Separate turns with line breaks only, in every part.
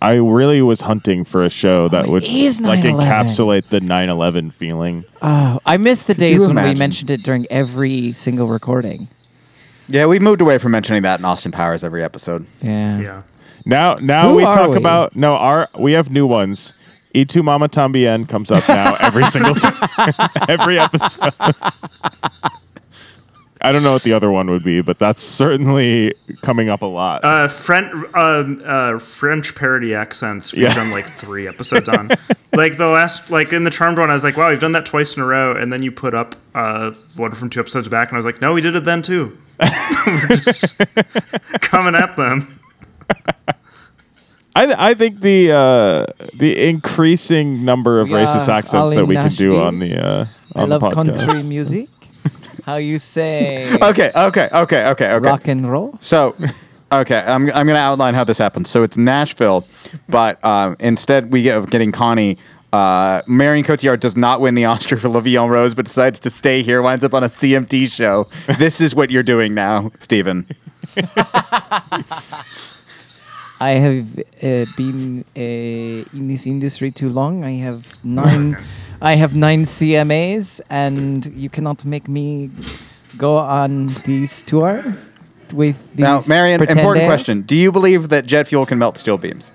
I really was hunting for a show that
it
would
is
like
9/11.
encapsulate the 9/11 feeling.
Oh, I miss the days
you
when we
imagine?
mentioned it during every single recording.
Yeah, we've moved away from mentioning that in Austin Powers every episode.
Yeah.
Yeah.
Now, now
Who
we
are
talk
we?
about no. Our we have new ones. E two Mama Tambien comes up now every single time, every episode. I don't know what the other one would be, but that's certainly coming up a lot.
Uh, French, um, uh, French parody accents. We've
Yeah.
done like three episodes on. Like the last, like in the Charmed one, I was like, wow, we've done that twice in a row. And then you put up uh, one from two episodes back, and I was like, no, we did it then too. We're just coming at them.
I th- I think the uh, the increasing number of
We
racist
are all
accents that
in
we can do
Nashville.
on the uh,
I
on the
love
podcast.
country music. How you say
Okay, okay, okay, okay, okay.
rock and roll?
So, okay, I'm, I'm going to outline how this happens. So it's Nashville, but um, instead we get, of getting Connie, uh, Marion Cotillard does not win the Oscar for La Vie en Rose, but decides to stay here, winds up on a CMT show. this is what you're doing now, Stephen.
I have uh, been uh, in this industry too long. I have nine, I have nine CMAs, and you cannot make me go on this tour with these.
Now, Marion, important
pretender.
question. Do you believe that jet fuel can melt steel beams?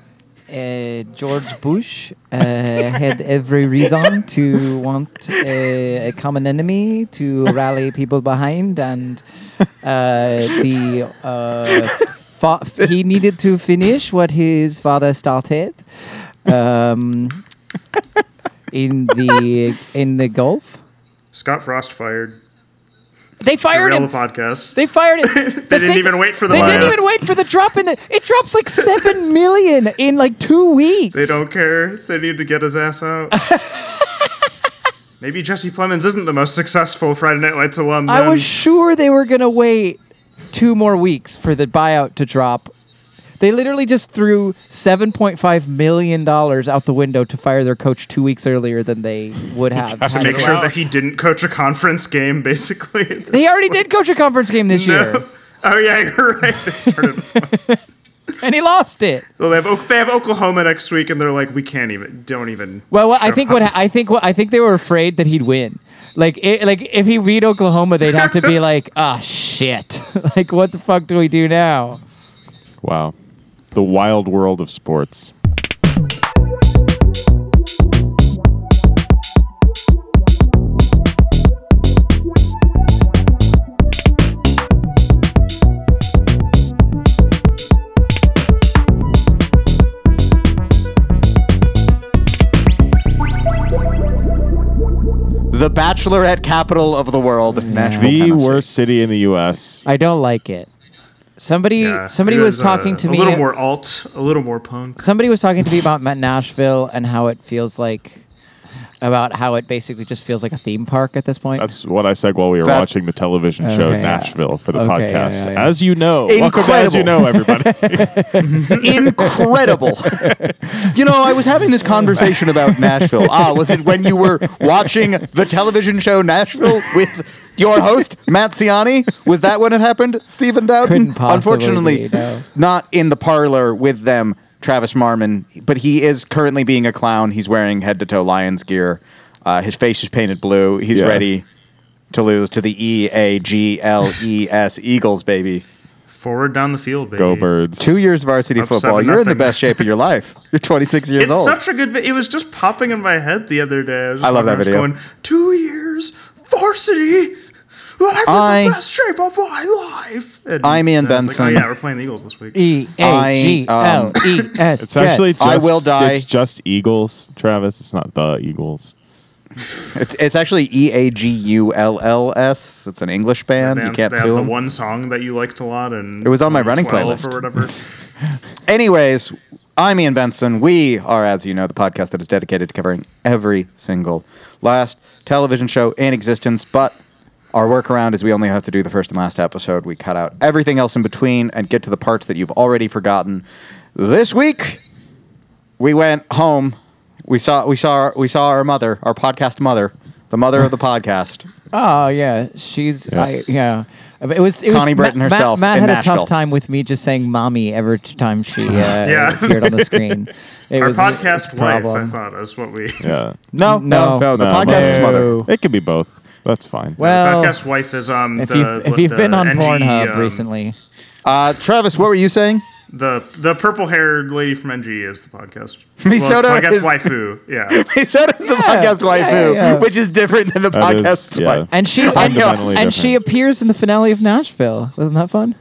Uh, George Bush uh, had every reason to want uh, a, a common enemy to rally people behind, and uh, the uh, fa- he needed to finish what his father started um, in the in the Gulf.
Scott Frost fired.
They fired
Derailed
him.
the podcast.
They fired it.
They didn't even wait for the
They
buyout.
didn't even wait for the drop in the. It drops like seven million in like two weeks.
They don't care. They need to get his ass out. Maybe Jesse Plemons isn't the most successful Friday Night Lights alum.
I
then.
was sure they were gonna wait two more weeks for the buyout to drop. They literally just threw seven point five million dollars out the window to fire their coach two weeks earlier than they would have.
That's
had
make
it.
sure that he didn't coach a conference game, basically.
they already did coach a conference game this year,
No. Oh yeah, you're right. They started.
and he lost it.
well, they have O- they have Oklahoma next week, and they're like, we can't even. Don't even.
Well, what, I
show
think
up.
what I think what I think they were afraid that he'd win. Like, it, like if he beat Oklahoma, they'd have to be like, ah, shit. like, what the fuck do we do now?
Wow, the wild world of sports.
The bachelorette capital of the world, Nashville.
The
Tennessee.
worst city in the U.S.
I don't like it. Somebody,
Yeah,
somebody
it
was
is, uh,
talking to
a
me.
little more alt, a little more punk.
somebody was talking to me about Ma- Nashville and how it feels like about how it basically just feels like a theme park at this point.
That's what I said while we were
That's-
watching the television show
Okay, yeah.
Nashville for the
Okay, yeah,
podcast.
yeah, yeah.
As you know, welcome to As You Know, everybody.
incredible. you know, I was having this conversation about Nashville. Ah, was it when you were watching the television show Nashville with your host Matt Ciani? Was that when it happened, Stephen Dowden?
Couldn't possibly
Unfortunately,
be, no.
not in the parlor with them, Travis Marmon. But he is currently being a clown. He's wearing head to toe Lions gear. Uh, his face is painted blue. He's
Yeah.
ready to lose to the E A G L E S Eagles, baby.
Forward down the field, baby.
Go birds.
Two years varsity
Up
football.
seven
You're in the
nothing.
best shape of your life. You're 26 years
It's
old.
such a good. vi- It was just popping in my head the other day. I, was just
I love that
was
video.
Going two years varsity. I'm
I-
in the best shape of my life. And
I'm Ian
then I was like,
Benson.
oh yeah, we're playing the Eagles this week.
E A G L E
um,
S.
It's actually
Jets.
just,
I will die.
It's just Eagles, Travis. It's not the Eagles.
it's, it's actually E A G U L L S. It's an English band.
They
You
have-
can't
they have
sue
the
'em.
one song that you liked a lot, and
It was on my running
12
playlist.
or whatever.
Anyways, I'm Ian Benson. We are, as you know, the podcast that is dedicated to covering every single last television show in existence. But our workaround is we only have to do the first and last episode. We cut out everything else in between and get to the parts that you've already forgotten. This week, we went home. We saw we saw we saw our mother, our podcast mother, the mother of the podcast.
Oh yeah, she's I yeah. It was, it was
Connie Britton
Ma- Ma-
herself
Matt
in
had a
Nashville.
tough time with me just saying "mommy" every t- time she uh, appeared on the screen. It
Our
was a-
podcast
a
wife, I
problem.
thought, is what we.
Yeah.
No, no, no.
No.
the
No,
podcast is
no.
mother.
It could be both. That's fine.
Well,
podcast wife is um.
if
the,
you've if
the-
you've been on
NG,
Pornhub
um,
recently,
Uh, Travis, what were you saying?
the the purple haired lady from NG is the podcast.
Me
it's
soda
podcast
is-
waifu. Yeah,
so does the podcast
yeah,
waifu,
yeah.
which is different than the
That is-
podcast
yeah.
wife.
and she and,
Fundamentally
and she
different.
appears in the finale of Nashville. Wasn't that fun?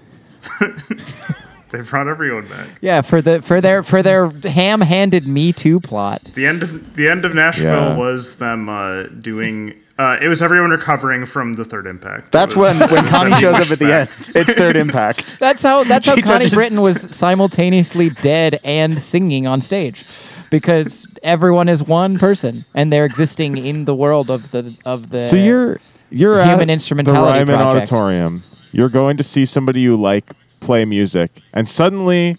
they brought everyone back.
Yeah, for the for their for their ham-handed Me Too plot.
The end of the end of Nashville
Yeah.
was them uh, doing. Uh, it was everyone recovering from the third impact. It
That's
was-
when, when Connie
them
shows
being
up at the end.
pushed
It's third impact.
That's how that's how
She
Connie
touches-
Britton was simultaneously dead and singing on stage because everyone is one person and they're existing in the world of the of the
So you're you're at
Human Instrumentality
the Ryman
Project.
Auditorium. You're going to see somebody you like play music, and suddenly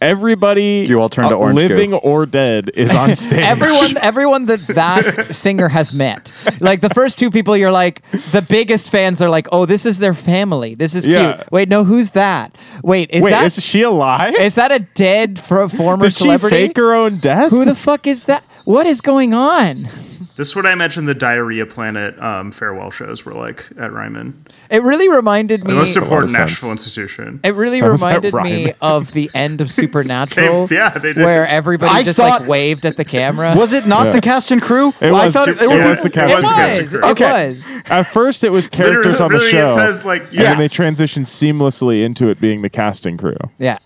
everybody uh,
You all turn to orange
living
goo.
or dead is on stage.
everyone everyone that that singer has met. Like the first two people you're like the biggest fans are like, "Oh, this is their family. This is
Yeah.
cute." Wait, no, who's that? Wait, is
Wait,
that
is she alive?
is that a dead fro- former
Did she
celebrity?
fake her own death?
Who the fuck is that? What is going on?
This is what I imagine the Diarrhea Planet um, farewell shows were like at Ryman,
It really reminded me
the most important
of sense.
Nashville institution.
It really
How does that
reminded me
rhyme?
of the end of Supernatural.
They- yeah, they did.
Where everybody
I
just
thought-
like waved at the camera.
Was it not
Yeah.
the cast and crew?
It
I
was
thought
su-
they were-
it was the
It
cast
was.
and
Cast
It
and
was.
crew.
Okay.
At first, it was characters on the
Literally,
show,
It says like
and
yeah,
then they transitioned seamlessly into it being the casting crew.
Yeah.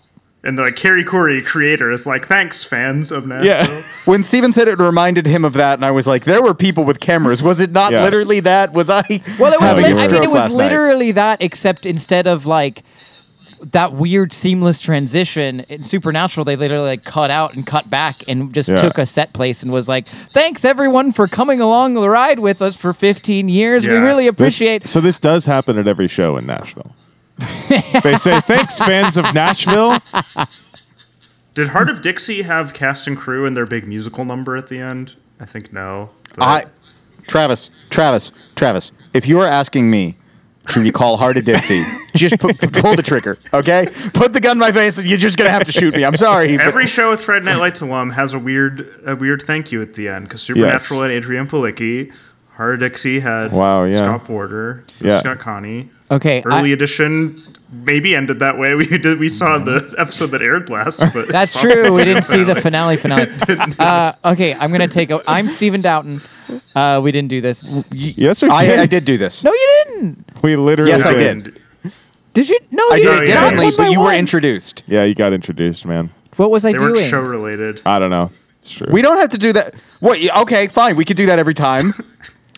and the like, Carrie Corey creator is like, thanks fans of Nashville.
Yeah,
When Steven said it reminded him of that, and I was like, there were people with cameras. Was it not
Yeah.
literally that? Was I?
Well, it was.
having
a
Lit- I mean,
stroke
it was
last night?
literally that, except instead of like that weird seamless transition in Supernatural, they literally like cut out and cut back and just
Yeah.
took a set place and was like, "Thanks everyone for coming along the ride with us for 15 years. We
Yeah.
really
This-
appreciate."
so this does happen at every show in Nashville. they say thanks, fans of Nashville.
Did Heart of Dixie have cast and crew and their big musical number at the end? I think no. but-
I, Travis, Travis, Travis. If you are asking me to recall Heart of Dixie, just put, pull the trigger, okay? Put the gun in my face, and you're just gonna have to shoot me. I'm sorry. but-
Every show with Friday Night Lights alum has a weird, a weird thank you at the end because Supernatural had Adrian Palicki, Heart of Dixie had
Wow, yeah.
Scott Warder,
Yeah.
Scott Connie.
Okay, I-
Early edition maybe ended that way. We did. We saw the
Mm-hmm.
episode that aired last. But
That's true. We didn't see the finale. Finale. Uh, okay, I'm gonna take. A, I'm Stephen Doughton. Uh, we didn't do this. No,
Yes, we did.
I, I did do this.
you didn't.
We literally.
Yes, I
did.
did.
Did you? No,
I
you
did
No,
it
yeah, yeah.
differently,
One by
but you were
one.
introduced.
Yeah, you got introduced, man.
What was I
They
doing?
weren't show related.
I don't know. It's true.
We don't have to do that. What? y- Okay, fine. We could do that every time.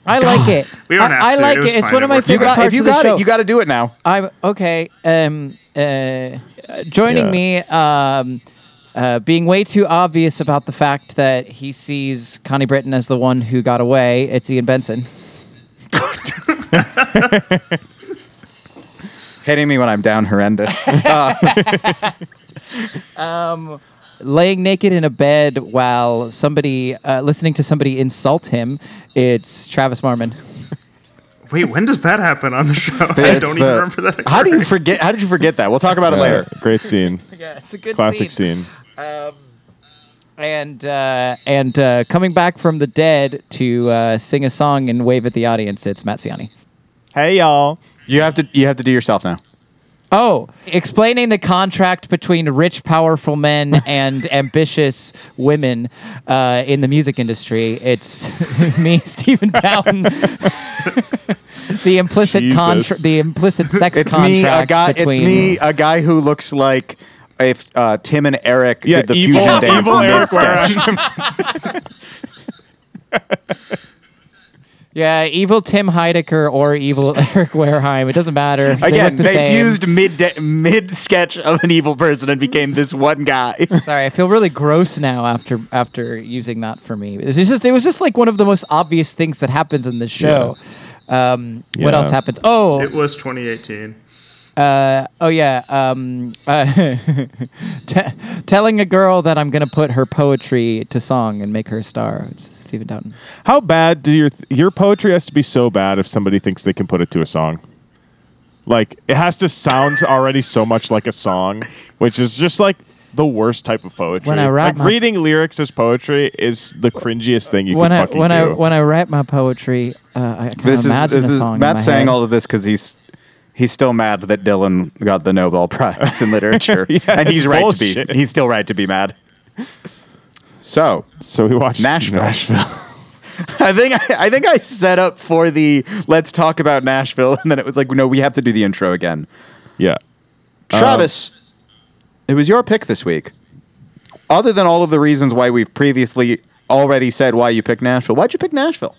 I like it.
We don't
I,
have
I
to.
like
It
it.
was
It's
fine.
one
It
of my
worked.
You
favorite
got,
parts
if you
of the
got
show.
it, you got to do it now.
I'm okay. Um, uh, joining
Yeah.
me, um, uh, being way too obvious about the fact that he sees Connie Britton as the one who got away. It's Ian Benson.
Hitting me when I'm down, horrendous.
laying naked in a bed while somebody uh, listening to somebody insult him. It's Travis Marmon.
Wait, when does that happen on the show? I
It's
don't
the-
even remember that.
How do you forget? How did you forget that? We'll talk about it
Yeah,
later.
Great scene.
Yeah, it's a good
Classic scene.
And uh, and uh, coming back from the dead to uh, sing a song and wave at the audience. It's Matt Ciani.
Hey, y'all.
You have to. You have to do yourself now.
Oh, explaining the contract between rich, powerful men and ambitious women uh, in the music industry. It's me, Stephen Down. the implicit
Jesus.
contract, the implicit sex
It's
contract
me, a guy. It's
between
me, a guy who looks like if uh, Tim and Eric
Yeah,
did the
evil,
fusion dance.
evil
in the
Eric
sketch.
Wareheim.
Yeah, evil Tim Heidecker or evil Eric Wareheim. It doesn't matter. They
Again,
look the
they
same.
fused mid mid sketch of an evil person and became this one guy.
Sorry, I feel really gross now after after using that for me. This is just it was just like one of the most obvious things that happens in this show. Um, What
Yeah.
else happens? Oh,
It was 2018.
uh, oh yeah. Um, uh, t- telling a girl that I'm gonna put her poetry to song and make her a star. It's Stephen Doughton.
How bad do your your poetry has to be so bad if somebody thinks they can put it to a song? Like it has to sound already so much like a song, which is just like the worst type of poetry.
When I write
like
my-
reading lyrics as poetry is the cringiest thing you
when
can
I
fucking
when
do.
I when I write my poetry, uh, I can
This is
imagine
this
a
is
song. in
Matt
my
saying
head.
all of this because he's he's still mad that Dylan got the Nobel Prize in literature,
Yeah,
and he's
it's
right to
bullshit.
be. He's still right to be mad. So
so we watched
Nashville. I think I, I think I set up for the let's talk about Nashville, and then it was like, no, we have to do the intro again.
yeah.
Uh,
Travis, it was your pick this week. Other than all of the reasons why we've previously already said why you picked Nashville, why'd you pick Nashville?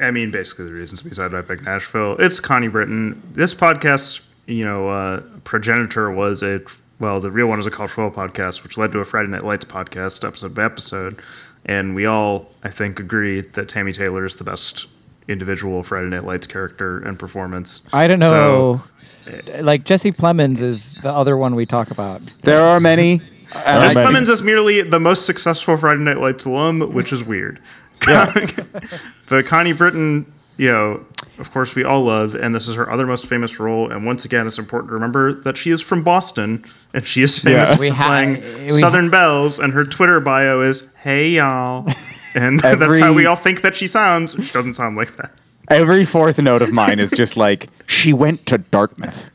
I mean, basically the reasons besides why I picked Nashville. It's Connie Britton. This podcast's, you know, uh, progenitor was a well, the real one was a cultural podcast, which led to a Friday Night Lights podcast, episode by episode. And we all, I think, agree that Tammy Taylor is the best individual Friday Night Lights character and performance.
I don't
So,
know. like Jesse Plemons is the other one we talk about.
There are many. and
Jess
Right.
Clemens is merely the most successful Friday Night Lights alum, which is weird. but Connie Britton, you know, of course we all love, and this is her other most famous role. And once again, it's important to remember that she is from Boston, and she is famous
Yeah.
for
We ha-
playing
we-
Southern Bells. And her Twitter bio is "Hey y'all," and that's
Every-
how we all think that she sounds. She doesn't sound like that.
Every fourth note of mine is just like, she went to Dartmouth.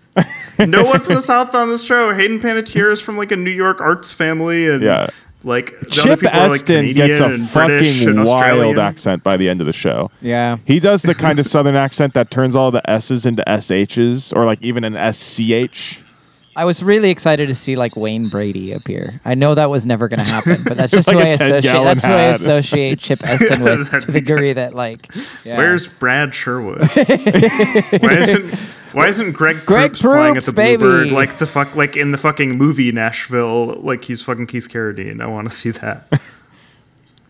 no one from the South on this show. Hayden Panettiere is from like a New York arts family, and
Yeah.
like the other
Chip
people are like
Aston
Canadian
gets a
and British
fucking
and
wild
Australian.
accent by the end of the show.
Yeah.
He does the kind of southern accent that turns all the S's into SHs or like even an SCH.
I was really excited to see like Wayne Brady appear. I know that was never going to happen, but that's just
Like
who
a 10
I associate.
gallon
That's who I
hat.
associate Chip Eston with to the degree that like. yeah.
Where's Brad Sherwood? why isn't Why isn't Greg,
Greg
Proops playing at
Proops,
the Bluebird
baby.
like the fuck like in the fucking movie Nashville? Like he's fucking Keith Carradine. I want to see that.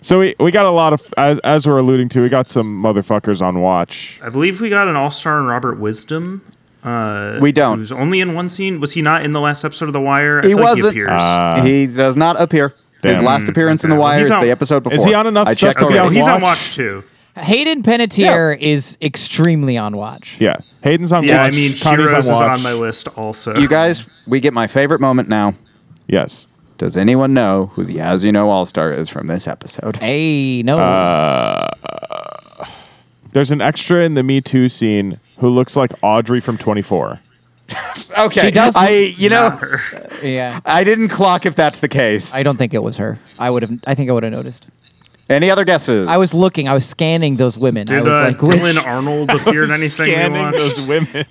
So we, we got a lot of as, as we're alluding to, we got some motherfuckers on watch.
I believe we got an all star in Robert Wisdom. Uh,
We don't.
Who's only in one scene? Was he not in the last episode of The Wire? I
He
feel like
wasn't. Uh,
appears.
he does not appear. His
Damn.
last appearance in The
okay. Well,
Wire
he's
is
on-
the episode before.
is he on enough
I
stuff
checked
to be
okay,
on
already.
he's on
Watch?
watch too.
Hayden Panettiere is extremely on watch.
Yeah, Hayden's on
Yeah,
watch.
I mean,
Connie's
Heroes
on
is
watch.
on my list also.
You guys, we get my favorite moment now.
Yes,
Does anyone know who the As You Know All Star is from this episode?
Hey, no.
there's an extra in the Me Too scene who looks like Audrey from 24.
Okay,
She does-
I you know
yeah.
I didn't clock if that's the case.
I don't think it was her. I would have. I think I would have noticed.
Any other guesses?
I was looking. I was scanning those women. I
Did
was
uh,
like,
Dylan
which-
Arnold appear in anything we
Scanning
watched?
those women.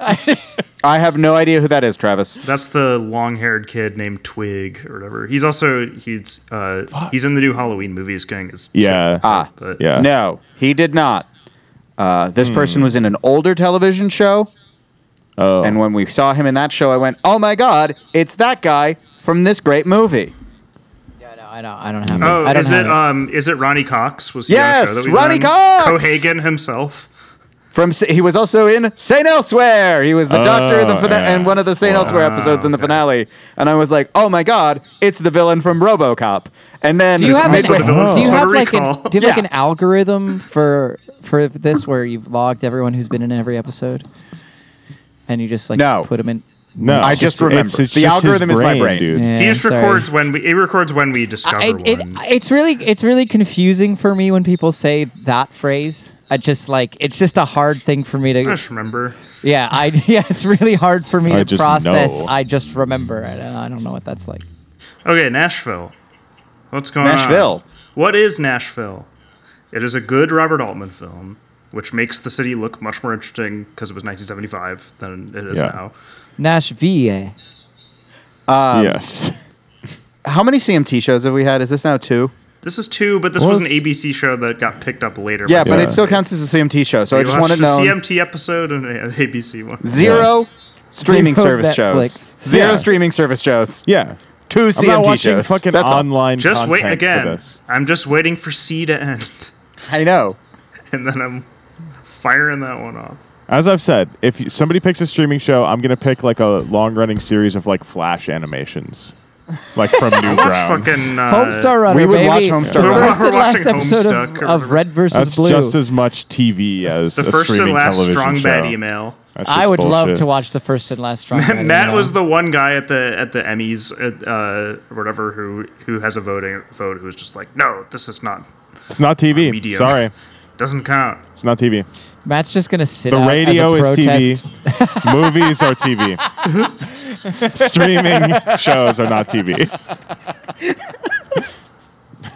I have no idea who that is, Travis.
That's the long-haired kid named Twig or whatever. He's also he's uh, he's in the new Halloween movies, getting his shit
Yeah.
fucked up,
Ah,
but
yeah. Hmm.
No, he did not. Uh, this person was in an older television show,
Oh,
and when we saw him in that show, I went, "Oh my God, it's that guy from this great movie."
Yeah, no, I don't. I don't have.
Oh,
it. I don't
is
have
it um is it Ronnie Cox? Was he
Yes,
on the show that we
Ronnie
done?
Cox!
Cohagen himself.
From S- he was also in Saint Elsewhere. He was the doctor in the
Oh,
fina-
yeah.
in one of the Saint Elsewhere episodes in the finale, and I was like, "Oh my God, it's the villain from RoboCop." And then
do you have,
also
like,
the villain
a, do you
from
have
Total
like an
Recall.
do you have like
Yeah.
an algorithm for for this where you've logged everyone who's been in every episode, and you just like
No.
put them in?
no.
I
it's
just remembered.
it's- it's
The
just his
algorithm is my brain.
dude.
Yeah,
he just
sorry.
records when we he records when we discover
I, it,
one.
it's really it's really confusing for me when people say that phrase. I just like it's just a hard thing for me
I
to.
just remember.
Yeah, I yeah, it's really hard for me
I
to
just
process.
know.
I just remember it. and I don't know what that's like.
Okay, Nashville. What's going on?
Nashville.
What is Nashville? It is a good Robert Altman film, which makes the city look much more interesting because it was 1975 than it is
Yeah.
now.
Nashville.
yes.
how many CMT shows have we had? Is this now two?
This is two, but this
Well,
was an
it's-
ABC show that got picked up later.
Yeah,
by
but
Yeah.
it still counts as a CMT show. So I
We
just
watched
want to
a
know
CMT episode and an ABC one.
zero streaming
Zero
service shows,
Netflix.
zero
Yeah.
streaming service shows,
Yeah.
two
I'm not
CMT
watching
shows.
fucking
That's all.
online
Just wait
content for
again.
this.
I'm just waiting for C to end,
I know.
and then I'm firing that one off.
As I've said, if y- somebody picks a streaming show, I'm gonna pick like a long-running series of like Flash animations. like from
Watch
Newgrounds.
fucking uh,
Homestar Runner.
we would
baby.
watch Homestar
We
Runner.
watched
We're
the last
watching
episode
Homestuck
of,
or-
of Red versus
That's
Blue.
just as much TV as
the
a
first and
streaming
last
television
strong
show.
bad email.
That
I
shit's
would love
bullshit.
to watch the first and last strong.
Matt,
Man, you know?
was the one guy at the at the Emmys, uh, uh, or whatever, who who has a voting vote who's just like, no, this is not
It's not TV.
medium.
Sorry,
doesn't count.
it's not TV.
Matt's just gonna sit.
The
out
radio
as a
is
protest.
TV. Movies are TV. streaming shows are not TV.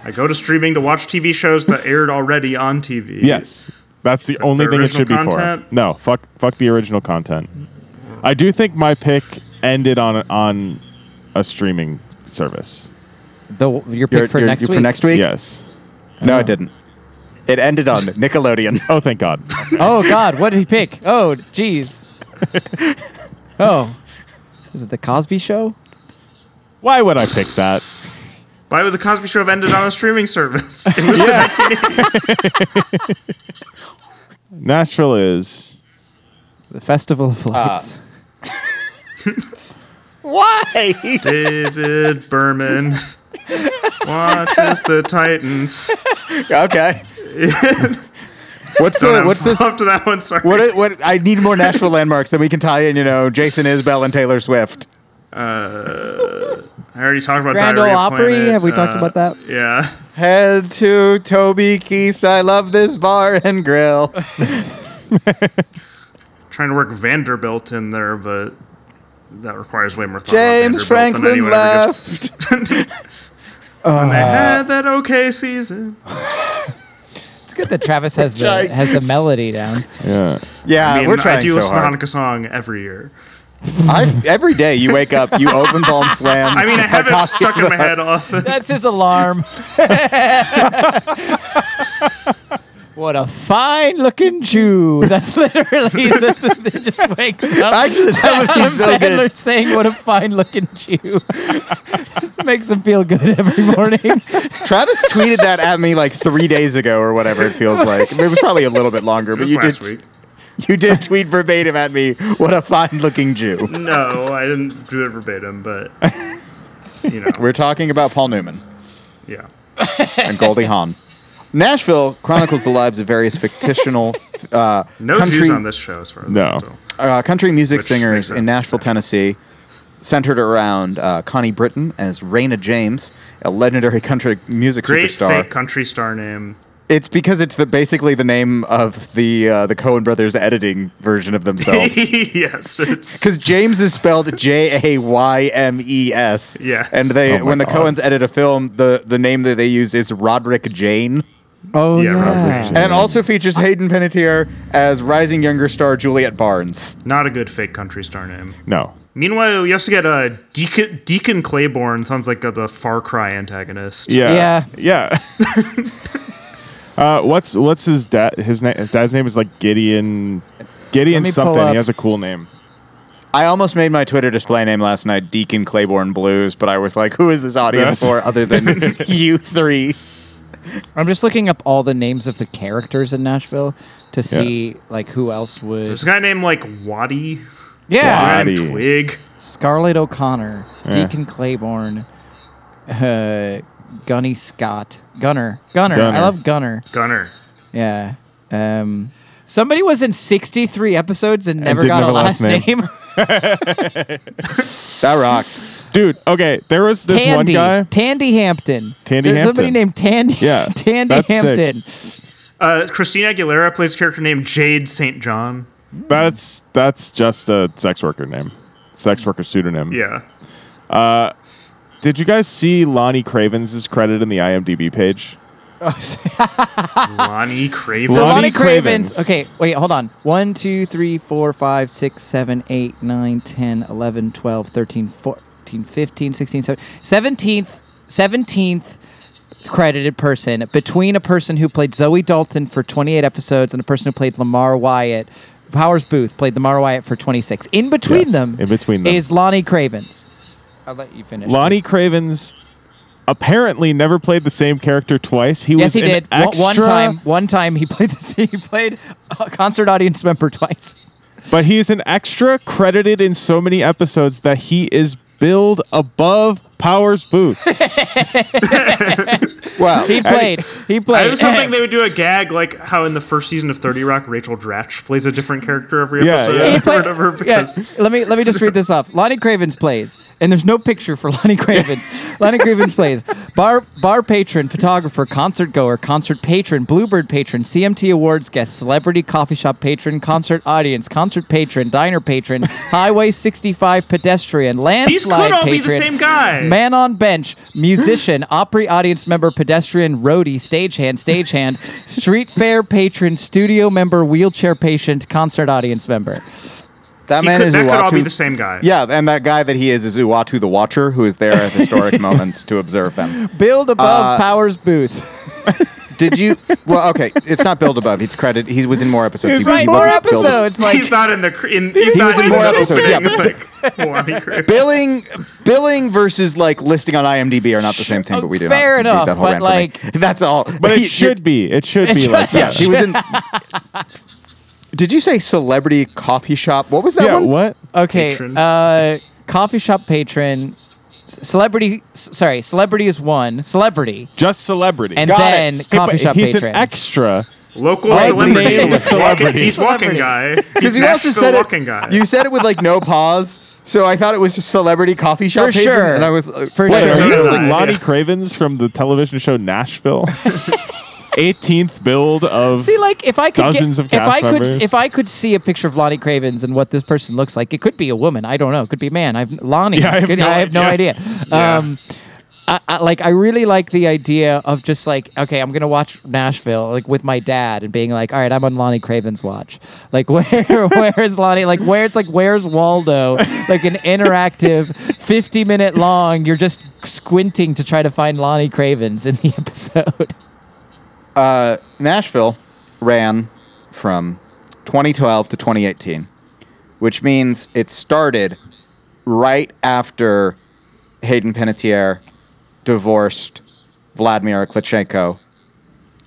I go to streaming to watch TV shows that aired already on TV.
Yes. That's the only
the
thing it
original
should be for.
content?
No, fuck fuck the original content. I do think my pick ended on on a streaming service.
The, your pick
Your-
for
your-
next
your-
week.
for next week?
Yes.
No, it didn't. It ended on Nickelodeon.
Oh, thank God.
Oh God, what did he pick? Oh, jeez. oh, is it the Cosby Show?
Why would I pick that?
Why would the Cosby Show have ended on a streaming service? It was the 1980s.
Nashville is
The Festival of Lights.
Why?
David Berman watches the Titans.
okay. what's the
Don't
what's this?
Up to that one, sorry.
What, i- what I need more Nashville landmarks then we can tie in. You know, Jason Isbell and Taylor Swift.
I already talked about
Grand Ole
Diarrhea
Opry?
Planet. uh,
Have we talked about that?
Yeah.
Head to Toby Keith's. I love this bar and grill.
Trying to work Vanderbilt in there, but that requires way more thought.
James
about Vanderbilt than
Franklin
anyone ever gives-
left. Uh,
They had that okay season.
It's good that Travis has the
Giant-
has the melody down.
yeah.
Yeah,
I mean,
uh, we're trying
I do
so
listen
hard.
to Hanukkah song every year.
I, every day you wake up, you open Palm Slam.
I mean, I have it stuck in my head often.
That's his alarm. what a fine looking Jew. That's literally the, the, it just wakes up.
Actually, the time would
Adam
be so
Sandler
good.
saying, "What a fine looking Jew." Makes him feel good every morning.
Travis tweeted that at me like three days ago or whatever it feels like. It was probably a little bit longer,
It
but
was
you
last
did
week.
you did tweet verbatim at me. What a fine looking Jew.
No, I didn't do it verbatim, but you know,
We're talking about Paul Newman
yeah.
and Goldie Hawn. Nashville chronicles the lives of various fictional uh,
No
country
Jews on this show, as far as
No.
I can tell.
uh, country music
Which makes
singers
sense,
in Nashville,
yeah.
Tennessee, centered around uh, Connie Britton as Raina James, a legendary country music
Great
superstar.
fake country star name.
It's because it's the basically the name of the uh, the Cohen brothers editing version of themselves.
yes, it's
Because James is spelled J A Y M E S.
Yes.
And they
Oh my
when the
God.
Cohens edit a film, the the name that they use is Roderick Jane.
Oh
Yeah, yeah.
Robert
And it also features Hayden Panettiere as rising younger star Juliet Barnes.
not a good fake country star name.
No.
Meanwhile, you also get uh, Deacon Deacon Claiborne. Sounds like uh, the Far Cry antagonist.
Yeah. Yeah. uh, what's what's his dad? His, na- his dad's name is like Gideon. Gideon
Let me pull
something.
up-
He has a cool name.
I almost made my Twitter display name last night Deacon Claiborne Blues, but I was like, who is this audience
That's-
for other than you three?
I'm just looking up all the names of the characters in Nashville to see like who else would.
There's a guy named like Waddy.
Yeah,
Wow.
Guy named
Waddy.
Twig.
Scarlett O'Connor,
Yeah.
Deacon Claiborne, uh, Gunny Scott, Gunner, Gunner. I
Gunner.
love Gunner.
Gunner.
Yeah. Um, somebody was in 63 episodes and never
didn't
got a
have
last name.
That rocks.
Dude. Okay. There was this one
Tandy,
guy.
Tandy Hampton.
Tandy
There's Somebody
Hampton.
named Tandy.
Yeah,
Tandy
that's sick.
Hampton.
Uh, Christina Aguilera plays a character named Jade St. John.
That's that's just a sex worker name, sex worker pseudonym.
Yeah.
Did you guys see Lonnie Cravens' credit in the IMDb page?
Oh, Lonnie Craven.
So
Lonnie
Lonnie Cravens.
Cravens.
Okay, wait, hold on. 1, 2, 3, 4, 5, 6, 7, 8, 9, 10, 11, 12, 13, 14, 15, 16, 17. 17th, 17th credited person between a person who played Zoe Dalton for 28 episodes and a person who played Lamar Wyatt. Powers Booth played Lamar Wyatt for 26. In between
Yes,
them,
in between them.
is Lonnie Cravens. I'll let you finish.
Lonnie Cravens apparently never played the same character twice. He was
Yes, he
an
did. One- One
extra-
time, one time he played the he played a concert audience member twice.
but he is an extra credited in so many episodes that he is build above Powers Booth.
Well,
He played. He played.
I was hoping they would do a gag like how in the first season of 30 Rock, Rachel Dratch plays a different character every
Yeah,
episode
yeah.
or
He
whatever.
yeah,
Because
let me let me just read this off. Lonnie Cravens plays, and there's no picture for Lonnie Cravens. Lonnie Cravens plays bar bar patron, photographer, concert goer, concert patron, Bluebird patron, CMT awards guest, celebrity coffee shop patron, concert audience, concert patron, diner patron, Highway 65 pedestrian,
these
landslide
could all
patron,
be the same guy.
Man on bench, musician, Opry audience member, pedestrian, roadie, stagehand, stagehand, street fair patron, studio member, wheelchair patient, concert audience member.
that
He
man
could-
is
that could all
Uatu-
be the same guy.
Yeah, and that guy that he is is Uatu the Watcher, who is there at historic moments to observe them.
Build above
Uh,
Powers Booth.
Did you? Well, okay, it's not Build Above. He's credit. He was in more episodes.
It's
He-
like
he
more
wasn't Build Above.
episodes. Like
he's not in the. cr- In, he's not
was
in
in more
the
episodes, yeah,
opening, like, Lonnie Griffith.
billing billing versus like listing on IMDb are not the same thing, but we do.
Fair
not, we do
enough,
that whole
but,
rant for me. that's all.
But it should be. It should be
should-
like
Yeah,
that.
he was in. Did you say celebrity coffee shop? What was that
Yeah,
one?
what?
okay,
Patron.
uh, coffee shop patron, c- celebrity. s- Sorry, celebrity is one celebrity,
Just celebrity.
and
Got it.
then
Hey,
coffee
but
shop
he's
patron.
an extra.
Local
Like
celebrity.
named
He's
celebrity.
walking- He's walking guy. He's
Because you also
Nashville
said
walking
it.
guy.
You said it with like no pause, so I thought it was celebrity coffee shop.
For
patron,
sure.
and I was like,
For
wait,
sure.
are
So
So
you-
he was
did
like
I,
Lonnie
yeah.
Cravens from the television show Nashville. 18th build of
See, like if I could
Mm-hmm. Dozens
get,
of cast
if I could
members.
if I could see a picture of Lonnie Cravens and what this person looks like, it could be a woman. I don't know. It could be a man. I've Lonnie.
Yeah, I have
Could-
no
idea.
idea.
Yeah.
Um, I, I, like I really like the idea of just like okay, I'm gonna watch Nashville like with my dad and being like, all right, I'm on Lonnie Craven's watch. Like where where is Lonnie? Like where it's like where's Waldo? Like an interactive, 50 minute long. You're just squinting to try to find Lonnie Cravens in the episode.
uh, Nashville ran from 2012 to 2018, which means it started right after Hayden Panettiere divorced Vladimir Klitschko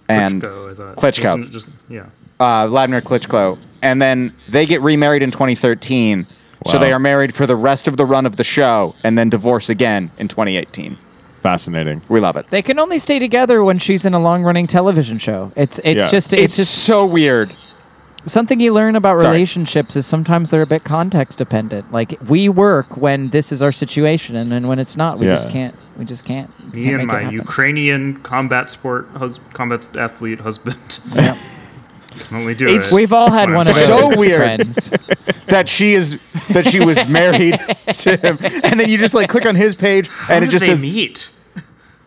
and
Klitschko, I thought.
Klitschko
Isn't it Just, yeah.
uh, Vladimir Klitschko, and then they get remarried in 2013. So
Wow.
they are married for the rest of the run of the show, and then divorce again in 2018.
fascinating.
We love it.
They can only stay together when she's in a long-running television show. It's it's
Yeah.
just
It's
it's, just
so weird.
something you learn about
Sorry.
relationships is sometimes they're a bit context dependent. Like we work when this is our situation, and then when it's not, we just
Yeah.
can't. We just can't. we
Me
can't
and
make it
my
happen.
Ukrainian combat sport, hus- combat athlete husband.
Yeah.
Can only do
It's-
it.
We've all had
when
one
I'm
of those
So
fighting.
weird.
friends.
that she is that she was married to him, and then you just like click on his page,
How
and it
did
just
they
says.
meet.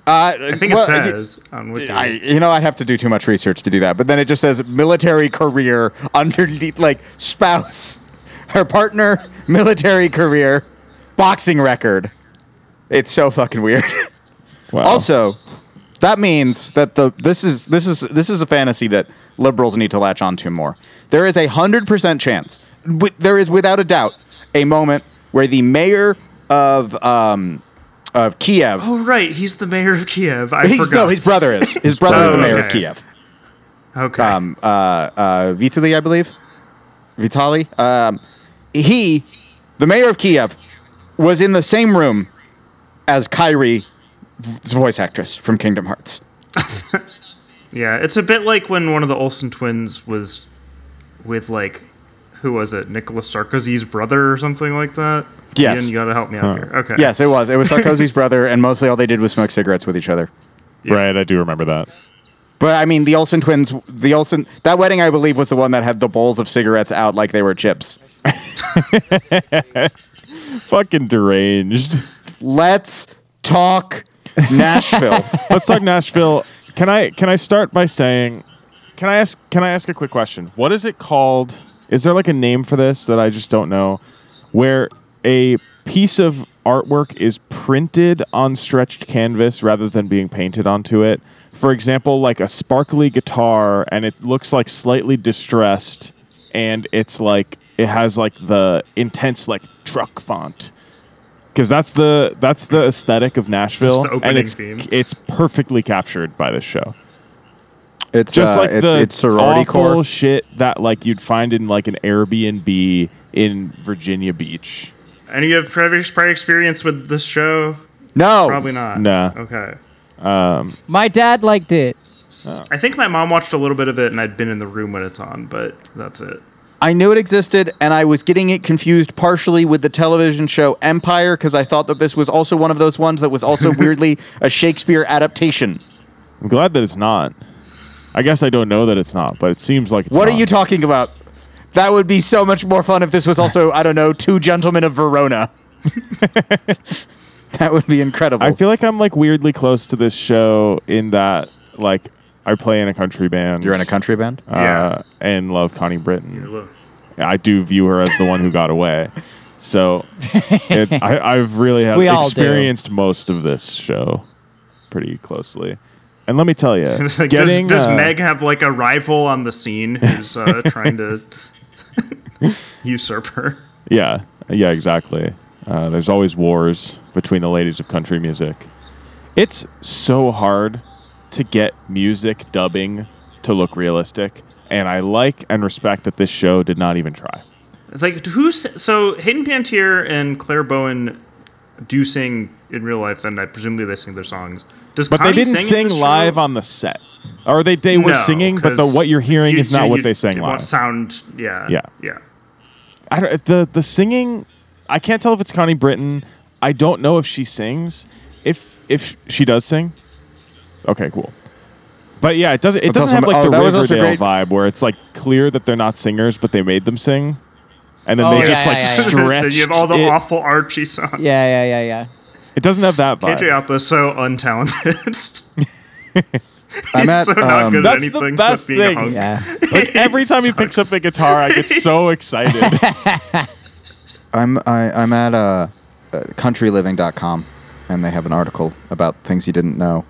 Uh,
I think
well,
it says on Wiki.
I, you know, I'd have to do too much research to do that, but then it just says military career underneath, like spouse, her partner, military career, boxing record. It's so fucking weird.
Wow.
Also, that means that the this is this is this is a fantasy that liberals need to latch onto more. There is a hundred percent chance. wi- there is without a doubt a moment where the mayor of um, of Kiev.
oh right, he's the mayor of Kiev. I
He's-
forgot.
no, his brother is. His brother is
Oh,
the mayor of
okay.
Kiev.
Okay.
Um, uh, uh, Vitaly, I believe. Vitali. Um, he, the mayor of Kiev, was in the same room as Kyrie's voice actress from Kingdom Hearts.
yeah, it's a bit like when one of the Olsen twins was with like, who was it? Nicolas Sarkozy's brother or something like that.
Yes.
Ian, you gotta help me out here. Okay.
Yes, it was. It was Sarkozy's brother, and mostly all they did was smoke cigarettes with each other.
Right, I do remember that.
But I mean, the Olsen twins, the Olsen, that wedding, I believe, was the one that had the bowls of cigarettes out like they were chips.
Fucking deranged.
Let's talk Nashville.
Let's talk Nashville. Can I can I start by saying can I ask can I ask a quick question? What is it called? Is there like a name for this that I just don't know? Where a piece of artwork is printed on stretched canvas rather than being painted onto it. For example, like a sparkly guitar and it looks like slightly distressed and it's like it has like the intense like truck font. Cuz that's the that's the aesthetic of Nashville
the
and
opening
it's
theme.
it's perfectly captured by the show
It's
just
uh,
like
it's,
the
it's sorority
awful
core.
shit that like you'd find in like an Airbnb in Virginia Beach.
Any of you have previous prior experience with this show?
No.
Probably not.
Nah.
Okay.
My dad liked it.
I think my mom watched a little bit of it, and I'd been in the room when it's on, but that's it.
I knew it existed, and I was getting it confused partially with the television show Empire because I thought that this was also one of those ones that was also weirdly a Shakespeare adaptation.
I'm glad that it's not. I guess I don't know that it's not, but it seems like it's
What are
not.
you talking about? That would be so much more fun if this was also, I don't know, Two Gentlemen of Verona. that would be incredible.
I feel like I'm like weirdly close to this show in that like I play in a country band.
country band?
uh,
Yeah.
and love Connie Britton.
Look.
I do view her as the one who got away. So it, I, I've really have
We all do.
experienced most of this show pretty closely. And let me tell you,
It's like,
getting,
does does
uh,
Meg have like a rival on the scene who's uh, trying to usurp her?
Yeah, yeah, exactly. Uh, there's always wars between the ladies of country music. It's so hard to get music dubbing to look realistic, and I like and respect that this show did not even try.
It's like who's so Hayden Pantier and Claire Bowen do sing in real life, and I presumably they sing their songs. Does
But
Connie
they didn't
sing,
sing, live on the set, or they they were singing, but the what you're hearing is not what they sang
it won't
live.
Sound, yeah,
Yeah.
yeah.
I don't the the singing. I can't tell if it's Connie Britton. I don't know if she sings. If if she does sing, okay, cool. But yeah, it doesn't. It
That's
doesn't have
awesome.
like
Oh,
the
that was also
Riverdale
great.
vibe where it's like clear that they're not singers, but they made them sing, and then
Oh,
they
yeah,
just
yeah,
like
yeah, yeah.
stretch.
you have all the
it.
awful Archie songs.
Yeah, yeah, yeah, yeah.
It doesn't have that vibe.
KJ Apa's so untalented.
I'm at,
so not
um,
good at
That's
anything
the
but
best
being a
thing.
hunk.
Yeah.
Like, every time he picks up
Sucks.
the guitar, I get so excited.
I'm I, I'm at uh, uh, countryliving.com, and they have an article about things you didn't know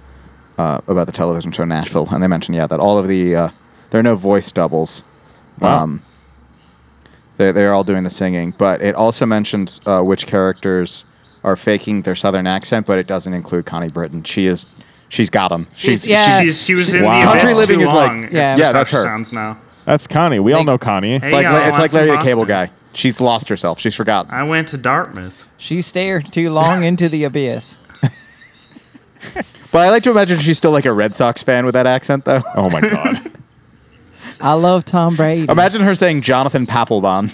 uh, about the television show Nashville, and they mention yeah that all of the uh, there are no voice doubles.
Wow.
Um, they they're all doing the singing, but it also mentions uh, which characters are faking their southern accent, but it doesn't include Connie Britton. She is she's got them. She's,
She's- yeah.
She's, she was in
Wow.
the
Country
Abyss
Living
too
is like-
long. It's
Yeah.
just
Yeah,
how
that's
she
her.
Sounds now.
That's Connie. We all know Connie.
It's like,
Hey, y'all,
it's like
I'm Uh,
Larry the
from
Cable
Boston.
Guy. She's lost herself. She's forgotten.
I went to Dartmouth.
She stared too long into the abyss.
But I like to imagine she's still like a Red Sox fan with that accent, though.
Oh my god.
I love Tom Brady.
Imagine her saying Jonathan Papelbon.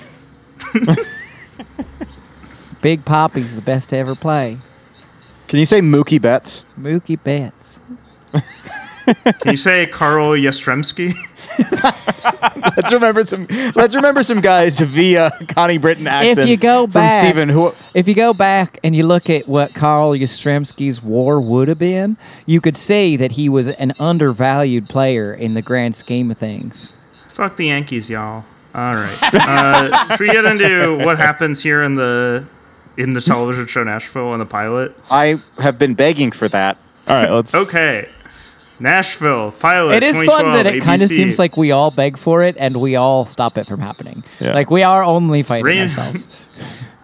Big Poppy's the best to ever play.
Can you say Mookie Betts?
Mookie Betts.
Can you say Carl Yastrzemski?
Let's remember some. Let's remember some guys via Connie Britton accents.
If you go back,
from Stephen, who
if you go back and you look at what Carl Yastrzemski's WAR would have been, you could see that he was an undervalued player in the grand scheme of things.
Fuck the Yankees, y'all. All right. Uh, should we get into what happens here in the in the television show Nashville in the pilot?
I have been begging for that.
All right, let's.
Okay. Nashville pilot.
it is fun
2012,
that it kind of
ABC.
seems like we all beg for it and we all stop it from happening.
Yeah.
Like we are only fighting
Rain-
ourselves.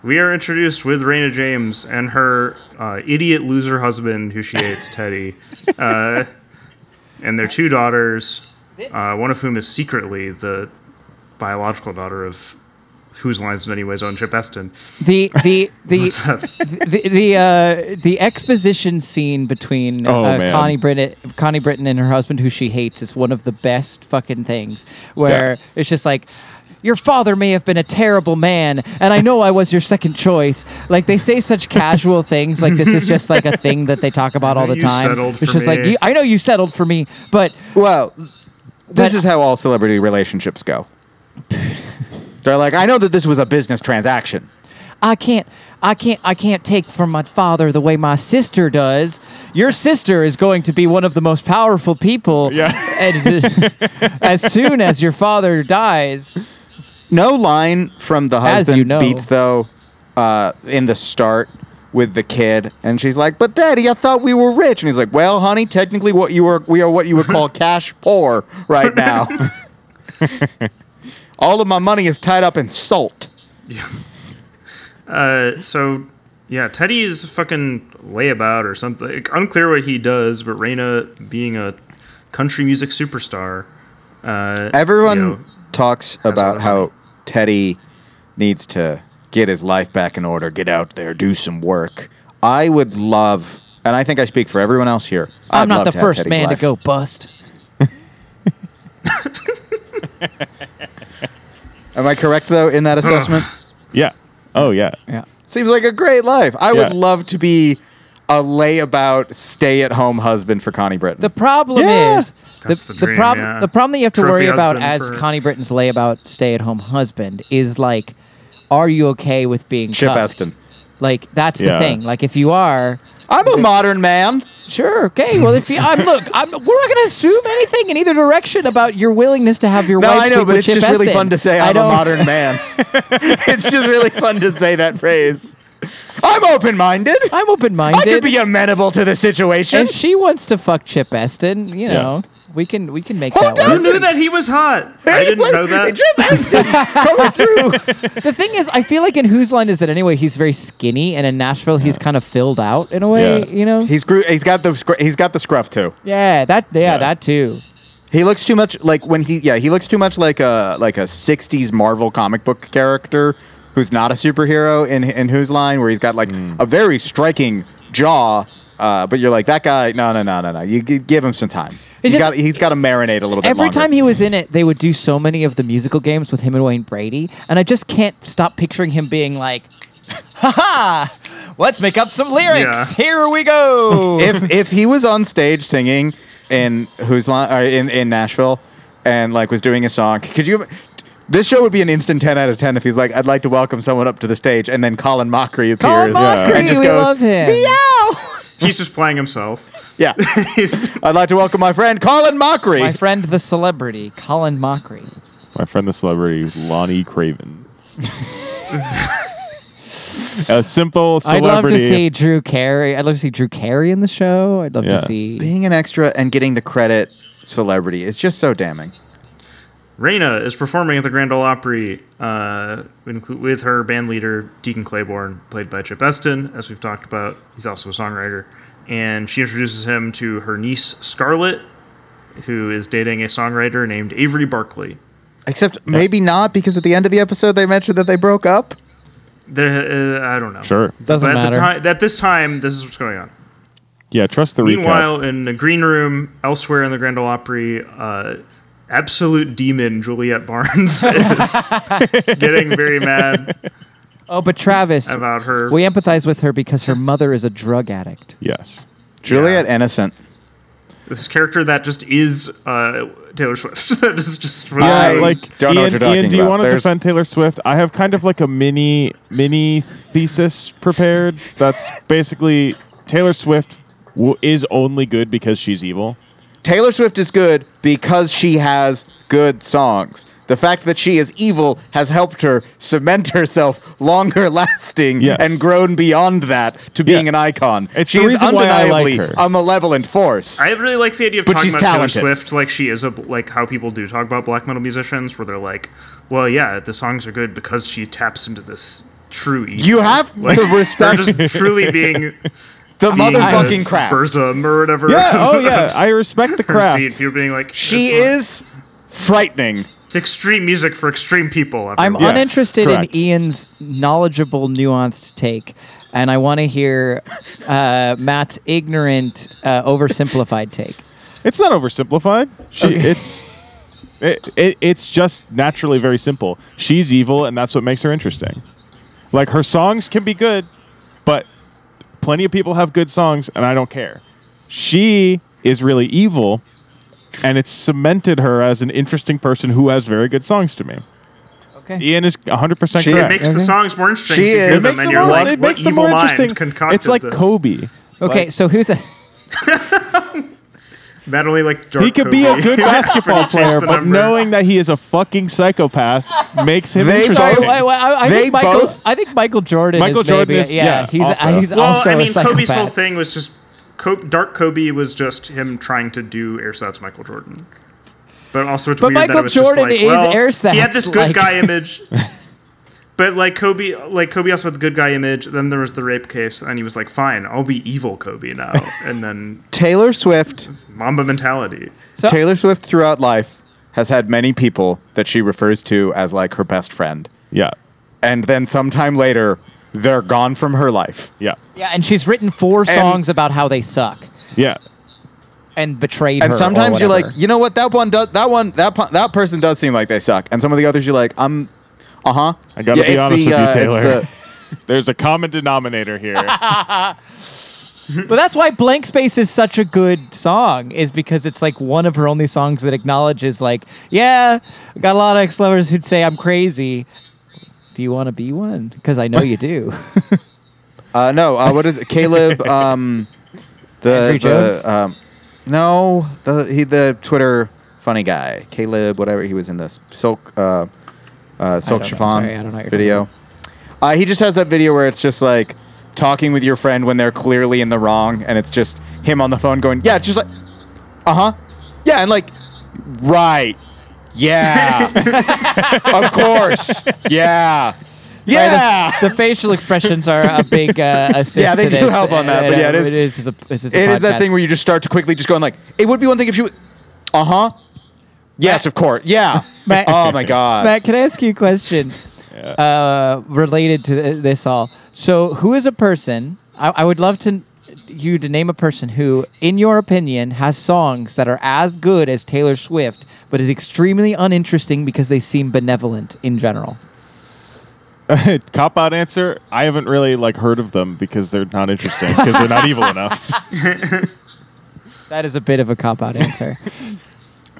we are introduced with Raina James and her uh, idiot loser husband, who she hates, Teddy, uh, and their two daughters, uh, one of whom is secretly the biological daughter of whose lines in many ways on Chip Eston.
The the the
What's up?
the the, uh, the exposition scene between
Oh,
uh,
man.
Connie Britton, Connie Britton and her husband, who she hates, is one of the best fucking things. Where
Yeah.
it's just like. Your father may have been a terrible man, and I know I was your second choice. Like they say such casual things, like this is just like a thing that they talk about all the
You
time.
settled
it's
for
just like
me.
you, I know you settled for me, but
Well, this
But-
is how all celebrity relationships go. They're like, I know that this was a business transaction.
I can't I can't I can't take from my father the way my sister does. Your sister is going to be one of the most powerful people
Yeah.
as, as soon as your father dies.
No line from the
As you
husband
know.
beats though uh, in the start with the kid, and she's like, "But daddy, I thought we were rich," and he's like, "Well, honey, technically, what you are, we are what you would call cash poor right now. All of my money is tied up in salt."
Uh, so yeah, Teddy is a fucking layabout or something. Unclear what he does, but Raina being a country music superstar. Uh,
Everyone
you know,
talks
a lot
about
of
how Teddy needs to get his life back in order, get out there, do some work. I would love, and I think I speak for everyone else here.
I'm
I'd
not
love
the
to have
first
Teddy's
man
life.
to go bust.
Am I correct though in that assessment?
Yeah. Oh yeah.
Yeah.
Seems like a great life. I
Yeah.
would love to be a layabout, stay-at-home husband for Connie Britton.
The problem
Yeah.
is
That's the dream,
problem
yeah.
the problem that you have to
Trophy
worry about
husband
as
for-
Connie Britton's layabout stay-at-home husband is like, are you okay with being
Chip
cucked?
Aston.
Like that's
Yeah.
the thing. Like if you are,
I'm a modern man.
Sure. Okay. Well, if you, I'm look, I'm, we're not going to assume anything in either direction about your willingness to have your
No,
wife.
I know,
sleep
but
with
it's
Chip
just really
Eston.
fun to say
I
I'm a
don't-
modern man. it's just really fun to say that phrase. I'm open-minded.
I'm open-minded.
I could be amenable to the situation.
if she wants to fuck Chip Eston, you know, we can we can make
Who
that
does
work.
Who knew that he was hot? I
Hey,
didn't
what-
know that.
Just ask him. coming through.
The thing is, I feel like in Whose Line Is That Anyway? He's very skinny, and in Nashville, he's kind of filled out in a way.
Yeah.
You know.
He's gr- he's got the scr- he's got the scruff too.
yeah. That. Yeah,
Yeah.
That too.
He looks too much like when he yeah he looks too much like a like a '60s Marvel comic book character who's not a superhero in in whose line where he's got like a very striking jaw. Uh, but you're like that guy. No, no, no, no, no. You g- give him some time.
It
You
just-
got, he's got to marinate a little bit.
Every
longer.
time he was in it, they would do so many of the musical games with him and Wayne Brady, and I just can't stop picturing him being like, "Ha ha! Let's make up some lyrics.
Yeah.
Here we go."
if if he was on stage singing in who's line or in, in Nashville and like was doing a song, could you? This show would be an instant ten out of ten if he's like, I'd like to welcome someone up to the stage, and then Colin Mockery appears
Colin Mockery,
and just
we
goes,
love him.
Meow!
He's just playing himself.
Yeah,
He's-
I'd like to welcome my friend Colin Mockery.
My friend, the celebrity Colin Mockery.
My friend, the celebrity Lonnie Cravens. a simple celebrity.
I'd love to see Drew Carey. I'd love to see Drew Carey in the show. I'd love
Yeah.
to see.
Being an extra and getting the credit celebrity is just so damning.
Raina is performing at the Grand Ole Opry uh, inclu- with her band leader, Deacon Claiborne, played by Chip Eston, as we've talked about. He's also a songwriter. And she introduces him to her niece, Scarlett, who is dating a songwriter named Avery Barkley.
Except maybe not because at the end of the episode they mentioned that they broke up.
There, uh, I don't know.
Sure.
Doesn't
but at, the
matter.
time, at this time, this is what's going on.
Yeah, trust the recap.
Meanwhile, in the green room, elsewhere in the Grand Ole Opry, uh, absolute demon Juliet Barnes is getting very mad
Oh, but Travis,
about her.
we empathize with her because her mother is a drug addict.
Yes.
Juliet Innocent.
this character that just is uh, Taylor Swift. that is just really
Yeah,
I
Uh, like
don't
Ian,
know what you're talking
Ian, do you
about.
want to
There's-
defend Taylor Swift? I have kind of like a mini mini thesis prepared. That's basically Taylor Swift w- is only good because she's evil.
Taylor Swift is good because she has good songs. The fact that she is evil has helped her cement herself longer lasting
Yes.
and grown beyond that to being
Yeah.
an icon.
It's
she
the
is
reason why I like
undeniably
her.
a malevolent force.
I really like the idea of
But
talking
she's
about
talented.
Taylor Swift, like she is a like how people do talk about black metal musicians, where they're like, "Well, yeah, the songs are good because she taps into this true evil."
you have
like,
to
her
respect
just truly being
the
being the
motherfucking crap.
Burzum or whatever.
Yeah. Oh yeah. I respect the
Her seat,
craft.
You're being like
She
it's, like-
is frightening.
It's extreme music for extreme people.
I'm
everyone.
Yes,
uninterested
correct.
in Ian's knowledgeable, nuanced take, and I want to hear uh, Matt's ignorant, uh, oversimplified take.
It's not oversimplified. She, It's it, it, it's just naturally very simple. She's evil, and that's what makes her interesting. Like her songs can be good, but plenty of people have good songs, and I don't care. She is really evil, and it's cemented her as an interesting person who has very good songs to me.
Okay.
Ian is 100 percent
She- it
correct.
It makes the
Okay.
songs more interesting.
She
to hear
is. It
them,
makes
and
them
you're
more-
like,
it
what
makes them
evil
more
mind
interesting.
concocted
It's like
this?
Kobe.
Okay.
Like,
so who's a?
Not only like Dark
he could be a
Kobe.
good basketball
Pretty changed
player,
the
but
number.
knowing that he is a fucking psychopath makes him
They
interesting.
Sorry,
both-
wait, wait, I, I
They
think Michael.
both-
I think Michael Jordan.
Michael
is
Jordan
maybe,
is- yeah,
yeah. He's
also.
he's
Well,
also
I
a
mean,
psychopath.
Kobe's whole thing was just Co- Dark Kobe was just him trying to do air sats Michael Jordan. But also, it's
But
weird that
Michael
it was
Jordan
just like,
is
well,
air
He had
sats,
this good
like-
guy image. But like Kobe, like Kobe also had the good guy image. Then there was the rape case, and he was like, "Fine, I'll be evil Kobe now." And then
Taylor Swift
Mamba mentality.
So-
Taylor Swift throughout life has had many people that she refers to as like her best friend.
Yeah.
and then sometime later, they're gone from her life.
Yeah.
Yeah, and she's written four songs about how they suck
Yeah.
and betrayed her.
And
or
sometimes you're like,
whatever.
you know what? That one does. That one. That po- that person does seem like they suck. And some of the others, you're like, I'm. Uh huh.
I gotta be honest with you, Taylor.
The,
There's a common denominator here.
Well, that's why Blank Space is such a good song, is because it's like one of her only songs that acknowledges, like, yeah, I got a lot of ex lovers who'd say I'm crazy. Do you want to be one? Because I know you do.
uh, no. Uh, what is it? Caleb? Um, the
Andrew
the,
Jones?
Um, no, the he the Twitter funny guy, Caleb. Whatever he was in this silk uh, uh, silk
know.
chiffon
Sorry, I don't know what you're
video. Uh, he just has that video where it's just like talking with your friend when they're clearly in the wrong, and it's just him on the phone going, "Yeah, it's just like, uh huh, yeah," and like, right, yeah, of course, yeah, yeah.
the facial expressions are a big uh, assist.
Yeah, they
to
do
this.
help on that, but
Uh,
yeah, it is-
It is, a, this is a
It is that
podcast.
thing where you just start to quickly just going like, it would be one thing if she was, uh huh, yes, of course, yeah.
Matt-
oh my god,
Matt, can I ask you a question uh, related to th- this all? So, who is a person? I, I would love to n- you to name a person who, in your opinion, has songs that are as good as Taylor Swift, but is extremely uninteresting because they seem benevolent in general.
Cop out answer. I haven't really like heard of them because they're not interesting because they're not evil enough.
That is a bit of a cop out answer.
I
You've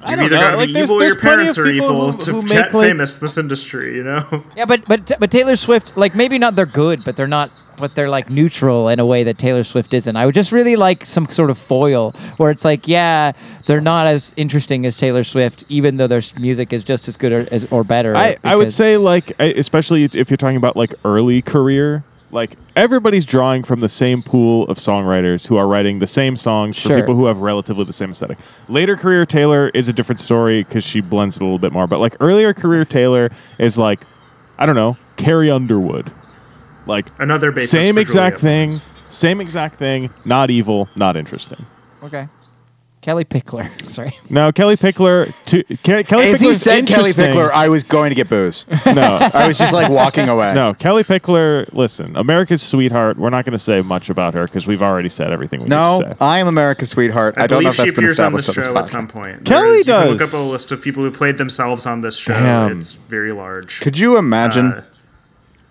don't
either
know,
got to
like,
be
there's-
evil or
there's
your parents
plenty
are
of people
evil
who-
to
who make,
get
like-
famous in this industry, you know?
yeah, but but but Taylor Swift, like maybe not they're good, but they're not. But they're like neutral in a way that Taylor Swift isn't. I would just really like some sort of foil where it's like, yeah, they're not as interesting as Taylor Swift, even though their s- music is just as good or, as, or better.
I, I would
because-
say like I- especially if you're talking about like early career like everybody's drawing from the same pool of songwriters who are writing the same songs
Sure.
for people who have relatively the same aesthetic later career taylor is a different story because she blends it a little bit more but like earlier career taylor is like i don't know carrie underwood like
Another basis
same
for
exact
Julia
thing
Roberts.
same exact thing not evil not interesting
okay, Kelly Pickler. Sorry,
now kelly pickler to, Ke- kelly
if he
Pickler's
said Kelly
interesting.
Pickler, I was going to get booze.
no
I was just like walking away.
No, Kelly Pickler, listen, America's sweetheart. We're not going to say much about her because we've already said everything we need to
No, uh,
say.
I am America's sweetheart. I,
I,
don't know
believe
if that's
she
been
appears on the
established
show
at
at
this point.
some point.
Kelly
There's- You can look
does.
up a list of people who played themselves on this show.
Damn.
It's very large.
Could you imagine
Uh,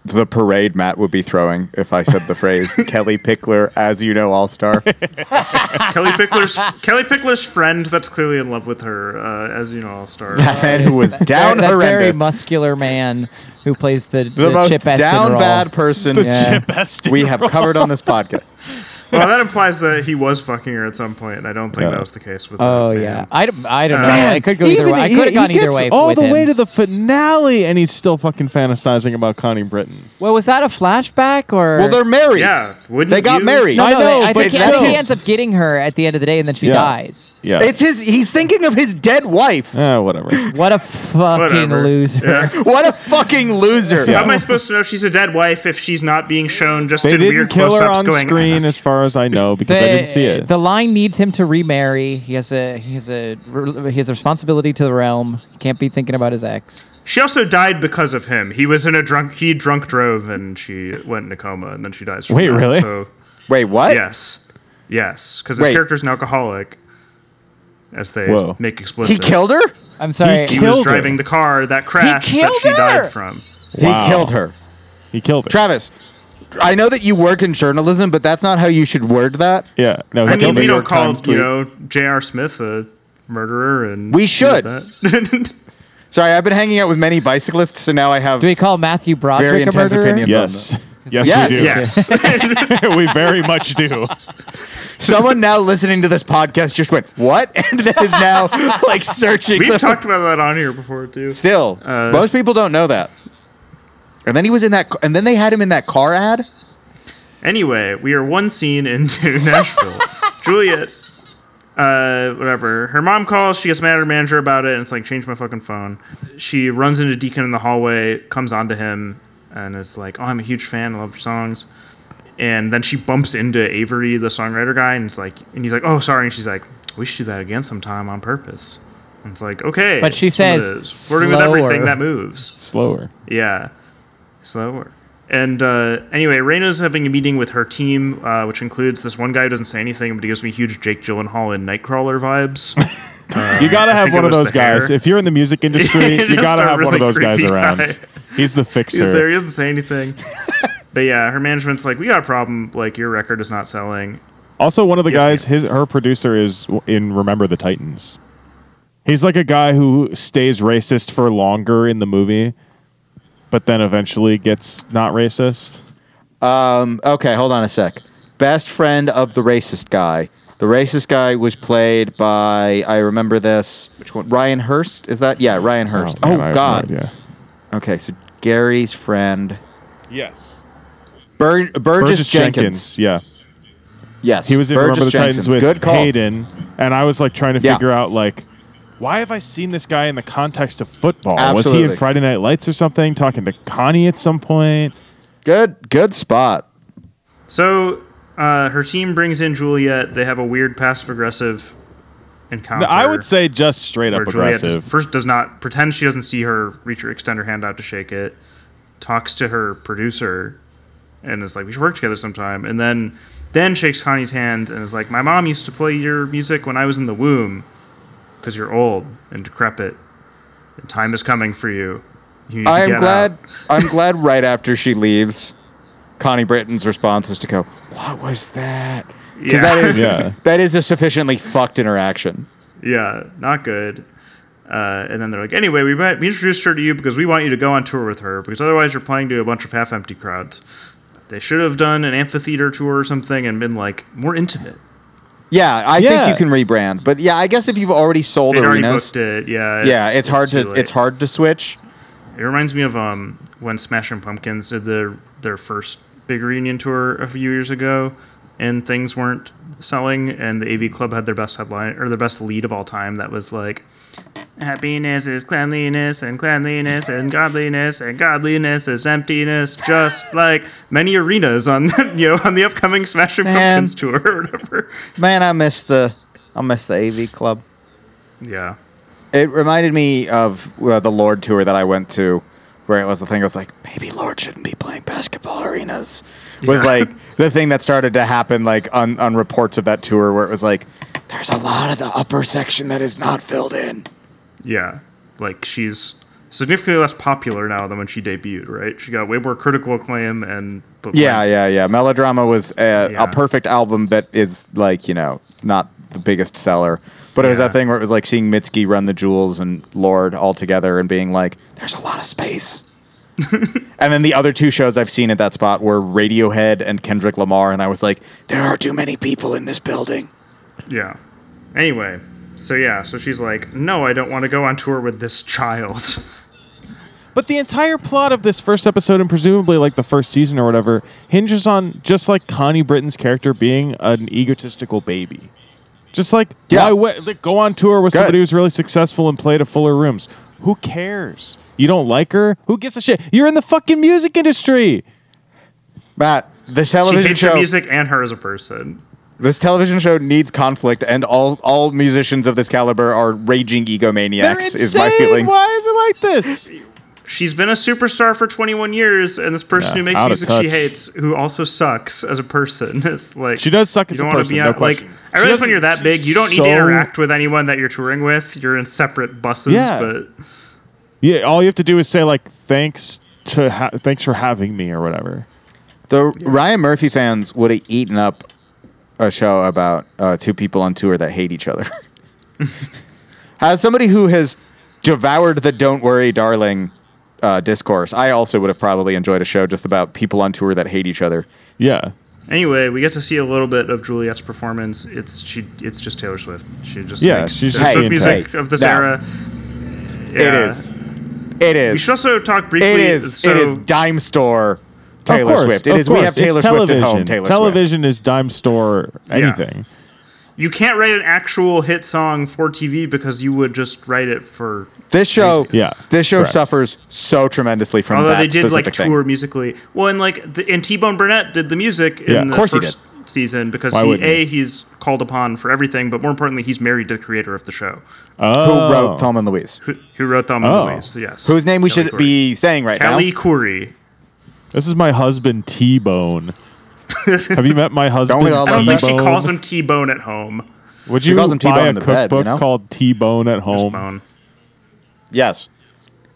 the parade Matt would be throwing if I said the phrase Kelly Pickler, as you know, all star?
Kelly Pickler's Kelly Pickler's friend that's clearly in love with her, uh, as you know, All Star.
That man who was down
that, that very
horrendous,
muscular man who plays the the,
the, most
Chip Eston
down
role.
bad person
Yeah.
we have covered on this podcast.
well, that implies that he was fucking her at some point, and I don't think
Yeah.
that was the case with.
Oh
that man.
yeah, I don't, I don't know.
Man,
I could go either way. I could have gone either way.
all
with
the
him.
way to the finale, and he's still fucking fantasizing about Connie Britton.
Well, was that a flashback or?
Well, they're married.
Yeah, wouldn't
They got
you?
married.
No,
I
no,
know,
I,
but
think, he- I think he
still.
ends up getting her at the end of the day, and then she
Yeah.
dies.
Yeah,
It's his. He's thinking of his dead wife.
Eh, whatever.
What a fucking
Whatever.
loser!
Yeah.
What a fucking loser.
How am I supposed to know she's a dead wife if she's not being shown just
They
in
didn't
weird
kill her
close-ups
on
going? "Ah,
screen, as far as I know,
The,
because I didn't see it.
the line needs him to remarry. He has a he has a he has a responsibility to the realm. He can't be thinking about his ex.
She also died because of him. He was in a drunk. He drunk drove, and she went into coma, and then she dies. From
Wait,
that.
really?
So
Wait, what?
yes, yes, because his
Wait.
character's an alcoholic, as they
Whoa.
make explicit.
He killed her.
I'm sorry.
He
killed-
was
her.
driving the car that crashed that
killed
she
her!
died from.
Wow.
He killed her.
he killed it.
Travis, I know that you work in journalism, but that's not how you should word that.
yeah, no, he
I mean,
killed
we
it.
York
don't call
Times
you
tweet.
know J.R. Smith a murderer, and
We should.
that.
Sorry, I've been hanging out with many bicyclists, so now I have.
Do we call Matthew Broderick
Very
a
intense
murderer?
opinion.
Yes, yes,
Yes.
we do.
yes.
we very much do.
someone now listening to this podcast just went, "What?" and that is now like searching.
We've
So-
talked about that on here before too.
Still,
Uh,
most people don't know that. And then he was in that, and then they had him in that car ad.
Anyway, we are one scene into Nashville. Juliet, uh, whatever. Her mom calls. She gets mad at her manager about it, and it's like, change my fucking phone. She runs into Deacon in the hallway, comes onto him, and is like, oh, I'm a huge fan. I love your songs. And then she bumps into Avery, the songwriter guy, and it's like, and he's like, oh, sorry. And she's like, we should do that again sometime on purpose. And it's like, okay.
But she
it's one of
says,
those. flirting with everything
"Slower."
that moves.
Slower.
Yeah. So, we're- and uh, anyway, Reyna's having a meeting with her team, uh, which includes this one guy who doesn't say anything, but he gives me huge Jake Gyllenhaal and Nightcrawler vibes. Uh,
You gotta have
think
one
it
of
was
those
the
guys.
hair.
If you're in the music industry, you
Just
gotta
a
have one of
really
those guys
creepy
around.
guy.
He's the fixer.
He's there. He doesn't say anything. but yeah, her management's like, we got a problem. Like, your record is not selling.
Also, one of the
Yes,
guys, his her producer is w- in Remember the Titans. He's like a guy who stays racist for longer in the movie, but then eventually gets not racist.
Um, okay, hold on a sec. Best friend of the racist guy. The racist guy was played by I remember this. Which one? Ryan Hurst? Is that? Yeah, Ryan Hurst. Oh,
man, I have no
God.
idea.
Okay, so Gary's friend,
Yes.
Bur- Burgess,
Burgess
Jenkins.
Jenkins. Yeah.
Yes,
He was in
Burgess
Remember the
Jenkins.
Titans with
Good call.
Hayden, and I was like trying to
Yeah.
figure out like, why have I seen this guy in the context of football? Was he
Absolutely.
in Friday Night Lights or something? Talking to Connie at some point.
Good, good spot.
So uh, her team brings in Juliet. They have a weird passive aggressive encounter.
I would say just straight
where
up
Juliet
aggressive.
Does, first does not pretend she doesn't see her reach or extend her hand out to shake it. Talks to her producer and is like, we should work together sometime. And then then shakes Connie's hand and is like, my mom used to play your music when I was in the womb because you're old and decrepit. And time is coming for you. You need to
I am
get
glad.
out."
I'm glad. Right after she leaves, Connie Britton's response is to go, "What was that?" Because that
Yeah.
is
Yeah.
that is a sufficiently fucked interaction.
Yeah, not good. Uh, and then they're like, anyway, we met, we introduced her to you because we want you to go on tour with her because otherwise you're playing to a bunch of half-empty crowds. They should have done an amphitheater tour or something and been like more intimate.
Yeah, I
Yeah.
think you can rebrand, but yeah, I guess if you've already sold
They'd already
arenas,
booked it. Yeah,
yeah, it's, hard
too
to
late.
it's hard to switch.
It reminds me of um when Smashing Pumpkins did their their first big reunion tour a few years ago, and things weren't selling, and the AV Club had their best headline or their best lead of all time that was like, "Happiness is cleanliness, and cleanliness and godliness, and godliness is emptiness," just like many arenas on you know on the upcoming Smashing
Man.
Pumpkins tour or whatever.
Man, I miss the I miss the AV club.
Yeah.
It reminded me of uh, the Lord tour that I went to, where it was the thing. I was like, maybe Lord shouldn't be playing basketball arenas. Was
Yeah.
like the thing that started to happen, like on on reports of that tour, where it was like, there's a lot of the upper section that is not filled in.
Yeah. Like she's significantly less popular now than when she debuted, right? She got way more critical acclaim and but
Yeah,
when-
yeah, yeah. Melodrama was a,
Yeah.
a perfect album that is like you know not the biggest seller, but it was
Yeah.
that thing where it was like seeing Mitski run the jewels and Lord all together and being like, "There's a lot of space." and then the other two shows I've seen at that spot were Radiohead and Kendrick Lamar, and I was like, "There are too many people in this building."
Yeah. Anyway, so yeah, so she's like, "No, I don't want to go on tour with this child."
But the entire plot of this first episode and presumably like the first season or whatever hinges on just like Connie Britton's character being an egotistical baby. Just like
Yeah.
why wa- like, go on tour with
Good.
somebody who's really successful and play to fuller rooms. Who cares? You don't like her? Who gives a shit? You're in the fucking music industry.
Matt, this
She
television
hates her
show,
music and her as a person.
this television show needs conflict, and all all musicians of this caliber are raging egomaniacs.
They're
Is my
insane.
feelings.
Why is it like this?
She's been a superstar for 21 years, and this person
Yeah,
who makes
out of
music
touch.
she hates, who also sucks as a person, is like
She does suck
you
as a
don't wanna
person,
Be
no
out, like,
question.
I
She
realize
doesn't-
when you're that big, you don't need
so-
to interact with anyone that you're touring with. You're in separate buses,
Yeah.
but
Yeah, all you have to do is say like thanks to ha- thanks for having me or whatever.
The Ryan Murphy fans would have eaten up a show about uh, two people on tour that hate each other. As somebody who has devoured the "Don't Worry, Darling" uh, discourse, I also would have probably enjoyed a show just about people on tour that hate each other.
Yeah.
Anyway, we get to see a little bit of Juliet's performance. It's she. It's just Taylor Swift. She just
Yeah,
makes
she's
Taylor
just
Swift
being
music
tight.
of this
No.
era.
It
Yeah.
is. It is.
We should also talk briefly.
it is.
So
it is dime store Taylor
of course,
Swift. It
of
is.
Course.
We have Taylor
it's
Swift
television.
at home. Taylor Swift.
television is dime store anything.
you can't write an actual hit song for TV because you would just write it for.
This show.
Yeah,
This show
correct.
suffers so tremendously from
Although
that
they did like
specific thing.
tour musically. Well, and like the, and T Bone Burnett did the music in
Yeah. Of
the
course he
first season because
Why
he
wouldn't he?
a he's called upon for everything, but more importantly, he's married to the creator of the show,
Who
Oh.
wrote Thelma and Louise?
who, who wrote Thelma
Oh.
and Louise. Yes,
Whose name we
Kelly
should
Corey.
be saying right now?
Kelly Curry.
This is my husband T Bone. Have you met my husband?
we all
I don't
T-Bone?
think she calls him T Bone at home.
Would
She
you
calls him T-Bone
buy a
in the
cookbook
bed, you know?
called T Bone at home?
Bone.
Yes.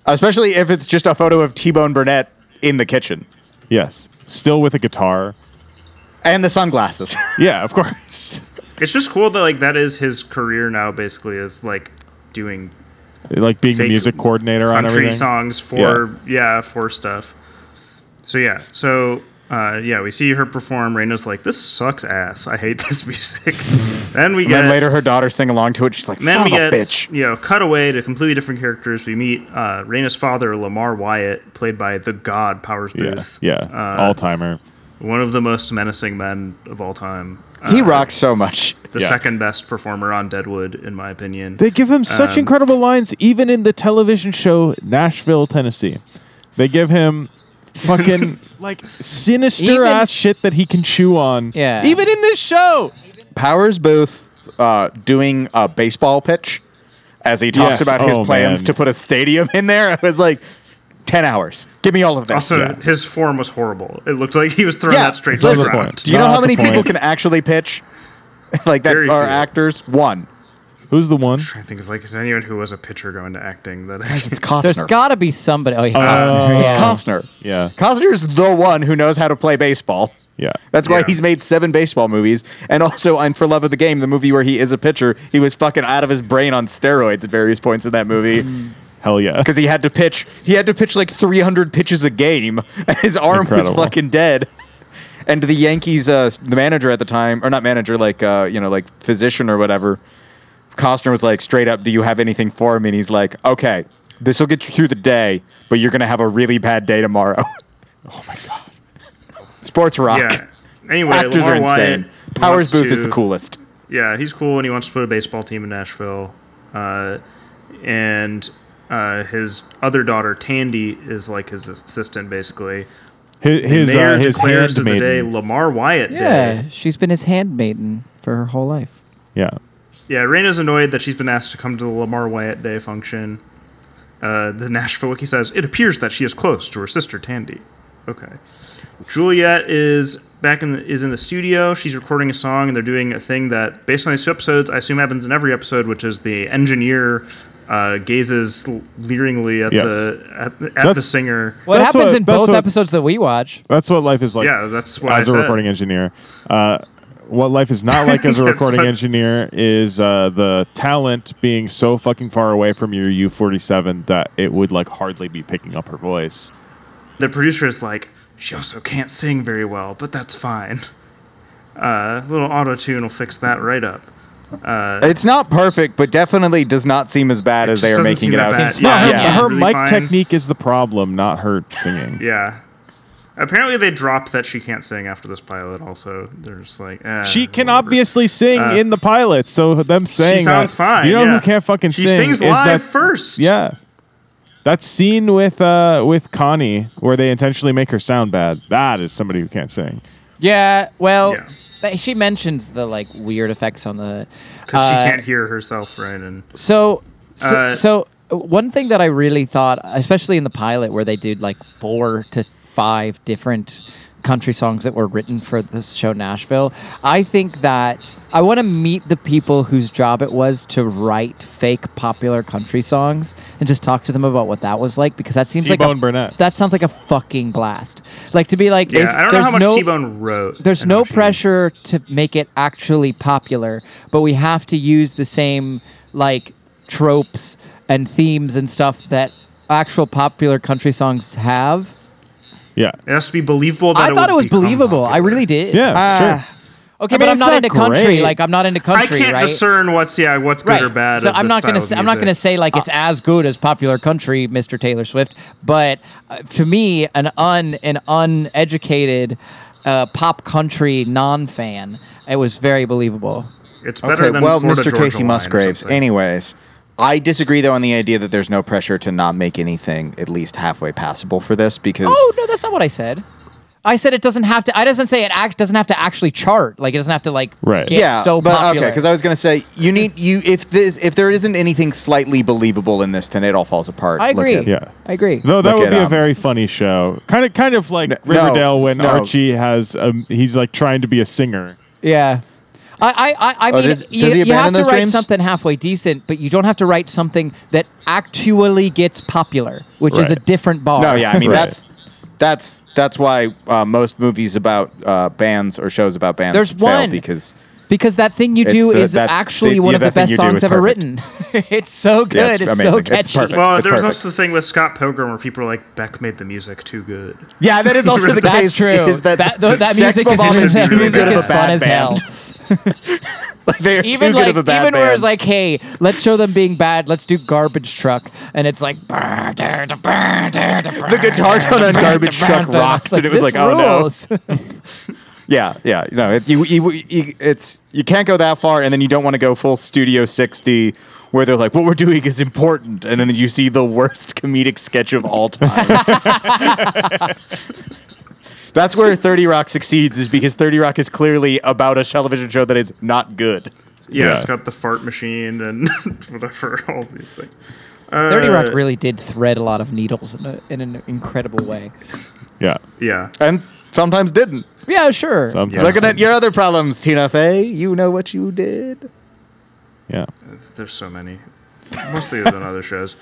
Especially if it's just a photo of T Bone Burnett in the kitchen
Yes, still with a guitar.
and the sunglasses.
Yeah, of course.
It's just cool that like that is his career now. Basically, is like doing
like being the
Fake
music coordinator on
country
everything.
songs for yeah. for stuff. So yeah, so uh, yeah, we see her perform. Raina's like, "This sucks ass. I hate this music." then we
and
get
then later her daughter sing along to it. She's like,
then
son
we
of a
get
bitch.
you know cut away to completely different characters. We meet uh, Raina's father, Lamar Wyatt, played by the God Powers
Yeah,
Booth.
yeah,
uh,
all timer.
one of the most menacing men of all time.
He
Uh,
rocks so much.
the
Yeah.
second best performer on Deadwood, in my opinion.
They give him such
Um,
incredible lines, even in the television show Nashville, Tennessee. They give him fucking like sinister
Even-
ass shit that he can chew on.
Yeah.
Even in this show.
Powers Booth uh, doing a baseball pitch as he talks
Yes.
about
Oh,
his plans
man.
to put a stadium in there. I was like, 10 hours. Give me all of this.
also,
Yeah.
his form was horrible. It looked like he was throwing
Yeah,
that straight to
that's
the
the
ground.
point.
Do you
Not
know how
the
many people
point.
can actually pitch? like that
Very
are
few.
actors? One.
Who's the one?
I think it's like is anyone who was a pitcher going to acting that
Guys, it's
There's
Costner.
got to be somebody. Oh, yeah.
Uh,
Costner,
it's
yeah.
Costner.
Yeah.
Costner's the one who knows how to play baseball.
Yeah.
That's why
Yeah.
he's made seven baseball movies, and also on For Love of the Game, the movie where he is a pitcher. He was fucking out of his brain on steroids at various points in that movie
Hell yeah.
because he had to pitch. He had to pitch like 300 pitches a game, and his arm
Incredible.
was fucking dead. And the Yankees, uh, the manager at the time, or not manager, like uh, you know, like physician or whatever, Costner was like, straight up, "Do you have anything for me?" And he's like, "Okay, this will get you through the day, but you're gonna have a really bad day tomorrow."
Oh my god.
Sports rock.
yeah. Anyway,
Actors
Lamar
are insane.
Wyatt
Powers
wants
Booth is
to-
the coolest.
Yeah, he's cool, and he wants to put a baseball team in Nashville. Uh, and uh, his other daughter Tandy is like his assistant, basically.
His
The
his,
mayor
uh, his
declares as the day
handmaiden.
Lamar Wyatt Day.
Yeah, she's been his handmaiden for her whole life.
Yeah.
Yeah, Raina's annoyed that she's been asked to come to the Lamar Wyatt Day function. Uh, the Nashville Wiki says, It appears that she is close to her sister Tandy. Okay. Juliet is back in the, is in the studio. She's recording a song, and they're doing a thing that, based on these two episodes, I assume happens in every episode, which is the engineer uh, gazes l- leeringly at
Yes.
the at, the- at the
That's-
singer.
What
That's
happens
what-
in
that's
both
what-
episodes that we watch?
That's what life is like.
yeah, that's what
as
I
a
said.
recording engineer. Uh, what life is not like as a
That's
recording
what-
engineer is uh, the talent being so fucking far away from your U forty seven that it would like hardly be picking up her voice.
the producer is like, she also can't sing very well, but that's fine. Uh, a little auto tune will fix that right up.
It's not perfect, but definitely does not seem as bad as they
uh, just
are
doesn't
making
seem
it
that
out.
bad.
Seems-
No, her,
yeah.
her
Really
mic
fine.
technique is the problem, not her singing.
Yeah. Apparently, they dropped that she can't sing after this pilot. Also, they're just like, eh,
She can
whatever.
obviously sing in the pilot, so them saying
She sounds
that-
fine.
You know
yeah.
who can't fucking
she
sing?
sings
is
live
that-
first.
Yeah. That scene with uh with Connie where they intentionally make her sound bad. That is somebody who can't sing.
Yeah, well,
Yeah.
th- she mentions the like weird effects on the.
because
uh,
she can't hear herself right. And
So, so,
Uh,
so uh, one thing that I really thought, especially in the pilot where they did like four to five different country songs that were written for this show Nashville, I think that I want to meet the people whose job it was to write fake popular country songs and just talk to them about what that was like because that seems like
T-Bone
a,
Burnett.
that sounds like a fucking blast. Like to be like,
yeah,
if
I don't know
there's
how much
no-
T-Bone wrote.
there's
I know
no
what you mean.
pressure to make it actually popular, but we have to use the same like tropes and themes and stuff that actual popular country songs have.
Yeah.
It has to be believable. That
I thought it
would
was
become
believable. I
popular.
really did. Ah.
Yeah,
Ah.
sure.
Okay,
I
but
mean,
I'm
it's
not,
not
into country.
great.
Like I'm not into
I
country,
can't
right?
discern what's yeah, what's good
right.
or bad.
So
of
I'm
this
not gonna.
style of
Say, I'm not gonna
music. Uh,
say like it's as good as popular country, Mr. Taylor Swift. But uh, to me, an un an uneducated uh, pop country non fan, it was very believable.
it's better than
well,
Florida
Mr.
Georgia
Casey
Line or
Musgraves.
something.
Anyways, I disagree though on the idea that there's no pressure to not make anything at least halfway passable for this because
Oh no, that's not what I said. I said it doesn't have to. I doesn't say it act doesn't have to actually chart. Like it doesn't have to like
Right.
get
Yeah,
so
but
popular.
okay, because I was gonna say you need you if this if there isn't anything slightly believable in this, then it all falls apart.
I
Look
agree.
at-
Yeah.
I agree.
Though that
Look
would
at,
be a
um,
very funny show, kind of, kind of like
N- no,
Riverdale when
no.
Archie has, um, he's like trying to be a singer.
yeah. I I I, I
Oh,
mean,
does- does
you,
he
you have
abandon
to
those
write
dreams?
something halfway decent, but you don't have to write something that actually gets popular, which is a
Right.
different bar.
No, yeah, I mean
Right.
that's that's that's why uh, most movies about uh, bands or shows about bands
There's
fail
one.
because
Because that thing you
It's
do
the-
is
that-
actually
the-
one
yeah,
of the
that thing
best
you do
songs
is
ever
perfect.
written. it's so good.
it's
it's
amazing.
so
It's
catchy.
perfect.
Well,
It's
there was
perfect.
also the thing with Scott Pilgrim where people were like, Beck made the music too good.
yeah, that is also the
That's
case.
true.
Is that
that tho- that
Sex
music is,
Bomb
is
that
really
music
good
is
of
fun
a
bad
as
band.
hell.
Like, they're
even
too
like
good of a
even
bad
where
band.
it's like, hey, let's show them being bad. Let's do garbage truck, and it's like the
the guitar tone on Garbage Truck rocked, and it was like, oh no,
no.
yeah, yeah, no, it, you, you, you, it's you can't go that far, and then you don't want to go full Studio 60, where they're like, what we're doing is important, and then you see the worst comedic sketch of all time. That's where 30 Rock succeeds, is because 30 Rock is clearly about a television show that is not good.
Yeah,
Yeah.
it's got the fart machine and whatever, all these things.
Thirty Rock really did thread a lot of needles in, a, in an incredible way.
Yeah.
Yeah.
And sometimes didn't.
Yeah, sure.
Sometimes.
Looking at your other problems, Tina Fey, you know what you did.
Yeah.
There's so many, mostly than other shows.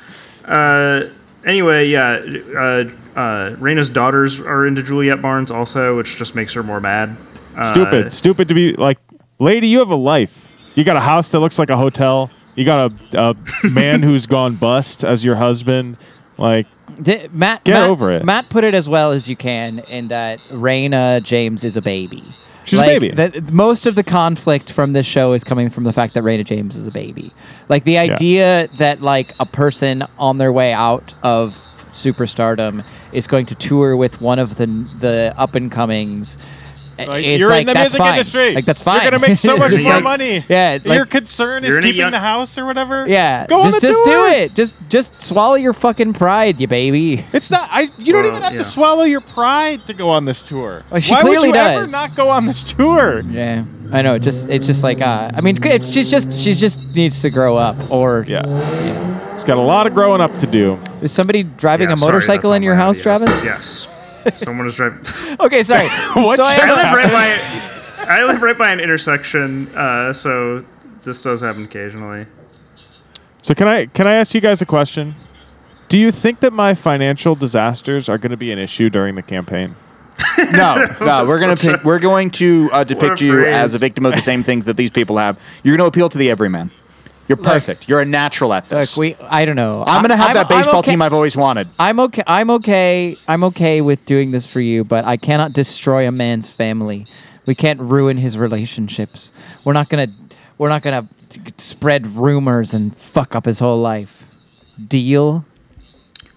Uh, anyway, yeah, uh, uh, Raina's daughters are into Juliet Barnes also, which just makes her more mad. Uh,
Stupid. Stupid to be like, lady, you have a life. You got a house that looks like a hotel. You got a, a man who's gone bust as your husband. Like,
Th- Matt,
Get
Matt-
over it.
Matt put it as well as you can in that Raina James is a baby.
She's a
Like,
baby.
that- most of the conflict from this show is coming from the fact that Raina James is a baby. Like the idea that like a person on their way out of superstardom is going to tour with one of the the up and comings.
like,
is
you're
like,
in the
that's
music
fine.
industry.
Like that's fine.
You're gonna make so much
Just
more
like-
money.
Yeah,
your
like-
concern is
You're in a
keeping
young-
the house or whatever.
Yeah.
Go
just,
on the
just
tour.
do it. Just just swallow your fucking pride, you baby.
It's not. I. You don't
Well,
even have
yeah.
to swallow your pride to go on this tour.
Well, Oh, she
Why would
clearly
you ever
does.
not go on this tour?
Yeah, I know. It just it's just like uh, I mean, it, she's just she's just needs to grow up. Or
Yeah. She's got a lot of growing up to do.
is somebody driving
Yeah,
a
sorry,
motorcycle
that's
in
on
your
my
house,
audio.
Travis?
Yes. Someone is driving.
Okay, sorry.
What
So I
just
I
asked-
live right by. I live right by an intersection, uh, so this does happen occasionally.
So can I can I ask you guys a question? Do you think that my financial disasters are going to be an issue during the campaign?
No, no, we're gonna pick, we're going to uh, depict
a
you
phrase.
as a victim of the same things that these people have. You're gonna appeal to the everyman. You're perfect. You're a natural at this.
Look, we I don't know.
I'm gonna
I-
have
I'm-
that
I'm
baseball
okay-
team I've always wanted.
I'm okay. I'm okay. I'm okay with doing this for you, but I cannot destroy a man's family. We can't ruin his relationships. We're not gonna. We're not gonna spread rumors and fuck up his whole life. Deal.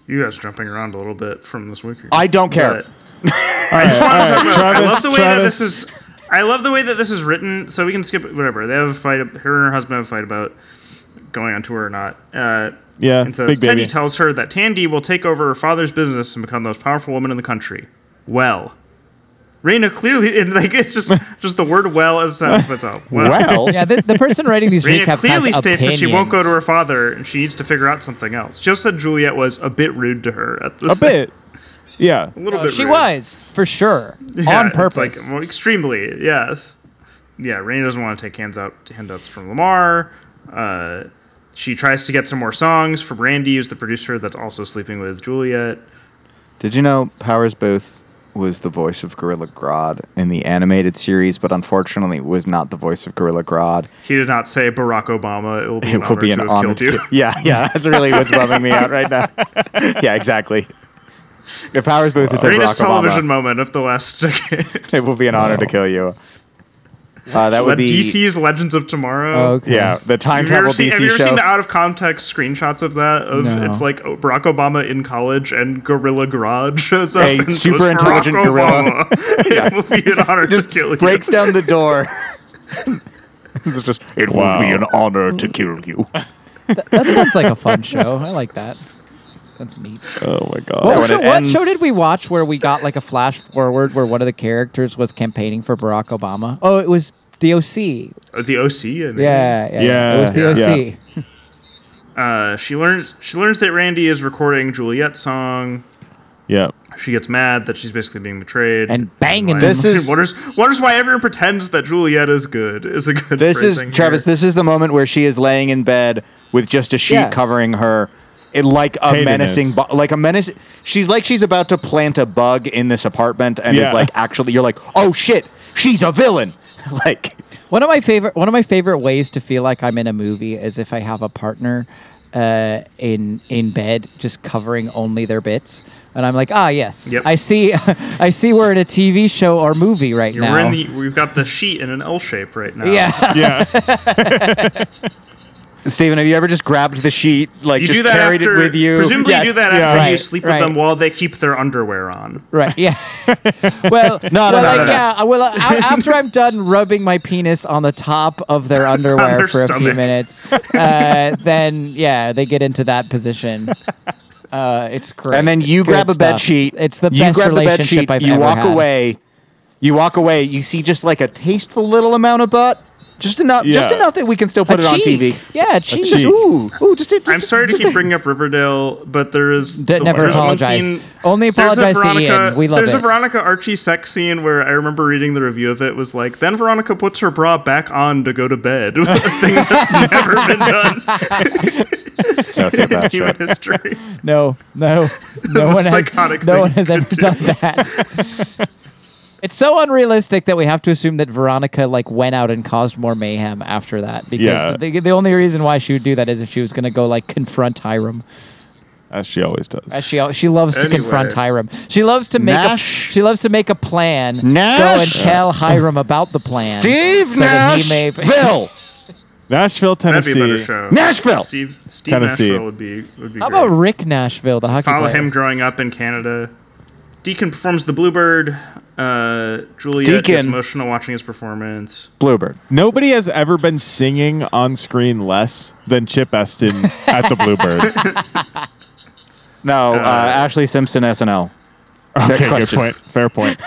You guys jumping around a little bit from this week.
I don't care.
But-
All right, all right, Travis,
I love the way that
Travis,
this is. I love the way that this is written. So we can skip whatever they have a fight. Her and her husband have a fight about going on tour or not. Uh,
Yeah,
and says
big
Teddy
baby.
tells her that Tandy will take over her father's business and become the most powerful woman in the country. Well, Raina clearly and like it's just just the word "well" as a sentence by itself. Well,
Well,
Yeah, the, the person writing these
Raina
recaps
clearly
has
states that she won't go to
opinions.
her father and she needs to figure out something else. She also said Juliet was a bit rude to her at the
a bit. Yeah.
a little
Oh,
bit.
she
rude.
was for sure
Yeah,
on
it's
purpose.
Like mm, well, extremely, yes. Yeah, Raina doesn't want to take hands out handouts from Lamar. Uh, she tries to get some more songs from Randy, who's the producer that's also sleeping with Juliet.
Did you know Powers Booth was the voice of Gorilla Grodd in the animated series, but unfortunately was not the voice of Gorilla Grodd.
He did not say Barack Obama. It will be, an,
It
honor
will be an
to have
honor.
killed you.
to- yeah, yeah, that's really what's bumming me out right now. yeah, exactly. If Powers Booth is a Barack
Greatest television
Obama,
moment of the last decade.
it will be an honor to kill you. Uh, that would
Let
be
DC's Legends of Tomorrow.
Oh, okay.
yeah the time
Have you, ever
travel
seen, have you
DC
ever seen
show.
the out of context screenshots of that? Of
No.
it's like oh, Barack Obama in college and Gorilla Garage shows up.
A
and goes,
super
"Barack
intelligent gorilla."
Obama. it will be an honor to kill you.
Breaks down the door. it's just it
Wow.
honor to kill you.
That sounds like a fun show. I like that. That's neat.
Oh my god.
What,
Yeah, when
show,
it
what
ends-
show did we watch where we got like a flash forward where one of the characters was campaigning for Barack Obama? Oh, it was the OC.
Uh, The OC. I mean.
Yeah, yeah,
Yeah,
it was the
yeah.
OC.
Uh, she learns she learns that Randy is recording Juliet's song.
yeah.
She gets mad that she's basically being betrayed
And banging
like,
them.
This is-
wonders wonders why everyone pretends that Juliet is good is a good.
This is
phrasing
Travis.
here.
This is the moment where she is laying in bed with just a sheet
Yeah.
covering her, it, like a
Hayden
menacing,
is.
bu- like a menace. She's like she's about to plant a bug in this apartment, and
Yeah.
is like actually, you're like, oh shit, she's a villain. like,
One of my favorite one of my favorite ways to feel like I'm in a movie is if I have a partner uh, in in bed just covering only their bits, and I'm like, ah, yes,
Yep.
I see, I see, we're in a TV show or movie right
You're-
now.
We're in the, we've got the sheet in an L shape right now.
yeah,
Yeah.
Stephen, have you ever just grabbed the sheet, like
You
just
do that
carried
after.
it with you?
Presumably,
Yeah.
you do that
yeah.
after you
Right,
sleep
right.
with them while they keep their underwear on.
right, yeah. well,
No, no,
well,
no,
like,
no, no.
yeah. Well, a- after I'm done rubbing my penis on the top of their underwear
their
for a few
stomach.
minutes, uh, then yeah, they get into that position. Uh, it's great.
And then
It's
you
good
grab a bed
stuff.
sheet.
It's the best
you grab the
relationship I've
bed sheet. you
ever
walk
had.
away. You walk away. You see just like a tasteful little amount of butt, just enough, just
Yeah.
enough that we can still put
A
it on
cheek.
TV.
Yeah, a cheek.
cheek.
Ooh, ooh, just, a- just
I'm sorry to
just
keep
a-
bringing up Riverdale, but there is
D- never
there's one
apologize.
scene-
Only
there's a
apologize to Ian. We love
there's a
it.
Veronica Archie sex scene where I remember reading the review of it was like, then Veronica puts her bra back on to go to bed. a thing that's never been done in human history.
No, no, no one
psychotic
has, no
thing
one has
you
ever
could
done that. it's so unrealistic that we have to assume that Veronica like went out and caused more mayhem after that because
Yeah.
the, the only reason why she would do that is if she was going to go like confront Hiram.
As she always does.
As she she loves to confront
Anyway.
Hiram. She loves to make
Nash.
a, she loves to make a plan. Go and
Nash.
tell Hiram about the plan.
Steve
so that he may-
Nashville.
Nashville,
That'd
Tennessee.
be a better show.
Nashville!
Steve, Steve
Tennessee.
Nashville would be would be
How
great.
about Rick Nashville, the hockey
Follow
player?
him growing up in Canada. Deacon performs the Bluebird. Uh, Juliet gets
Deacon.
emotional watching his performance.
Bluebird.
Nobody has ever been singing on screen less than Chip Eston at the Bluebird.
No, uh, Ashley Simpson SNL.
okay, good
question.
point. Fair point.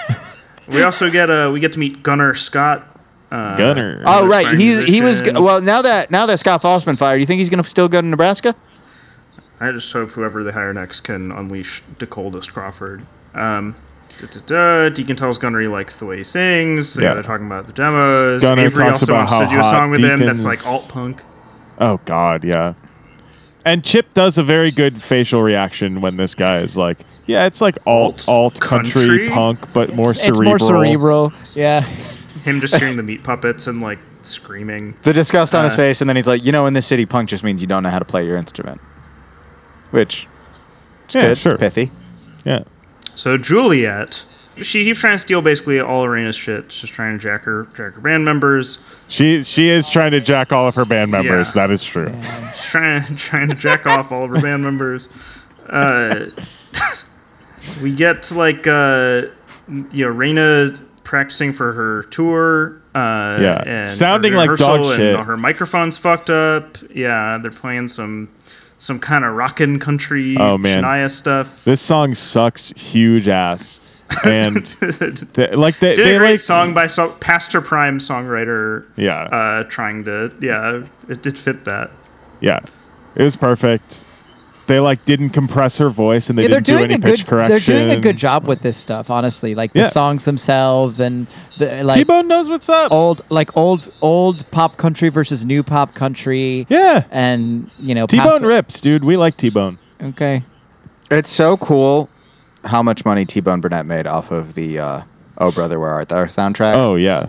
We also get uh, we get to meet Gunnar Scott. Uh,
Gunner.
Oh
Another
right,
fine
he's he was
musician.
well now that now that Scott Fossman fired, you think he's gonna still go to Nebraska?
I just hope whoever they hire next can unleash the coldest Crawford. Um, da, da, da. Deacon tells Gunner he likes the way he sings.
Yeah.
Yeah. They're talking about the demos.
Gunnar
Avery
talks
also
about
wants to
how
do a
hot
song with him that's
Deacon's-
like alt punk.
Oh God, yeah. And Chip does a very good facial reaction when this guy is like, "Yeah, it's like alt
Alt
alt country,
country?
punk, but more
It's-
cerebral."
It's more cerebral. Yeah.
Him just hearing the meat puppets and like screaming.
The disgust on his face, and then he's like, you know, in this city, punk just means you don't know how to play your instrument. Which it's
Yeah,
good,
sure.
it's pithy.
Yeah,
So Juliet, she keeps trying to steal basically all Arena's shit. She's trying to jack her, jack her band members.
she she is trying to jack all of her band members.
Yeah.
That is true.
She's trying, trying to jack off all of her band members. Uh, we get to like uh, you know Raina practicing for her tour. Uh,
Yeah.
and
Sounding
her
like dog
rehearsal and
shit.
all Her microphone's fucked up. Yeah, they're playing some some kind of rockin' country
Oh, man.
Shania stuff.
This song sucks huge ass, and they- like they,
Did
they
a great
like
song by so- Pastor Prime songwriter.
Yeah.
uh, trying to yeah, it did fit that.
yeah, it was perfect. They like didn't compress her voice and they
Yeah, they're
didn't do
doing
any
a good.
pitch correction.
They're doing a good job with this stuff, honestly. Like the
Yeah.
songs themselves and the like
T-Bone knows what's up.
old, like old, old pop country versus new pop country.
Yeah.
and you know, past
T-Bone
the-
rips, dude. We like T-Bone.
Okay,
It's so cool how much money T Bone Burnett made off of the uh, Oh Brother Where Art Thou soundtrack.
Oh yeah,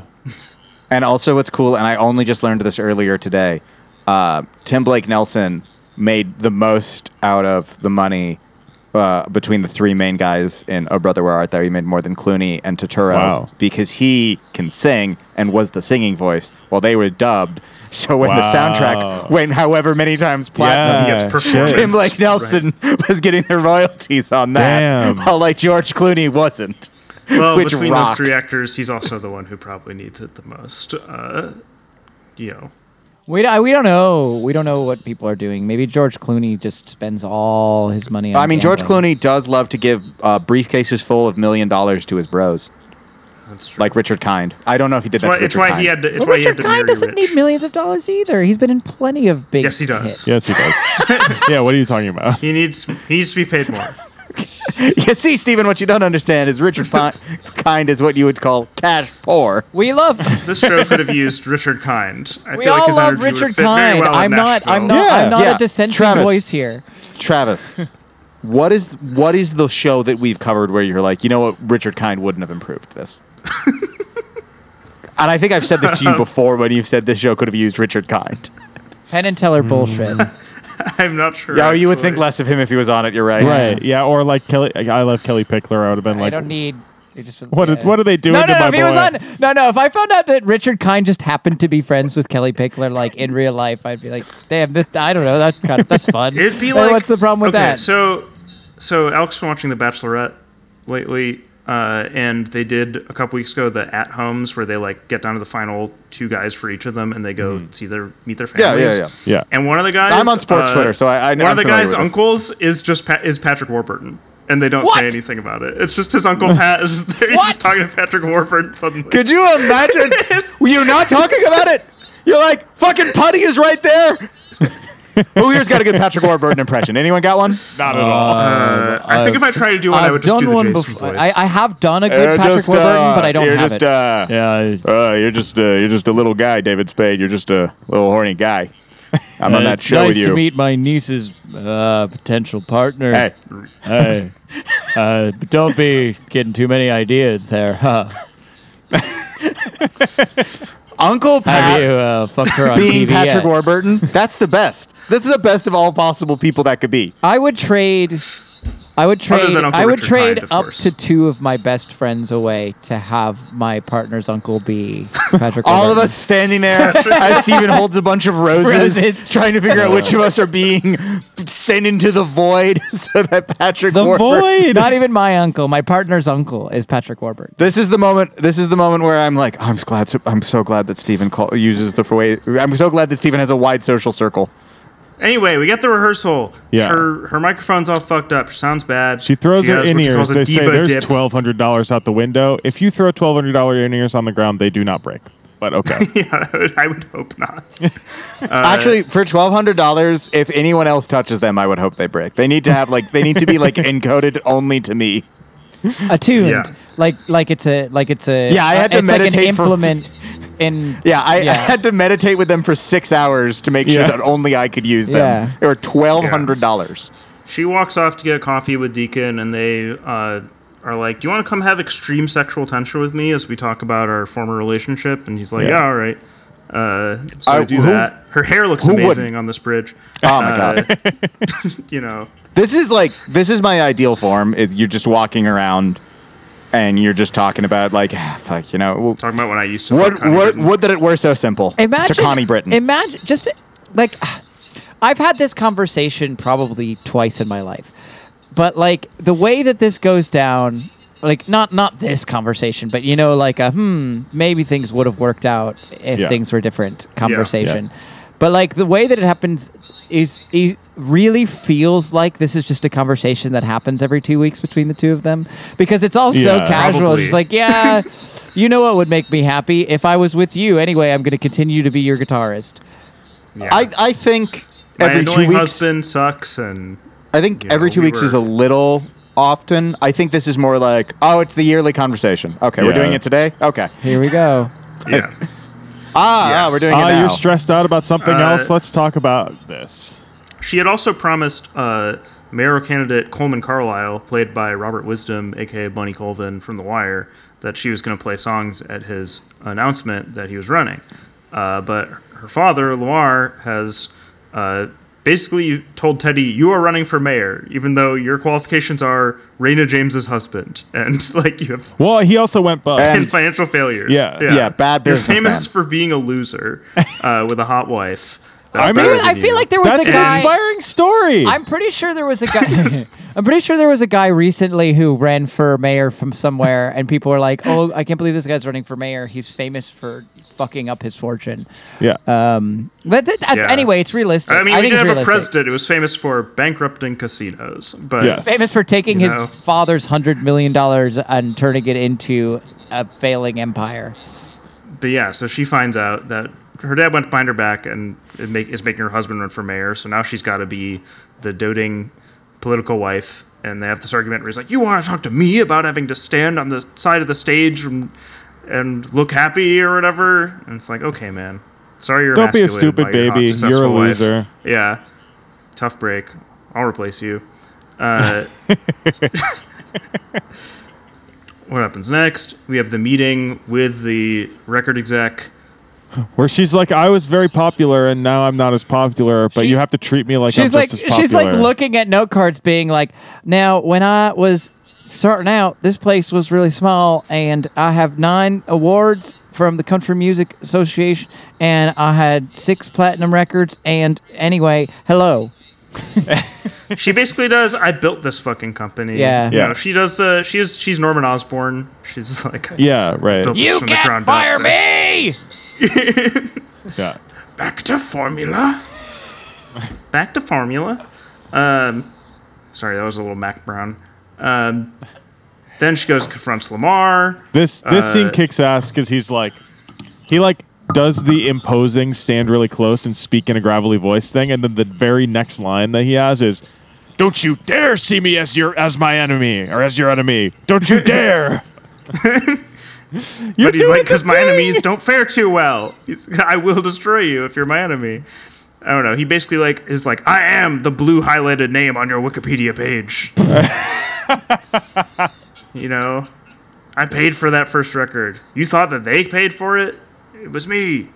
And also, what's cool, and I only just learned this earlier today. Uh, Tim Blake Nelson made the most out of the money uh, between the three main guys in Oh Brother Where Art Thou. He made more than Clooney and Totoro
Wow.
because he can sing and was the singing voice while they were dubbed. So when the
Wow.
soundtrack went however many times platinum,
Yeah,
gets performance.
shit.
Tim Blake Nelson was getting their royalties on that,
Damn.
while like George Clooney wasn't.
Well,
which
between
rocks.
those three actors, he's also the one who probably needs it the most. Uh, you know,
We, don't- we don't know. We don't know what people are doing. Maybe George Clooney just spends all his money on
I mean, George
gambling.
Clooney does love to give uh, briefcases full of million dollars to his bros,
That's true.
like Richard Kind. I don't know if he did
it's why,
that. to
it's
Richard
why
Kind.
he had. To, it's
Well,
why he had
Richard
to
Kind
marry
doesn't
rich.
need millions of dollars either. He's been in plenty of big
Yes, he does.
hits.
Yes, he does. yeah, what are you talking about?
He needs. He needs to be paid more.
You see, Stephen, what you don't understand is Richard Pon- Kind is what you would call cash poor.
We love
This show could have used Richard Kind. I
We
feel like
all
his
love
energy would
Richard
fit very
Kind.
well in
I'm not. I'm
Nashville.
not. I'm
Yeah.
not
Yeah.
a dissenting
Travis.
voice here.
Travis, what is what is the show that we've covered where you're like, you know what, Richard Kind wouldn't have improved this? and I think I've said this to you before when you've said this show could have used Richard Kind.
Penn and Teller
Mm.
bullshit.
I'm not sure.
Yeah, you would think
actually.
less of him if he was on it. You're right.
Right. Yeah. Or like Kelly. I I love Kelly Pickler. I would have been
I
like,
don't need. It just,
What are- what are they doing
No, no,
to
no.
my
if he was
boy?
on, no, no. If I found out that Richard Kind just happened to be friends with Kelly Pickler, like in real life, I'd be like, damn, this, I don't know. That kind of that's fun.
It'd be
Well,
like
what's the problem with
okay,
that?
So, so Alex been watching The Bachelorette lately, uh, and they did a couple weeks ago the at homes where they like get down to the final two guys for each of them, and they go see their meet their
Mm-hmm. Yeah, yeah,
families.
yeah.
Yeah.
And one of the guys,
I'm on sports
uh,
Twitter, so I- I-
one
I'm
of the
familiar
guys'
with this.
uncles is just pa- is Patrick Warburton. And they don't
What?
say anything about it. It's just his uncle Pat is just there. He's
What?
just talking to Patrick Warburton suddenly.
Could you imagine? Were you not talking about it? You're like, fucking putty is right there. Who here's got a good Patrick Warburton impression? Anyone got one?
not at all.
Uh, I think if I tried to do one, I would just do the Jason voice.
I, I have done a good
Uh,
Patrick
just, uh,
Warburton, but I don't
you're
have it.
just, Uh,
yeah.
Uh, you're just uh, you're just a little guy, David Spade. You're just
uh,
a little horny guy. I'm on that
it's
show
nice
with you.
to meet my niece's uh, potential partner.
hey,
Hey. uh, but don't be getting too many ideas there. Huh?
Uncle
Have
Pat
you uh, fucked her on
being
TV
Patrick
yet?
Warburton. That's the best. This is the best of all possible people that could be.
I would trade. I would trade.
than Uncle
I would
Richard
trade
Kind, of
up
course.
to two of my best friends away to have my partner's uncle be Patrick.
All of
Warburton.
us standing there as Steven holds a bunch of roses,
Roses.
trying to figure out which of us are being sent into the void so that Patrick
The
Warburton.
void.
Not even my uncle. My partner's uncle is Patrick Warburton.
This is the moment. This is the moment where I'm like, I'm glad. I'm so glad that Steven call, uses the way. I'm so glad that Steven has a wide social circle.
Anyway, we get the rehearsal.
Yeah.
Her her microphone's all fucked up. She sounds bad.
She throws her
has
in
what she
ears.
calls a
They say
diva
there's
dip.
twelve hundred dollars out the window. If you throw twelve hundred dollar in ears on the ground, they do not break. But okay.
Yeah, I would, I would hope not.
Actually, for twelve hundred dollars, if anyone else touches them, I would hope they break. They need to have like they need to be like encoded only to me.
Attuned,
Yeah.
like like it's a like it's a
Yeah, I had to
it's like
meditate
an
for-
implement in
Yeah, I,
Yeah.
I had to meditate with them for six hours to make sure
Yeah.
that only I could use them.
Yeah.
They were twelve hundred dollars.
She walks off to get coffee with Deacon, and they uh, are like, "Do you want to come have extreme sexual tension with me?" As we talk about our former relationship, and he's like, "Yeah,
Yeah.
all right." Uh, so
I-
they do
who-
that. Her hair looks
who
amazing
wouldn't?
on this bridge. Uh,
Oh my god.
You know,
This is like this is my ideal form. Is you're just walking around and you're just talking about like ah, fuck, you know. well,
talking about when I used to. fuck
What
Connie
what
Britton.
what that it were so simple
imagine
to Connie Britton.
Imagine just like I've had this conversation probably twice in my life, but like the way that this goes down, like not not this conversation, but you know, like a hmm, maybe things would have worked out if
Yeah.
things were different conversation, but like the way that it happens is it really feels like this is just a conversation that happens every two weeks between the two of them because it's all so
Yeah.
casual
Probably.
just like yeah, you know what would make me happy if I was with you. Anyway, I'm going to continue to be your guitarist.
Yeah.
I I think
my
every two
annoying
weeks.
husband sucks, and
I think
You know,
every two
we
weeks is
were-
a little often. I think this is more like, oh, it's the yearly conversation. Okay, we're
Yeah.
doing it today. Okay,
Here we go.
yeah.
ah,
Yeah.
ah, we're doing it
Ah,
now.
you're stressed out about something
Uh,
else. Let's talk about this.
She had also promised uh, mayoral candidate Coleman Carlisle, played by Robert Wisdom, aka Bunny Colvin from The Wire, that she was going to play songs at his announcement that he was running. Uh, but her father, Lamar, has uh, basically told Teddy, "You are running for mayor, even though your qualifications are Raina James's husband, and like you have."
Well, he also went bust.
And-
And financial failures.
Yeah.
Yeah, bad
You're
businessman.
famous for being a loser uh, with a hot wife.
I mean-
better
Dude,
than
I feel
you.
like there was
That's
a
an
guy.
inspiring story.
I'm pretty sure there was a guy. I'm pretty sure there was a guy recently who ran for mayor from somewhere, and people were like, "Oh, I can't believe this guy's running for mayor. He's famous for fucking up his fortune."
Yeah.
Um, but th- uh,
Yeah.
anyway, it's realistic.
I mean, we
think
did
it's
have a
realistic.
president who was famous for bankrupting casinos, but
Yes.
famous for taking
You
his
know.
father's hundred million dollars and turning it into a failing empire.
but yeah, so she finds out that her dad went behind her back and it make, is making her husband run for mayor. So now she's got to be the doting political wife. And they have this argument where he's like, "You want to talk to me about having to stand on the side of the stage and, and look happy or whatever?" And it's like, "Okay, man, sorry you're
Don't be a
emasculated
stupid
by your hot,
baby. You're a
successful wife."
loser.
Yeah, tough break. I'll replace you. Uh, what happens next? We have the meeting with the record exec.
Where she's like, I was very popular and now I'm not as popular, but
She-
you have to treat me like
she's
I'm
like
just as popular.
she's like looking at note cards being like now when i was starting out this place was really small and i have nine awards from the country music association and i had six platinum records and anyway hello
She basically does. I built this fucking company.
Yeah.
You know,
Yeah.
she does the. She's she's Norman Osborn. She's like.
Yeah, right.
Built this
you
from the
can't
ground
fire
up.
me
Yeah.
Back to formula. Back to formula. Um, sorry, that was a little Mac Brown. Um, then she goes and confronts Lamar.
This this
Uh,
scene kicks ass because he's like, he like does the imposing stand really close and speak in a gravelly voice thing, and then the very next line that he has is, "Don't you dare see me as your as my enemy or as your enemy. Don't you dare."
but he's like, because my enemies don't fare too well. He's, I will destroy you if you're my enemy. I don't know. He basically like is like, I am the blue highlighted name on your Wikipedia page. you know, I paid for that first record. You thought that they paid for it? It was me.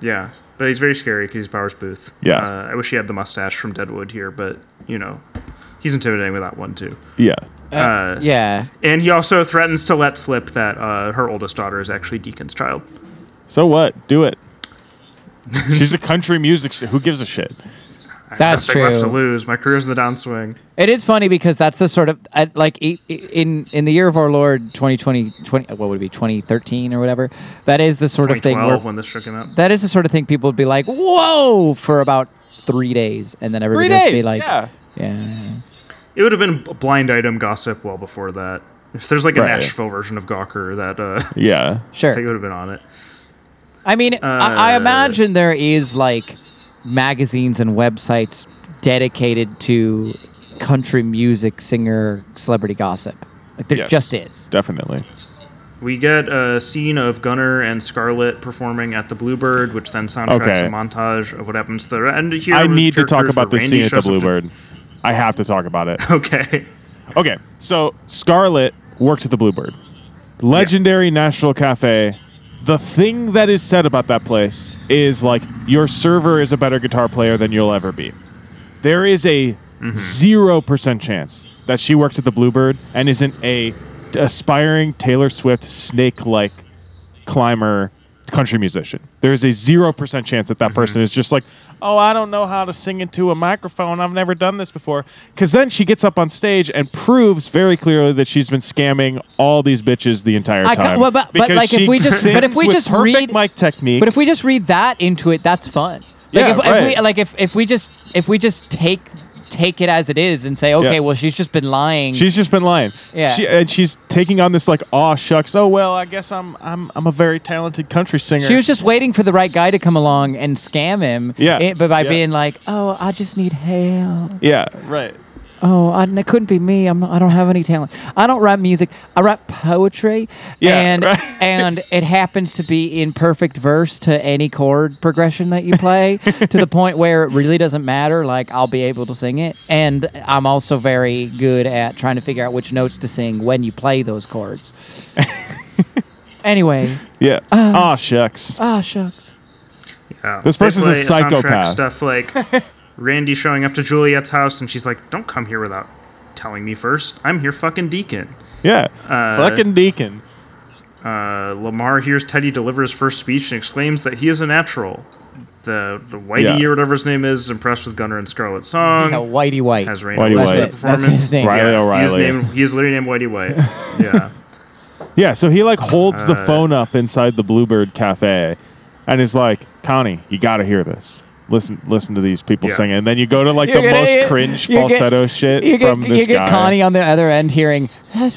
Yeah, but he's very scary because he's Powers Booth.
Yeah.
uh, I wish he had the mustache from Deadwood here, but you know, he's intimidating with that one too.
yeah,
Uh,
yeah
and he also threatens to let slip that uh, her oldest daughter is actually Deacon's child.
so what? Do it. She's a country music. s- Who gives a shit?
that's
nothing left to
true
lose. My career's in the downswing.
it is funny because that's the sort of uh, like i- i- in in the year of our lord 2020 20, what would it be 2013 or whatever that is the sort of thing where
2012 when this shook him up.
That is the sort of thing people would be like, "Whoa!" for about three days, and then everybody
Three
just be
days,
like,
yeah.
yeah.
It would have been b- blind item gossip well before that. If there's like a
Right.
Nashville version of Gawker, that uh,
Yeah,
I think it
sure."
would have been on it.
I mean, I, I
Uh,
imagine there is like magazines and websites dedicated to country music singer celebrity gossip. Like there
Yes.
just is.
definitely.
We get a scene of Gunner and Scarlett performing at the Bluebird, which then soundtracks
Okay.
a montage of what happens to their end. Here,
I need to talk
characters
about
where
this
Randy
scene at the
shows up to-
Bluebird. I have to talk about it.
Okay.
Okay, so Scarlett works at the Bluebird, legendary Nashville cafe. The thing that is said about that place is like your server is a better guitar player than you'll ever be. There is a 0 percent chance that she works at the Bluebird and isn't a aspiring Taylor Swift snake-like climber country musician. There is a 0% chance that that person is just like, oh, I don't know how to sing into a microphone. I've never done this before. Because then she gets up on stage and proves very clearly that she's been scamming all these bitches the entire
I ca-
time.
well, but- but,
Because
like, if
she
we just- but if
sings
we
with
just
perfect
read-
mic technique.
But if we just read that into it, that's fun. Like
Yeah,
if, if we
right.
like if, if we just if we just take take it as it is and say, okay,
Yeah.
well, she's just been lying.
She's just been lying.
Yeah.
She, and she's taking on this like, aw shucks. Oh well, I guess I'm I'm I'm a very talented country singer.
She was just waiting for the right guy to come along and scam him.
Yeah.
eh, but by
Yeah.
being like, "Oh, I just need help.
yeah, right.
Oh, I, it couldn't be me. I'm not, I don't have any talent. I don't write music. I write poetry.
Yeah,
and
right.
and it happens to be in perfect verse to any chord progression that you play, to the point where it really doesn't matter. Like I'll be able to sing it, and I'm also very good at trying to figure out which notes to sing when you play those chords. anyway,
Yeah.
Uh.
Aw shucks.
ah shucks.
Yeah.
This
They
person's a
play soundtrack
psychopath.
Stuff like Randy showing up to Juliet's house, and she's like, "Don't come here without telling me first. I'm here, fucking Deacon."
yeah. Fucking Deacon.
Uh, Lamar hears Teddy deliver his first speech and exclaims that he is a natural. the, the Whitey
Yeah.
or whatever his name is, impressed with Gunner and Scarlet Song.
Yeah, Whitey White.
has Rain
Whitey
Whitey
White.
White.
That's it. That's
performance.
his name.
Riley
He's,
O'Reilly.
named, he's literally named Whitey White. Yeah.
Yeah, so he like holds the phone up inside the Bluebird Cafe and is like, Connie, you gotta hear this. Listen listen to these people
Yeah.
singing. And then you go to like
You
the
get-
most
you-
cringe
you get-
falsetto shit
You get,
from this
you get
guy.
Connie on the other end hearing.
Uh,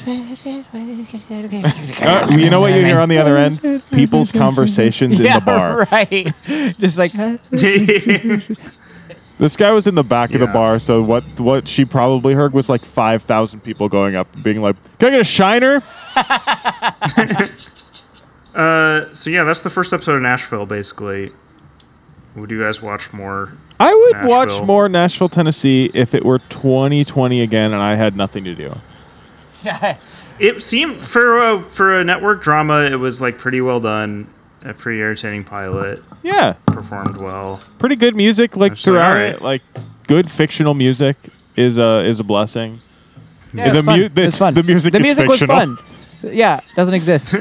you know what you hear on the other end? People's conversations in
yeah,
the bar.
right. Just like huh?
This guy was in the back of the
Yeah.
bar, so what what she probably heard was like five thousand people going up and being like, Can I get a shiner?
uh, so yeah, that's the first episode of Nashville. Basically, would you guys watch more?
I would watch
Nashville.
more Nashville, Tennessee if it were twenty twenty again and I had nothing to do.
It seemed for a, for a network drama, it was like pretty well done, a pretty entertaining pilot,
Yeah.
performed well.
pretty good music like
Actually,
throughout
alright.
it like good fictional music is a is a blessing
Yeah,
The
it's fun.
mu- the-
it's fun.
the music
The
is
music was
fictional.
fun. Yeah, doesn't exist.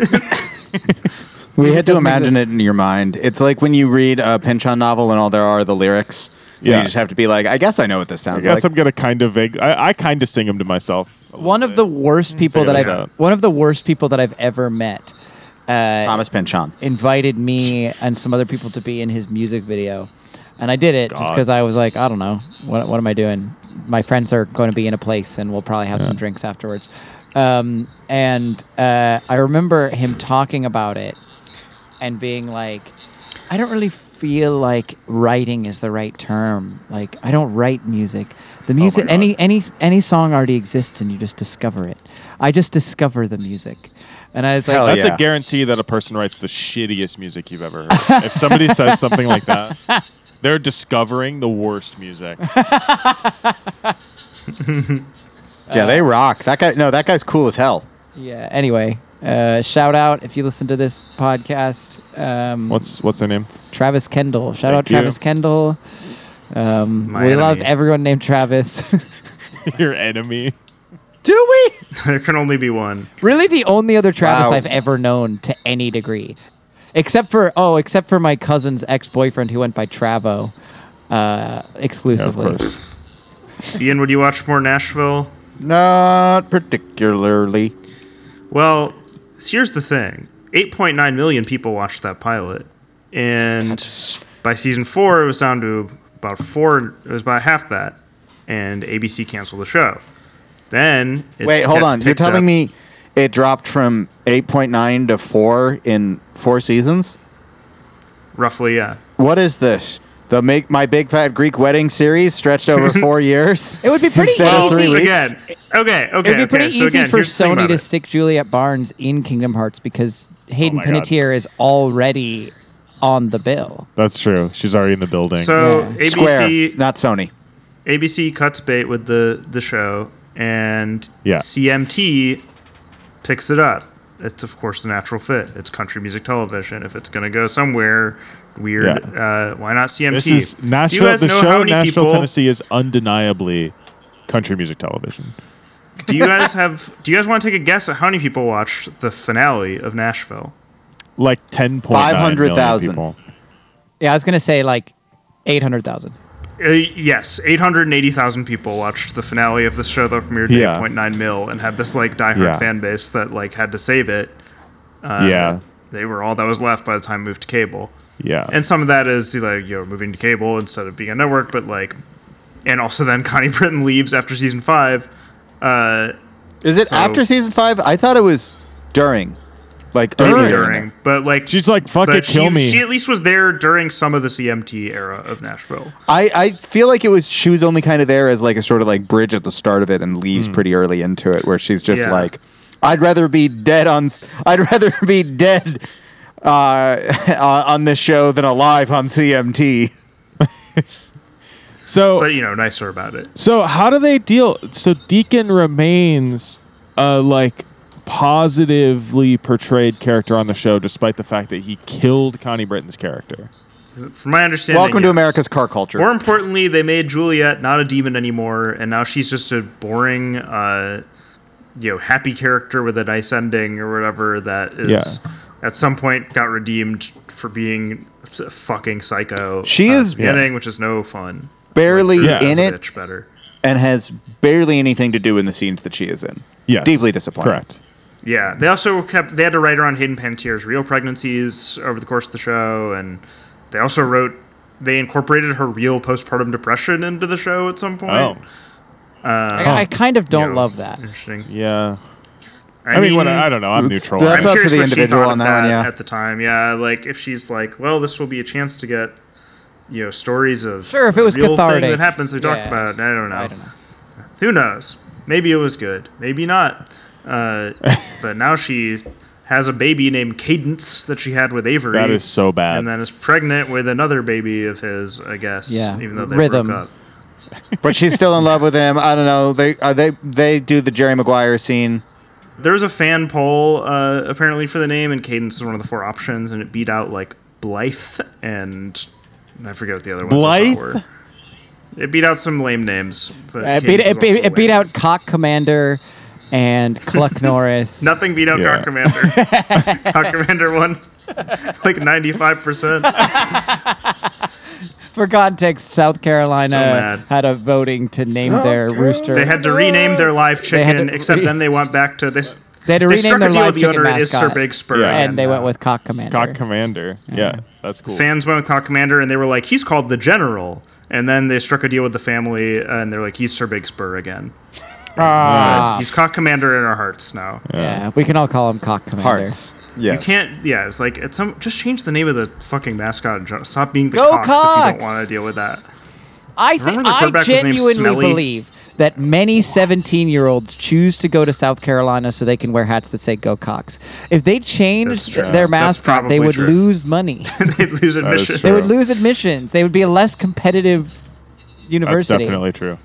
We had to
doesn't
imagine
exist.
it in your mind. It's like when you read a Pinchon novel and all there are are the lyrics. Yeah.
Yeah.
You just have to be like, I guess I know what this sounds
i guess
like.
i'm gonna kind of vague i, I kind of sing them to myself a little
one of
bit.
the worst people that
Figure
I've
this out.
one of the worst people that I've ever met uh,
Thomas Pinchon.
invited me and some other people to be in his music video, and I did it just
God.
because I was like, I don't know, what what am I doing? My friends are going to be in a place, and we'll probably have some drinks afterwards. Um, and uh, I remember him talking about it and being like, I don't really feel like writing is the right term. Like I don't write music. The music, any any any song already exists, and you just discover it. I just discover the music, and I was like,
Hell
that's
Oh, yeah.
a guarantee that a person writes the shittiest music you've ever heard if somebody says something like that they're discovering the worst music
yeah,
Uh,
they rock. That guy no, that guy's cool as hell.
yeah. Anyway, uh, shout out if you listen to this podcast. Um,
what's what's their name
Travis Kendall? Shout
Thank
out Travis
you.
Kendall. Um,
My
we love
enemy.
everyone named Travis.
your enemy
Do we?
there can only be one.
Really, the only other Travis
Wow.
I've ever known to any degree, except for oh, except for my cousin's ex-boyfriend who went by Travo, uh,
yeah, of
exclusively.
course
Ian, would you watch more Nashville?
Not particularly.
Well, here's the thing: 8.9 million people watched that pilot, and by season four, it was down to about four. It was about half that, and ABC canceled the show. Then it
Wait, hold
gets
on. You're
picked
telling
up-
me it dropped from 8.9 to 4 in 4 seasons?
roughly, yeah.
What is this? The make my big fat Greek wedding series stretched over 4 years?
It would be pretty
Instead of
easy.
three weeks?
Again, okay, okay,
It would be
okay.
pretty
so
easy
again,
for
here's the thing
Sony
about
to
it.
stick Juliet Barnes in Kingdom Hearts because Hayden
my God.
Panettiere is already on the bill.
that's true she's already in the building
So
Yeah.
ABC
Square, not Sony.
ABC cuts bait with the the show, and
Yeah.
CMT picks it up. It's of course the natural fit. It's country music television. If it's going to go somewhere weird, uh, why not CMT?
This is
Do you
Nashville.
guys
the
know
show
how many
Nashville,
people-
Tennessee is undeniably country music television.
Do you guys have? Do you guys want to take a guess at how many people watched the finale of Nashville?
Like ten point five hundred
500,000.
thousand people.
Yeah, I was gonna say like eight hundred thousand.
Uh, yes, 880,000 people watched the finale of the show that premiered to
Yeah.
8.9 mil and had this like diehard
Yeah.
fan base that like had to save it. Uh,
Yeah.
They were all that was left by the time it moved to cable.
Yeah,
And some of that is like you're moving to cable instead of being a network, but like, and also then Connie Britton leaves after season five. Uh,
Is it
So-
after season five? I thought it was during, like
maybe
during.
during, but like
she's like, "Fuck
but
it, kill
she,
me."
She at least was there during some of the CMT era of Nashville.
Oh.
I I feel like it was. She was only kind of there as like a sort of like bridge at the start of it, and leaves pretty early into it, where she's just
Hmm. Yeah.
like, "I'd rather be dead on. s- I'd rather be dead uh, on this show than alive on CMT."
so
But you know, nicer about it.
so how do they deal? So Deacon remains a like positively portrayed character on the show, despite the fact that he killed Connie Britton's character.
From my understanding,
Welcome to
yes.
America's car culture.
More importantly, they made Juliet not a demon anymore, and now she's just a boring, uh, you know, happy character with a nice ending or whatever that is at some point got redeemed for being a fucking psycho.
She
at the
is-
beginning, which is no fun.
barely
Yeah.
in
As a
it
bitch better.
and has barely anything to do in the scenes that she is in.
Yes.
Deeply disappointed.
Correct.
Yeah, they also kept. They had to write around Hayden Panettiere's real pregnancies over the course of the show, and they also wrote. They incorporated her real postpartum depression into the show at some point.
Oh,
I, I kind of don't
Yeah.
love that.
Interesting.
yeah. I, mean, what, I don't know. I'm
it's-
neutral.
that's-
I'm
It's up to
curious
the
what she
individual
thought
on
of
that one, yeah.
at the time. Yeah, like if she's like, well, this will be a chance to get, you know, stories of
Sure, if it
the
was
real thing
cathartic.
that happens. They talked
Yeah.
about it. I don't know.
I don't know.
Who knows? Maybe it was good. Maybe not. Uh, but now she has a baby named Cadence that she had with Avery.
that is so bad.
and then is pregnant with another baby of his, I guess.
Yeah.
Even though they
Rhythm.
broke up.
But she's still in love with him. I don't know. They uh, they they do the Jerry Maguire scene.
There was a fan poll uh, apparently for the name, and Cadence is one of the four options, and it beat out like Blythe and I forget what the other ones I saw
Blythe?
were. It beat out some lame names. But
Uh, it beat,
Cadence
it,
is
beat,
also
it beat
lame.
out Cock Commander and Cluck Norris.
Nothing beat out
Yeah.
Cock Commander. Cock Commander won like 95%.
For context, South Carolina
mad.
had a voting to name their rooster.
They had to rename their live
They had
chicken,
to
except
re-
then they went back to this.
They had to rename
struck
their
a deal
live
with the
chicken
owner, it is Sir
mascot.
Big Spur.
Yeah.
and they
uh,
went with Cock Commander.
Cock Commander. Yeah, that's cool.
fans went with Cock Commander, and they were like, he's called the General. And then they struck a deal with the family, and they're like, he's Sir Big Spur again.
Ah,
He's Cock Commander in our hearts now.
yeah, we can all call him Cock Commander.
Hearts. Yes.
You can't, yeah, it's like, it's some, just change the name of the fucking mascot and jo- stop being the
Go
Cox, if you don't
Cox!
want to deal with that.
I
Remember
think
the
I
quarterback was named
genuinely
Smelly?
believe that many 17 year olds choose to go to South Carolina so they can wear hats that say Go Cox. If they
That's
changed
true.
their
That's
mascot,
probably
they would
true.
lose money.
they lose admission.
they would
true.
lose admissions. They would be a less competitive
that's
university.
definitely true.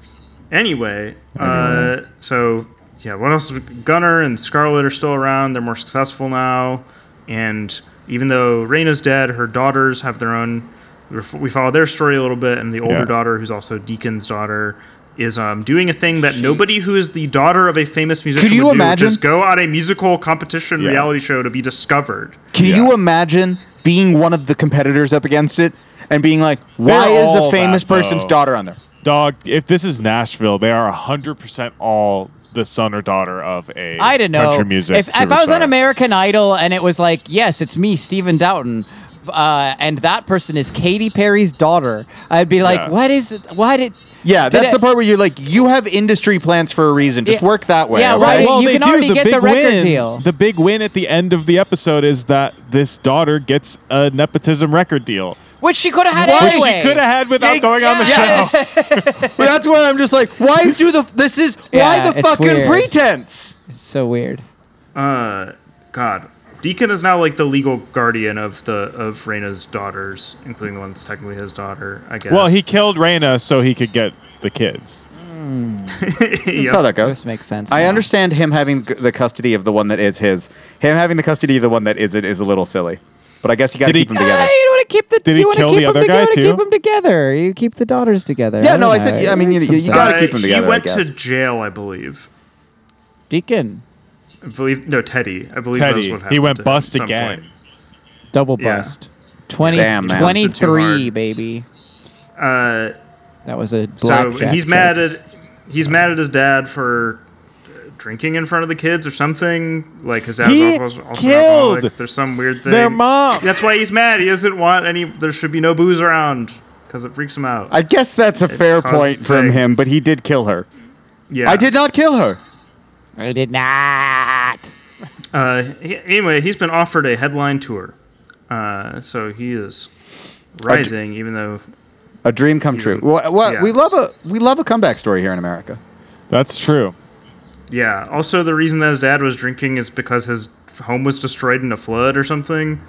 Anyway, uh, so yeah, what else? Gunner and Scarlet are still around. They're more successful now, and even though Reyna's dead, her daughters have their own. We follow their story a little bit, and the older
Yeah.
daughter, who's also Deacon's daughter, is um, doing a thing that nobody who is the daughter of a famous musician
Could you
would
imagine?
do, just go on a musical competition
Yeah.
reality show to be discovered.
Can you imagine being one of the competitors up against it and being like, why
They're
is
all
a famous
that,
person's
though.
daughter on there?
Dog, if this is Nashville, they are 100% all the son or daughter of a
I don't know.
country music
if, if I was on
superstar.
American Idol and it was like, yes, it's me, Stephen Doughton, uh, and that person is Katy Perry's daughter, I'd be like,
Yeah.
what is it? Why did?
Yeah,
did
that's
it-
the part where you're like, you have industry plans for a reason. Just
Yeah.
work that way.
Yeah,
okay?
right.
well,
you
they
can
do.
already
the
get
big
the record
win,
deal.
The big win at the end of the episode is that this daughter gets a nepotism record deal,
Which she could have had
which
anyway.
she could have had without
Yeah.
going on the
Yeah.
show.
But that's where I'm just like, why do the this is
Yeah,
why the
it's
fucking
weird.
pretense?
It's so weird.
uh, God, Deacon is now like the legal guardian of the of Reyna's daughters, including the one that's technically his daughter. I guess.
Well, he killed Raina so he could get the kids.
That's how
yeah.
that goes.
This makes sense.
I
now.
understand him having g- the custody of the one that is his. Him having the custody of the one that isn't is a little silly. But I guess you got to
Did he-
keep them
Yeah,
together.
you want to keep the.
Did he
you wanna
kill
keep
the
them
other guy,
together,
too?
Keep them together. You keep the daughters together.
Yeah,
don't
no, I
know.
said- I mean, you-
Some
you
sense.
gotta- keep 'em
He
together, I
went to
guess.
jail, I believe.
Deacon
I believe no Teddy. I believe that's
Teddy,
what happened.
he went
to him
bust
at some
again.
point.
double
Yeah.
bust. 20,
Damn, man.
Busted too
23,
hard.
baby.
Uh,
That was a
so
black.
and he's mad at he's mad at his dad for uh, drinking in front of the kids or something. Like his dad
He
was also an
killed
alcoholic. There's some weird thing.
Their mom.
That's why he's mad. He doesn't want any. There should be no booze around because it freaks him out.
I guess that's a fair
caused
point
the
from
thing.
him, but he did kill her.
yeah,
I did not kill her.
I did not.
Uh, he- anyway, he's been offered a headline tour, uh, so he is rising, even though
A dream come true. What, what,
Yeah.
We love a we love a comeback story here in America.
That's true.
yeah. Also, the reason that his dad was drinking is because his home was destroyed in a flood or something,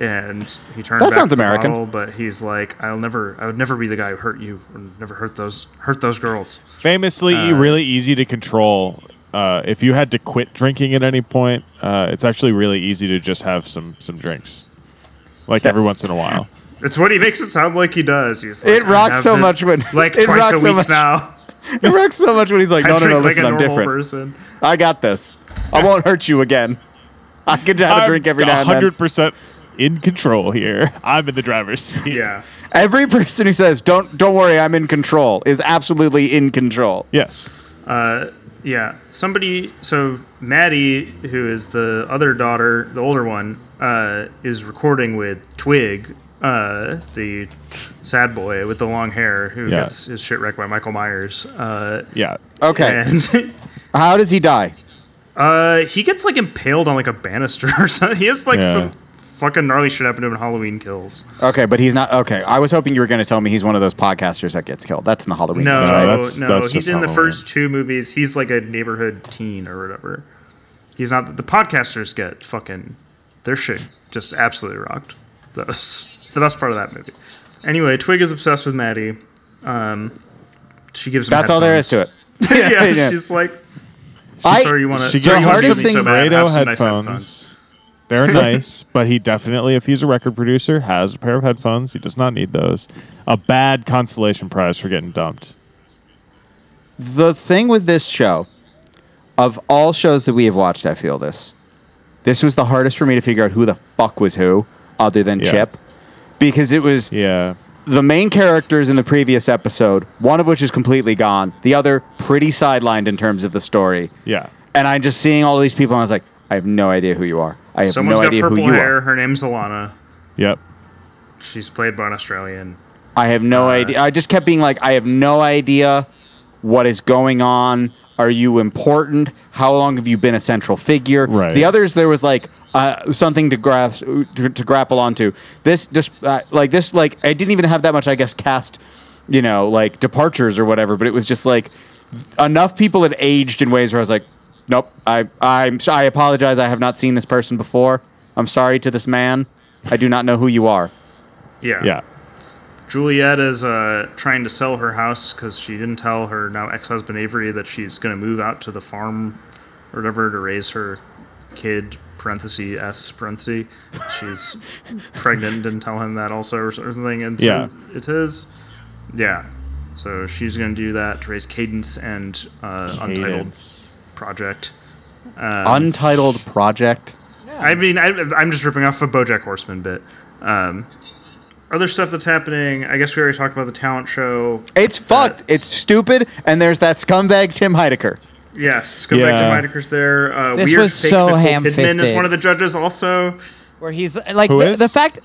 and he turned.
That
back
sounds
the
American.
bottle, but he's like, I'll never, I would never be the guy who hurt you, or never hurt those, hurt those girls.
Famously, really easy to control. Uh, if you had to quit drinking at any point, uh, it's actually really easy to just have some some drinks, like every once in a while.
It's what he makes it sound like he does. He's like,
It
"I
rocks
have
so much when-
like
it
twice
rocks
a week
so much.
now.
It wrecks so much when he's like,
I
no, no,
drink
no,
like
listen,
a
I'm
normal
different.
person.
I got this. I won't hurt you again. I could have a drink every now and then.
Hundred percent in control here. I'm in the driver's seat.
Yeah.
Every person who says "Don't don't worry, I'm in control" is absolutely in control.
Yes.
Uh, yeah. Somebody. So Maddie, who is the other daughter, the older one, uh, is recording with Twig, uh, the sad boy with the long hair who
Yeah.
gets his shit wrecked by Michael Myers. Uh,
Yeah.
Okay,
And
how does he die?
uh, he gets like impaled on like a banister or something. He has like
Yeah.
some fucking gnarly shit happen to him in Halloween Kills.
Okay, but he's not. Okay, I was hoping you were going to tell me he's one of those podcasters that gets killed. That's in the Halloween.
No,
No,
no,
that's- that's just
he's in the
Halloween.
first two movies. He's like a neighborhood teen or whatever. He's not. The podcasters get fucking their shit just absolutely rocked. That was the best part of that movie. Anyway, Twig is obsessed with Maddie. Um, she gives. Him
that's all there is to it.
headphones. yeah,
Yeah.
she's like,
I-
sorry you want to.
She
the
gets him
hardest
some
thing-
Grado headphones. They're nice, but he definitely, if he's a record producer, has a pair of headphones. He does not need those. A bad consolation prize for getting dumped.
The thing with this show, of all shows that we have watched, I feel this. This was the hardest for me to figure out who the fuck was who, other than
Yeah.
Chip, because it was
Yeah.
the main characters in the previous episode, one of which is completely gone, the other pretty sidelined in terms of the story.
Yeah.
And I'm just seeing all these people, and I was like, I have no idea who you are. I have
Someone's
no
got
idea who
purple
you
hair.
are.
Her name's Alana.
Yep.
She's played by an Australian.
I have no idea. I just kept being like, I have no idea what is going on. Are you important? How long have you been a central figure?
Right.
The others, there was like uh, something to grasp to, to grapple onto. This just uh, like this like I didn't even have that much. I guess cast, you know, like departures or whatever. But it was just like enough people had aged in ways where I was like, nope. I I'm s- I apologize. I have not seen this person before. I'm sorry to this man. I do not know who you are.
Yeah.
Yeah.
Juliet is uh, trying to sell her house because she didn't tell her now ex husband Avery that she's going to move out to the farm or whatever to raise her kid, parenthesis, S, parenthesis. She's pregnant and didn't tell him that also or something. And so
Yeah.
it's his. Yeah. So she's going to do that to raise Cadence and uh, Untitled
Cadence.
Project.
Untitled project.
I mean, I, I'm just ripping off a BoJack Horseman bit. Um, other stuff that's happening. I guess we already talked about the talent show.
It's fucked. It's stupid. And there's that scumbag Tim Heidecker.
Yes, go
Yeah.
back to Whitaker's there. Uh,
This
weird
was
fake
so
Nicole Kidman is
ham-fisted.
one of the judges. Also,
Where he's like
Who
the,
is?
the fact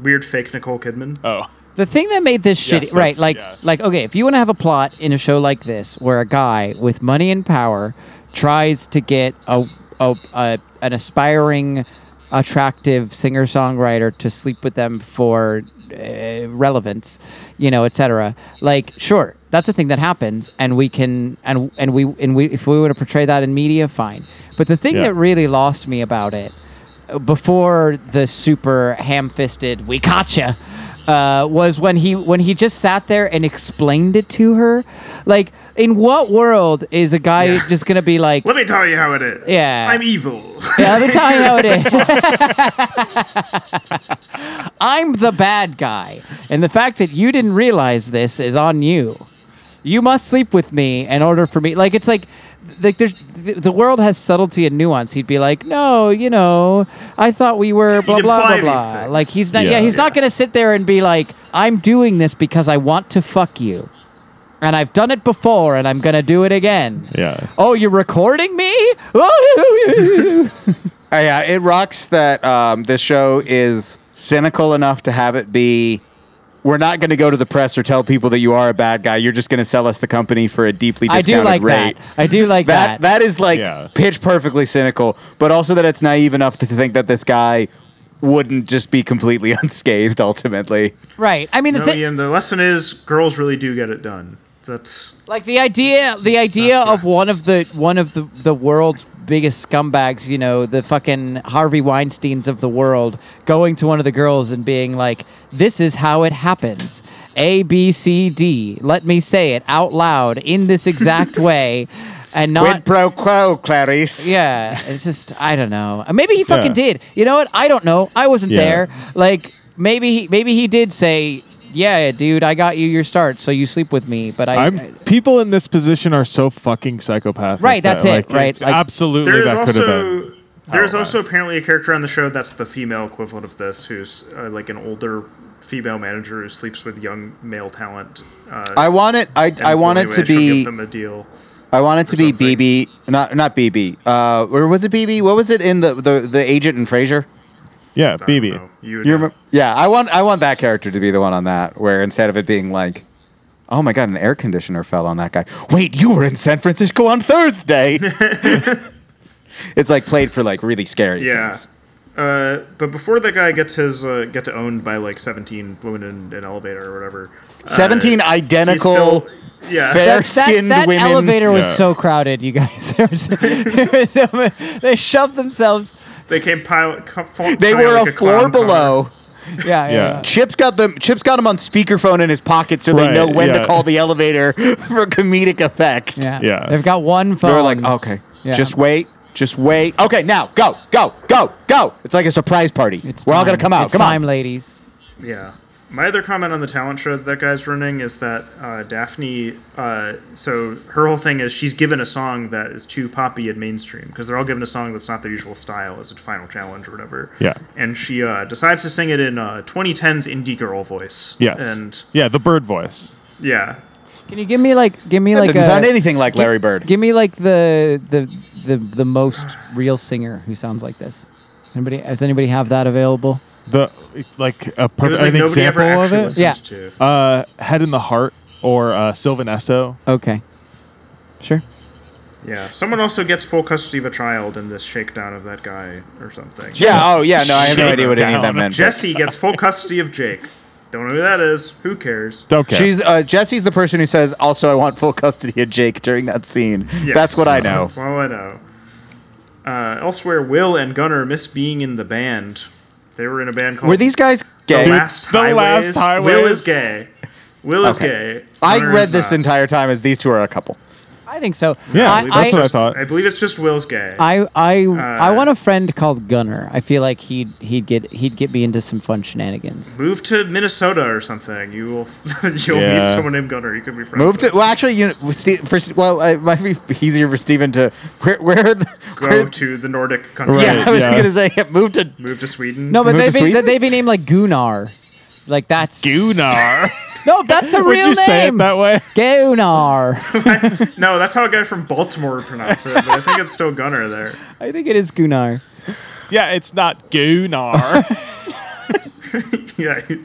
weird fake Nicole Kidman.
Oh.
The thing that made this
Yes,
shitty,
that's-
right? Like,
yeah.
like okay, if you want to have a plot in a show like this, where a guy with money and power tries to get a, a, a an aspiring, attractive singer songwriter to sleep with them for uh, relevance, you know, etc. Like, sure, that's a thing that happens, and we can, and and we, and we, if we want to portray that in media, fine. But the thing
Yeah.
that really lost me about it before the super ham-fisted "we gotcha" uh, was when he when he just sat there and explained it to her. Like, in what world is a guy
Yeah.
just gonna be like,
Let me tell you how it is.
Yeah.
I'm evil.
"Yeah, let me tell you how it is." I'm the bad guy, and the fact that you didn't realize this is on you. You must sleep with me in order for me. Like, it's like. Like there's the, the world has subtlety and nuance. He'd be like, "No, you know, I thought we were blah blah
imply
blah
these
blah."
things.
Like he's not. Yeah,
Yeah.
he's not going to sit there and be like, "I'm doing this because I want to fuck you." and I've done it before, and I'm gonna do it again.
Yeah.
Oh, you're recording me? Oh,
Uh, yeah, it rocks that um, this show is cynical enough to have it be. We're not going to go to the press or tell people that you are a bad guy. You're just going to sell us the company for a deeply
I do
discounted
like
rate.
that. I do like
That
that.
that is like
Yeah.
pitch perfectly cynical, but also that it's naive enough to think that this guy wouldn't just be completely unscathed ultimately.
right. I mean, the
no,
thi-
Ian, the lesson is girls really do get it done. That's
like the idea, the idea of one of the one of the the world's biggest scumbags, you know, the fucking Harvey Weinstein's of the world, going to one of the girls and being like, "This is how it happens." A B C D. Let me say it out loud in this exact way, and not
Quid pro quo, Clarice.
Yeah, it's just I don't know. Uh, Maybe he fucking
Yeah.
did. You know what? I don't know. I wasn't
Yeah.
there. Like maybe he, maybe he did say, "Yeah, dude, I got you your start, so you sleep with me." But I, uh, I
I'm, people in this position are so fucking psychopathic.
Right, that's
that,
it,
like,
right, like-
absolutely,
there is
that could have
also
been.
There's
Oh, right.
also apparently a character on the show that's the female equivalent of this, who's uh, like an older female manager who sleeps with young male talent. Uh,
I want it. I,
and
I
is the
want
only
it
way
to
she'll
be.
give them a deal.
I want it to
or
be
something.
BB. Not not BB. Uh, or was it BB? What was it in the the, the agent in Frasier?
Yeah,
I don't
BB.
know. You would
You
know.
remember? Yeah, I want I want that character to be the one on that where instead of it being like, oh my god, an air conditioner fell on that guy. Wait, you were in San Francisco on Thursday. it's like played for like really scary.
Yeah.
things.
Uh, but before that guy gets his uh, get to owned by like 17 women in an elevator or whatever. uh,
Seventeen
he's
identical.
still- uh,
fair-
yeah.
That, that,
Fair-skinned
that
women.
elevator was
Yeah.
so crowded, you guys. There was- there was- they shoved themselves.
They came pile. co- fall-
They
kinda
were
like
a floor
clown car.
below.
Yeah, yeah.
Yeah.
yeah.
Chip's got them. Chip's got him on speakerphone in his pocket, so
Right,
they know when
yeah.
to call the elevator for comedic effect.
Yeah.
Yeah.
They've got one phone.
They're like, okay,
Yeah.
just wait, just wait. Okay, now go, go, go, go. It's like a surprise party.
It's
We're all
time.
gonna come out.
It's
come
time,
on.
ladies.
Yeah. My other comment on the talent show that, that guy's running is that uh, Daphne, uh, so her whole thing is she's given a song that is too poppy and mainstream because they're all given a song that's not their usual style as a final challenge or whatever.
Yeah.
And she uh, decides to sing it in uh, 2010's indie girl voice.
Yes.
And
yeah, the bird voice.
yeah.
Can you give me like, give me
That
like
doesn't sound
a,
anything like Larry Bird.
give me like the the the the most real singer who sounds like this. Anybody? Does anybody have that available?
The like a
It was
perfect
like
an
nobody
example
ever
of
actually
it.
listened
Yeah.
to.
Uh, Head in the Heart or uh, Sylvanesso.
Okay. Sure.
Yeah. Someone also gets full custody of a child in this shakedown of that guy or something.
yeah. Oh, yeah. No, I have no
Shake
idea what any of that
down.
meant. but-
Jesse gets full custody of Jake. Don't know who that is. Who cares?
Okay.
She's uh, Jesse's the person who says, "Also, I want full custody of Jake during that scene."
Yes.
That's what I know.
That's all I know. Uh, elsewhere, Will and Gunnar miss being in the band. They were in a band called
Were these guys gay?
The Last
The
Highways.
Last
Will
Highways.
is gay. Will is
Okay.
gay.
I
Gunnar
read
is
this
not.
entire time as these two are a couple.
I think so.
Yeah,
I,
that's
I,
what I thought.
I believe it's just Will's gay.
I I, I
Uh,
want a friend called Gunner. I feel like he'd he'd get he'd get me into some fun shenanigans.
Move to Minnesota or something. You will. you'll meet
Yeah.
someone named Gunnar. You could be friends.
Move to
with.
well, actually, you know, Steve, for, well, it might be easier for Steven to where where are the
go
where-
to the Nordic country.
Right.
yeah, I was
yeah.
gonna say move to
Move to Sweden.
No, but
Move to
they'd be,
Sweden?
they'd be named like Gunnar. Like that's
Gunnar.
No, that's a
Would
real
you
name.
say it that way?
Gunnar.
No, that's how a guy from Baltimore would pronounce it. But I think it's still Gunnar there.
I think it is Gunnar.
Yeah, it's not Gunnar.
Yeah, you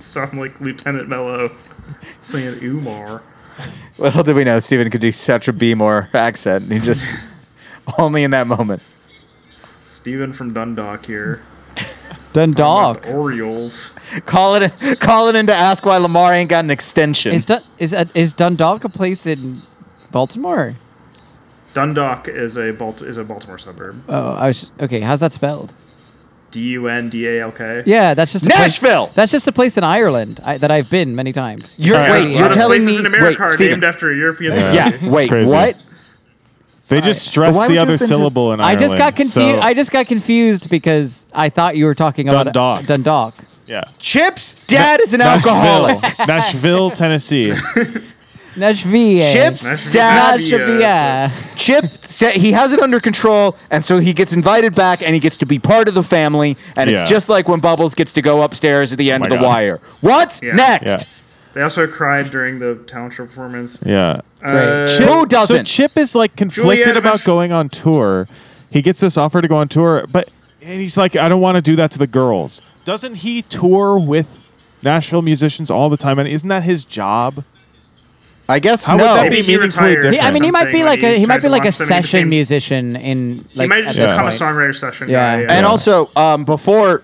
sound like Lieutenant Mello singing Umar.
Little did we know Stephen could do such a Beemore accent. He just only in that moment.
Steven from Dundalk here. About
Dundalk.
the Orioles.
Calling in, calling in to ask why Lamar ain't got an extension.
Is Dun- is uh, is Dundalk a place in Baltimore?
Dundalk is a Balt- is a Baltimore suburb.
Oh, I was okay. How's that spelled?
D U N D A L K.
Yeah, that's just a
Nashville!
Place, that's just a place in Ireland I, that I've been many times.
You're-
Sorry.
wait,
A
you're
lot of
telling
places
me-
in America
wait,
are
Steven.
named after a European.
yeah,
city.
wait,
crazy.
what?
they just stress
But why would
the
you
other
have been to-
syllable in
I
Ireland.
just got confused.
so-
I just got confused because I thought you were talking about
Dundalk.
Dundalk.
yeah.
Chips, dad is an alcoholic.
Nashville, Nashville, Tennessee.
Nashville.
Chips,
Nashville.
dad,
Nashville.
Chip, sta- he has it under control, and so he gets invited back, and he gets to be part of the family, and
Yeah. Oh
it's just like when Bubbles gets to go upstairs at the end
my
of the
God.
wire. What's
Yeah.
Yeah.
next?
They also cried during the talent show performance.
Yeah.
Uh,
Chip- Who doesn't?
So Chip is like conflicted
Juliet
about
eventu-
going on tour. He gets this offer to go on tour, but and he's like, I don't want to do that to the girls. Doesn't he tour with Nashville musicians all the time? And isn't that his job?
I guess
How would
no.
that
Maybe
be
he
meaningfully
retired.
different?
He- I mean, he might be
Something
like
when
a
he
he
tried
might be
to
like a
launch them, he
session
became-
musician in like.
He might just
at that
become a
point.
songwriter session
Yeah.
guy.
And
Yeah.
also, um, before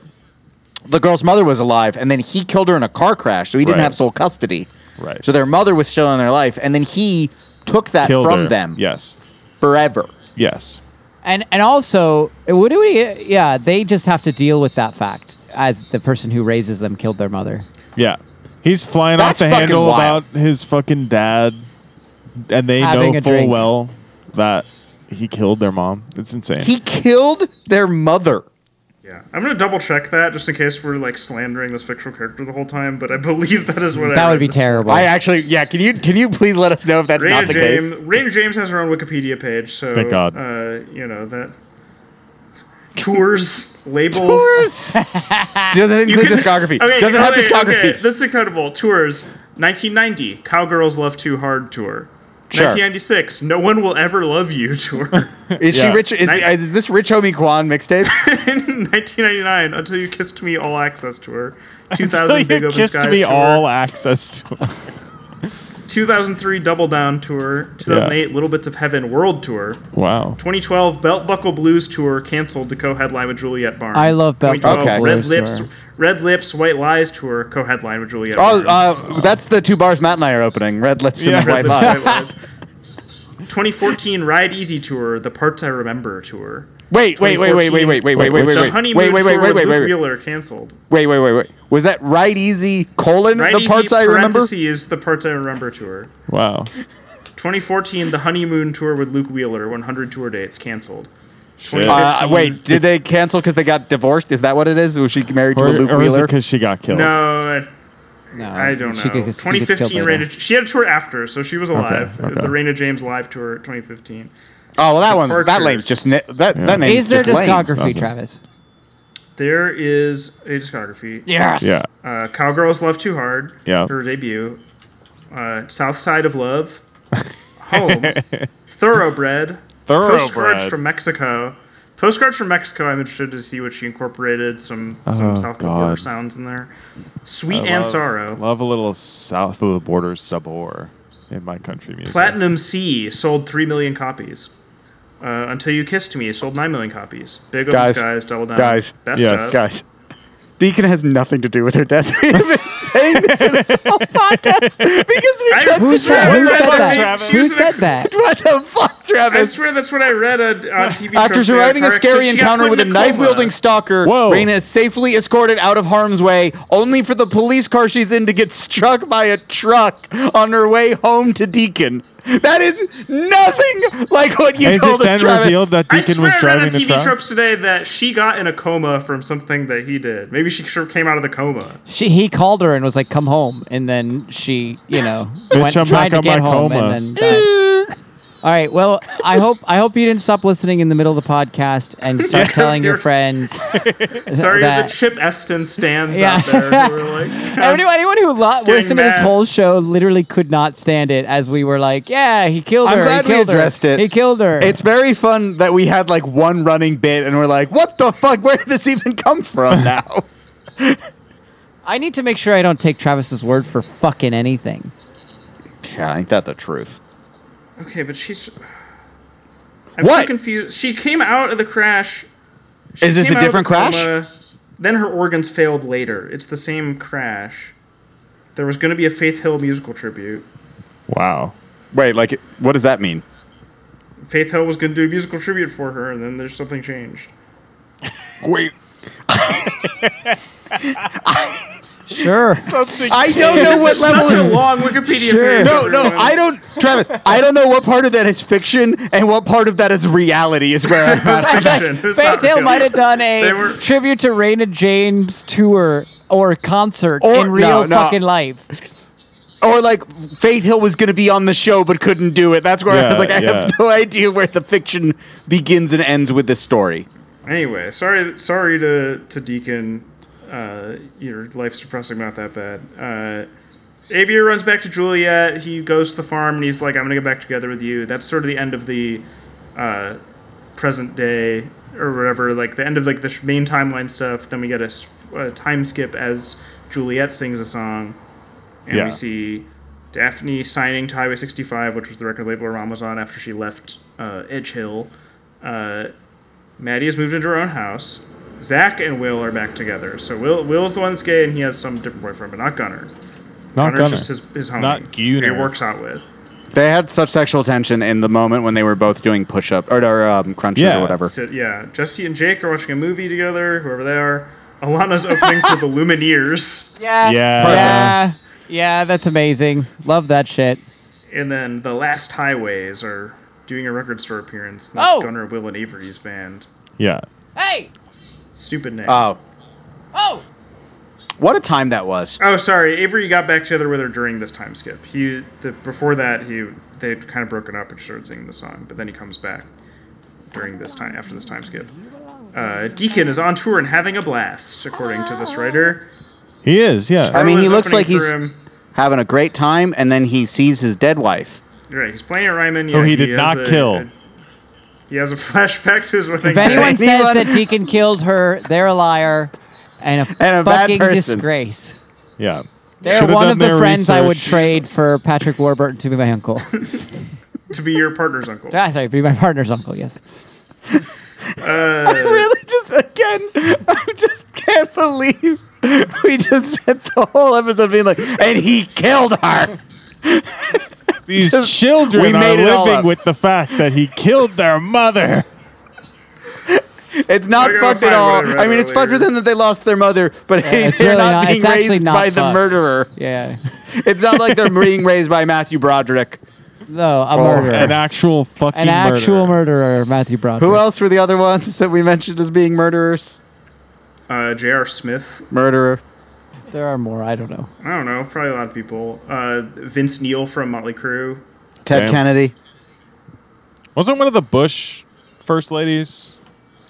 the girl's mother was alive, and then he killed her in a car crash, so he didn't
Right.
have sole custody.
Right.
So their mother was still in their life, and then he took that
Killed
from
her.
them
Yes.
forever.
Yes.
And and also, it would it would- yeah, they just have to deal with that fact as the person who raises them killed their mother.
Yeah. He's flying
That's
off the
fucking
handle
wild.
about his fucking dad, and they
Having
know
a
full
drink.
well that he killed their mom. It's insane.
He killed their mother.
Yeah. I'm gonna double check that just in case we're like slandering this fictional character the whole time, but I believe that is what I
That would
read
be
this-
terrible.
I actually, yeah. Can you can you please let us know if that's
Raina
not the
James,
case?
Raina James has her own Wikipedia page, so
Thank God.
Uh, you know that. tours, labels.
Does it
You
include
can-
discography?
Okay,
Does it have
okay,
discography?
okay, This is incredible. Tours 1990, Cowgirls Love Too Hard tour.
Sure.
1996, No One Will Ever Love You tour.
Is
Yeah.
she rich? Is,
Nice.
is this Rich Homie Kwan mixtape?
1999, Until You Kissed Me All Access tour. 2000,
Until you
Big Open
kissed
Skies
me
tour.
all access to
2003, Double Down tour. 2008, Little Bits of Heaven World tour.
Wow.
2012 Belt Buckle Blues tour canceled to co-headline with Juliet Barnes.
I love Belt
2012
Buckle
Red
Blues
Lips,
tour.
Red Lips, White Lies tour co-headline with Juliet.
oh,
Barnes.
uh, that's the two bars Matt and I are opening Red Lips
Yeah.
and the
Red
White
Red Lips,
Lies.
White Lies. 2014 Ride Easy tour, the parts I remember tour.
Wait, wait, wait, wait, wait, wait, wait, wait, wait, wait,
The
wait,
The
wait,
honeymoon
wait, wait,
tour
wait,
with
wait,
Luke
wait,
Wheeler canceled.
wait, wait, wait, wait. Was that Right Easy colon
Ride
the parts
Easy
I remember?
parentheses the parts I remember tour.
Wow.
2014 the honeymoon tour with Luke Wheeler, 100 tour dates canceled.
Shit.
Uh,
15.
wait, did they cancel because they got divorced? Is that what it is? Was she married to
Or,
a Luke
or is it
Wheeler?
because she got killed?
No, I-
No,
I don't know.
she gets- she gets killed
2015
later.
Raina. She had a tour after, so she was alive.
okay.
The Raina James live tour 2015.
Oh well, that one, that
Departure.
name's just ni- that that name's
Is there
just lame.
discography,
nothing.
Travis?
There is a discography.
Yes.
Yeah.
Uh, Cowgirls Love Too Hard.
Yeah.
Her debut. Uh, South Side of Love. Home. Thoroughbred. Postcards
Thoroughbred.
from Mexico. Postcards from Mexico. I'm interested to see what she incorporated. Some some
Oh,
South border
God.
sounds in there. Sweet
I
and
love-
Sorrow.
Love a little south of the border sabor in my country music.
Platinum C sold 3 million copies. Uh, Until You Kissed Me sold 9 million copies. Big Open
Guys,
Skies, Double Down.
guys,
Best
yes,
of.
guys. Deacon has nothing to do with her death. We've been saying this in this whole podcast Oh, because we
I-
just
Who
Who
said,
said
who
that?
said that?
Travis.
Who
She was
said
in a-
that?
what the fuck, Travis?
I swear that's what I read on, on TV.
After
shows. They
surviving a
are correct.
scary
She got put
encounter
in
with a
coma.
knife wielding stalker,
Whoa.
Raina is safely escorted out of harm's way, only for the police car she's in to get struck by a truck on her way home to Deacon. That is nothing like what you
Is it
told
then
us, Travis.
revealed that
I
Deacon
swear
was
I read on
driving the
TV
truck?
tropes today that she got in a coma from something that he did. Maybe she sure came out of the coma.
She he called her and was like, "Come home," and then she, you know,
Bitch,
went
I'm
tried
back
to
on
get
my
home
coma.
and then died. All right. Well, I hope I hope you didn't stop listening in the middle of the podcast and start
Yes,
telling your
yes.
friends.
Sorry to the
That-
Chip Eston stands
Yeah.
out there who were like,
Anyone, anyone who lo- listened to this
mad.
whole show literally could not stand it as we were like, "Yeah, he killed
I'm
her.
glad
he
we
killed
addressed
her.
it.
He killed her."
It's very fun that we had like one running bit and we're like, what the fuck? Where did this even come from now?
I need to make sure I don't take Travis's word for fucking anything.
yeah, ain't that the truth?
okay, but she's. I'm
What?
so confused. She came out of the crash. She
Is this
came
a
out of
different
the
crash?
coma, then her organs failed later. It's the same crash. There was going to be a Faith Hill musical tribute.
Wow.
Wait, like, what does that mean?
Faith Hill was going to do a musical tribute for her, and then there's something changed.
Wait.
Sure.
I don't know
This
what
is
level
such a
of-
long Wikipedia
Sure.
page.
No, no,
everyone.
I don't, Travis. I don't know what part of that is fiction and what part of that is reality. Is where I'm at.
It's fiction.
Faith
It's not
Hill
real.
might have done
They
a
were-
tribute to Raina James tour or concert
Or-
in real
no, no.
fucking life.
or like Faith Hill was going to be on the show but couldn't do it. That's where I was
Yeah,
like, I
yeah.
have no idea where the fiction begins and ends with this story.
Anyway, sorry, sorry to to Deacon. Uh, your life's depressing, not that bad. Uh, Xavier runs back to Juliet. He goes to the farm and he's like, "I'm gonna get back together with you." That's sort of the end of the uh, present day or whatever, like the end of like the sh- main timeline stuff. Then we get a, s- a time skip as Juliet sings a song, and
Yeah.
we see Daphne signing to Highway 65, which was the record label Ron was on after she left uh, Edge Hill. Uh, Maddie has moved into her own house. Zach and Will are back together. So Will Will's the one that's gay, and he has some different boyfriend, but not Gunner.
Not
Gunner's
Gunner.
just his, his homie.
Not
who He
Gunnar.
works out with.
They had such sexual tension in the moment when they were both doing push up or, or um, crunches
Yeah.
or whatever.
So, yeah, Jesse and Jake are watching a movie together, whoever they are. Alana's opening for the Lumineers.
Yeah.
Yeah.
Yeah. Yeah, that's amazing. Love that shit.
And then The Last Highways are doing a record store appearance. That's
Oh!
Gunner, Will, and Avery's band.
Yeah.
Hey.
Stupid name.
Oh,
Oh.
what a time that was!
Oh, sorry. Avery got back together with her during this time skip. He the, before that he they kind of broken up and started singing the song, but then he comes back during this time after this time skip. Uh, Deacon is on tour and having a blast, according to this writer.
He is, yeah.
I mean, he
Everyone's
looks
opening
like
for
he's
him.
having a great time, and then he sees his dead wife.
Right, he's playing at Ryman.
Who
yeah,
he did
has
not
a-
kill.
he has a flashback to his wedding.
If anyone
Anyone-
says that Deacon killed her, they're a liar and a,
And a bad
fucking
person.
disgrace.
Yeah.
They're
Should've
one
done
of the
their
friends I would
research.
trade for Patrick Warburton to be my uncle.
to be your partner's uncle.
ah, sorry, be my partner's uncle. Yes.
really just again I just can't believe we just spent the whole episode being like and he killed her.
These
Just-
children
we made it
are
all
living
up.
with the fact that he killed their mother.
It's not
We're gonna
fucked at
find
all.
one and
I mean it's fucked
another
for
later.
them that they lost their mother, but
it's
they're
really
not,
not-
being
it's actually
raised
not
by the
fucked.
murderer.
Yeah.
It's not like they're being raised by Matthew Broderick.
No, a murderer.
An actual fucking
An actual
murderer.
murderer, Matthew Broderick.
Who else were the other ones that we mentioned as being murderers?
Uh, J.R. Smith.
Murderer.
There are more. I don't know.
I don't know. Probably a lot of people. Uh, Vince Neil from Motley Crue.
Ted
Damn.
Kennedy.
Wasn't one of the Bush first ladies?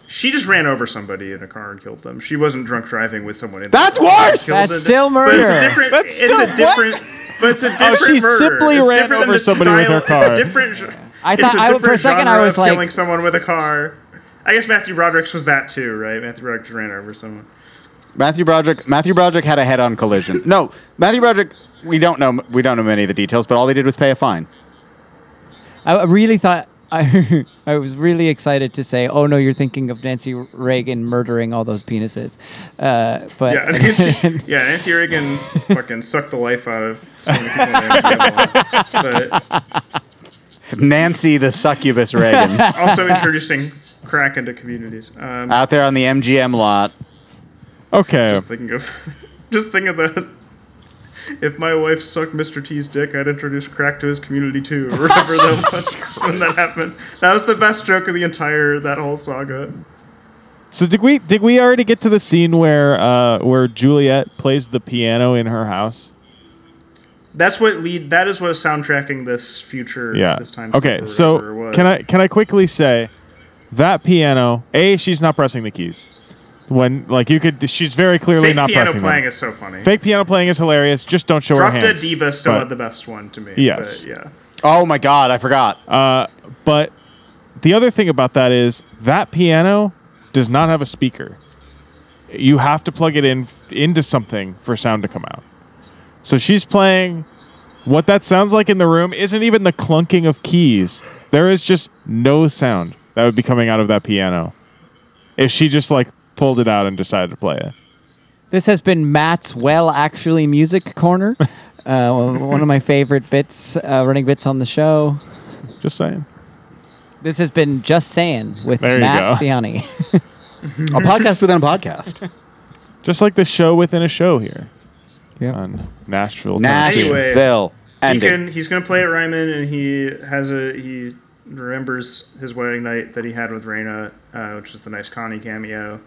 She just ran over somebody in a car and killed them. She wasn't drunk driving with someone. In
That's worse!
Killed
That's
a-
still
But
murder.
it's a different.
That's
That's
still-
it's a
what?
different. But it's a different
Oh, she
murder.
simply
it's
ran
different than
over
the
somebody with her
style-
car.
It's a different. gen-
I
it's
thought-
a
I- for a
different
second I
genre
was
of
like-
killing someone with a car. I guess Matthew Broderick's was that too, right? Matthew Broderick just ran over someone.
Matthew Broderick. Matthew Broderick had a head-on collision. no, Matthew Broderick. We don't know. We don't know many of the details, but all they did was pay a fine.
I I really thought I, I was really excited to say, "Oh no, you're thinking of Nancy Reagan murdering all those penises," uh, but
Yeah, Nancy, yeah, Nancy Reagan fucking sucked the life out of so many people. in that video. but
Nancy the succubus Reagan
also introducing crack into communities. Um,
out there on the MGM lot.
Okay.
just thinking of, just think of that. If my wife sucked Mr. T's dick, I'd introduce crack to his community too, or whatever that was when that happened. That was the best joke of the entire that whole saga.
So did we did we already get to the scene where uh, where Juliet plays the piano in her house?
That's what lead. That is what soundtracking this future.
Yeah.
This time.
okay.
or whatever it
So
was.
can I can I quickly say that piano? A, she's not pressing the keys. When like you could, she's very clearly
Fake
not
piano
pressing
playing
them.
is so funny.
Fake piano playing is hilarious. Just don't show
Drop
her
Dead
hands.
Diva still
but-
had the best one to me.
Yes.
But yeah.
Oh my God, I forgot.
Uh, but the other thing about that is that piano does not have a speaker. You have to plug it in into something for sound to come out. So she's playing. What that sounds like in the room isn't even the clunking of keys. There is just no sound that would be coming out of that piano if she just like pulled it out and decided to play it.
This has been Matt's Well Actually Music Corner, uh, one of my favorite bits, uh, running bits on the show.
Just saying.
This has been Just Saying with
There you
Matt
go.
Ciani.
A podcast within a podcast.
Just like the show within a show here
yeah.
on Nashville. Tennessee.
Anyway,
Nashville. Ending.
Deacon, he's gonna play at Ryman, and he has a he remembers his wedding night that he had with Raina, uh, which is the nice Connie cameo.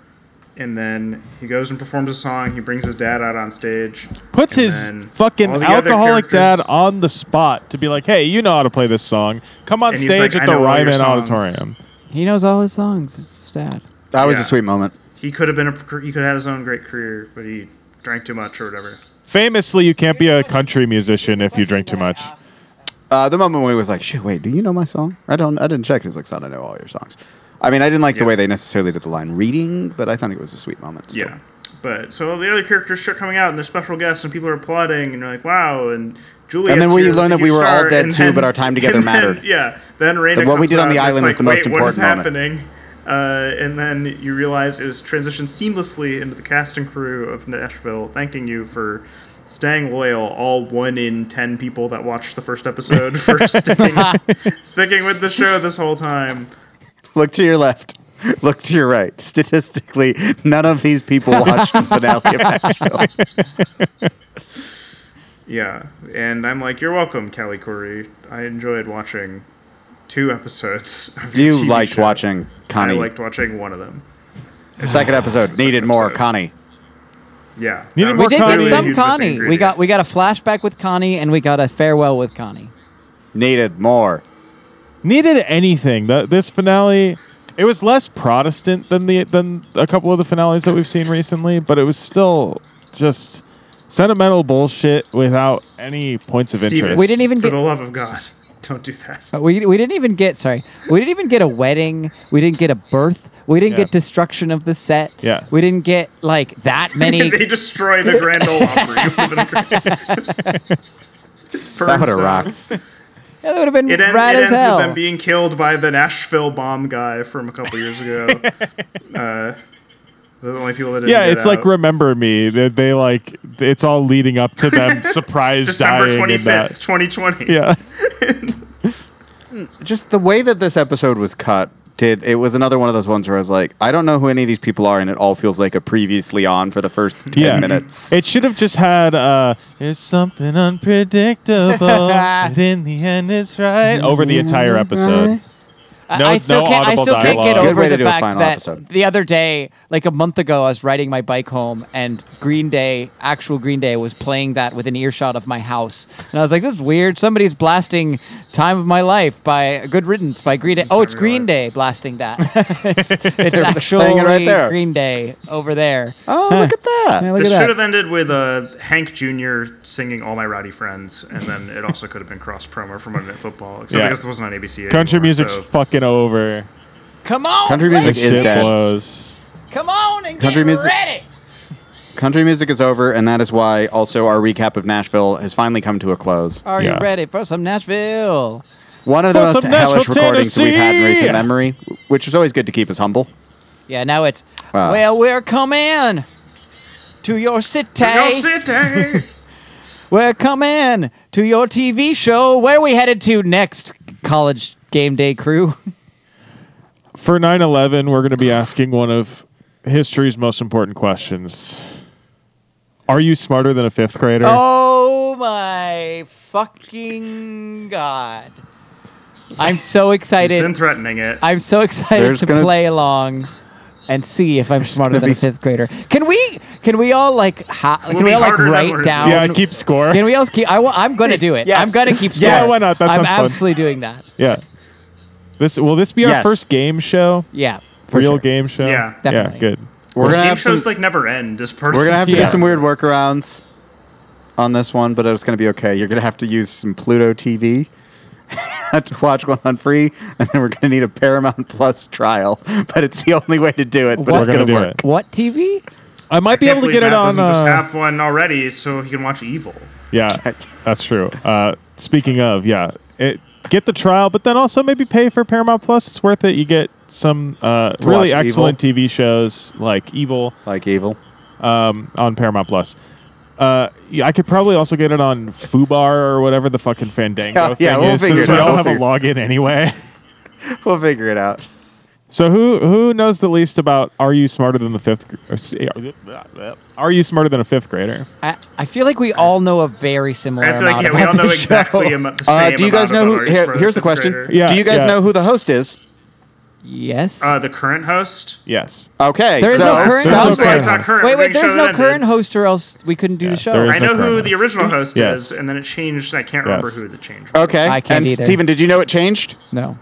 And then he goes and performs a song. He brings his dad out on stage.
puts
and
his
then
fucking
all the other
alcoholic dad
characters-
on the spot to be like, "Hey, you know how to play this song? Come on
And he's
stage
like, "I
at the
know all your
Ryman
songs."
Auditorium."
He knows all his songs. It's sad.
That was
Yeah.
a sweet moment.
He could have been a he could have had his own great career, but he drank too much or whatever.
Famously, you can't be a country musician if you drink too much.
Uh, the moment when he was like, "Shit, wait, do you know my song? I don't. I didn't check." He's like, "Son, I know all your songs." I mean, I didn't like the
Yeah.
way they necessarily did the line reading, but I thought it was a sweet moment. still.
Yeah. But so all the other characters start coming out and they're special guests and people are applauding and you're like, wow. And Juliet.
And then we learn that we were all dead too, but our time together mattered.
yeah. Then Raina.
What we
comes
did on the
out and it's
island was
like,
the most
Wait, what is
important
happening? Uh, and then you realize it was transitioned seamlessly into the cast and crew of Nashville, thanking you for staying loyal. All one in ten people that watched the first episode for sticking, sticking with the show this whole time.
Look to your left. Look to your right. Statistically, none of these people watched the finale of Nashville.
Yeah, and I'm like, you're welcome, Kelly Corey. I enjoyed watching two episodes. Of your
You
TV
liked
show.
watching Connie.
I liked watching one of them.
Second episode needed more
episode.
Connie.
Yeah, Um,
You
that
didn't
We
was
did get
clearly a
some
huge missing
Connie. We
ingredient.
got we got a flashback with Connie, and we got a farewell with Connie.
Needed more.
Needed anything? Th- This finale It was less Protestant than the than a couple of the finales that we've seen recently, but it was still just sentimental bullshit without any points of
Steven,
interest.
We didn't even
for
get-
the love of God, don't do that.
Uh, We, we didn't even get sorry. We didn't even get a wedding. We didn't get a birth. We didn't
Yeah.
get destruction of the set.
Yeah.
We didn't get like that many.
they destroy the Grand Ole Opry. It would've been great.
That would
Burns
have
down.
rocked.
that would have been
It, en-
rad
it
as
ends
hell.
with them being killed by the Nashville bomb guy from a couple years ago. uh, they're the only people that didn't
yeah,
get
it's like
out.
remember me. They, they like it's all leading up to them surprise
December
dying.
twenty
in
fifth,
that.
twenty twenty.
Yeah,
Just the way that this episode was cut did it was another one of those ones where I was like, I don't know who any of these people are, and it all feels like a previously on for the first ten
yeah.
minutes.
It should have just had uh, "There's something unpredictable, but in the end, it's right" over the entire episode.
I-
No,
Mm-hmm. I
it's
still
no
can't. I
audible
still can't
dialogue.
get
Good way
over
to
the
do a
fact
final
that
episode.
the other day, like a month ago, I was riding my bike home, and Green Day, actual Green Day, was playing that with an earshot of my house, and I was like, "This is weird. Somebody's blasting "Time of My Life" by Good Riddance by Green Day. Oh, it's
Your
Green
Life.
day blasting that. it's it's actually
playing it right there.
Green Day over there.
oh, look at that!
Yeah, look
This
at
should
that.
have ended with uh, Hank Jr. singing "All My Rowdy Friends," and then it also could have been cross promo for Monday Night Football, except
Yeah.
I guess it wasn't on ABC.
Country
anymore,
music's
so-
fucking over.
Come on,
Country
The
music is
shit
dead.
blows.
come on, and
Country
get
music-
ready.
Country music is over, and that is why also our recap of Nashville has finally come to a close.
Are
Yeah.
you ready for some Nashville?
One of the
For some
most hellish
Nashville,
recordings we've had in
Tennessee!
recent memory, which is always good to keep us humble.
Yeah, now it's
Wow.
well, we're coming to your city.
Yo, City!
We're coming to your TV show. Where are we headed to next, college game day crew?
For 9 11, we're going to be asking one of history's most important questions Are you smarter than a fifth grader?
oh my fucking god! I'm so
been
excited.
threatening it.
I'm so excited
There's
to
gonna-
play along. And see if I'm smarter
gonna
than a
be s-
fifth grader. Can we? Can we all like? Ha-
We'll
can we
be
all like
harder than
write
we're-
down?
yeah, keep score.
Can we else keep? I, am gonna do it.
Yes.
I'm gonna keep score.
Yeah, why not? That
I'm
sounds fun.
absolutely doing that.
yeah. This Will this be our
Yes.
first game show?
Yeah, for
Real
sure.
game show?
Yeah.
Yeah,
Definitely.
good.
We're gonna
Game
have
shows
some,
like never end. As part
we're
of
gonna have to
Yeah.
do some weird workarounds on this one, but it's gonna be okay. You're gonna have to use some Pluto TV to watch one on free, and then we're gonna need a Paramount Plus trial. But it's the only way to do it. But
What?
it's
We're
gonna,
gonna do
work.
it.
What TV?
I might be
Can't
able to
believe
get it
Matt
on.
doesn't just
Uh,
have one already, so he can watch Evil.
yeah, that's true. Uh, speaking of, yeah. It, get the trial, but then also maybe pay for Paramount Plus. It's worth it. You get some uh,
To
really
watch Evil.
excellent TV shows like Evil.
Like evil.
um, on Paramount Plus. Uh, yeah, I could probably also get it on Fubar or whatever the fucking Fandango
Yeah,
thing
yeah, we'll
is,
figure
since
it
we
out.
all
We'll
have a login anyway.
We'll figure it out.
So who who knows the least about Are you smarter than the fifth? gr- or s- Are you smarter than a fifth grader?
I, I feel like we all know a very similar
I feel
amount
like yeah, we
about
all know
the
exactly
show.
about the same.
Uh, do you guys know
amount
who?
about
Here,
Irish
here's the
Brothers
question.
Grader.
Yeah,
do you guys
yeah.
know who the host is?
Yes.
Uh, the current host.
Yes.
Okay,
There is
so
no current
There's no
host.
current
It's not current.
Wait,
We're
wait.
doing a
There's
show
no
that
current
ended.
host, or else we couldn't do the show.
there is
I know
no current
who the
host.
original host
Yes.
is, and then it changed. and I can't remember
Yes.
who the change. was.
okay.
I can't
and
either.
Steven, did you know it changed?
No.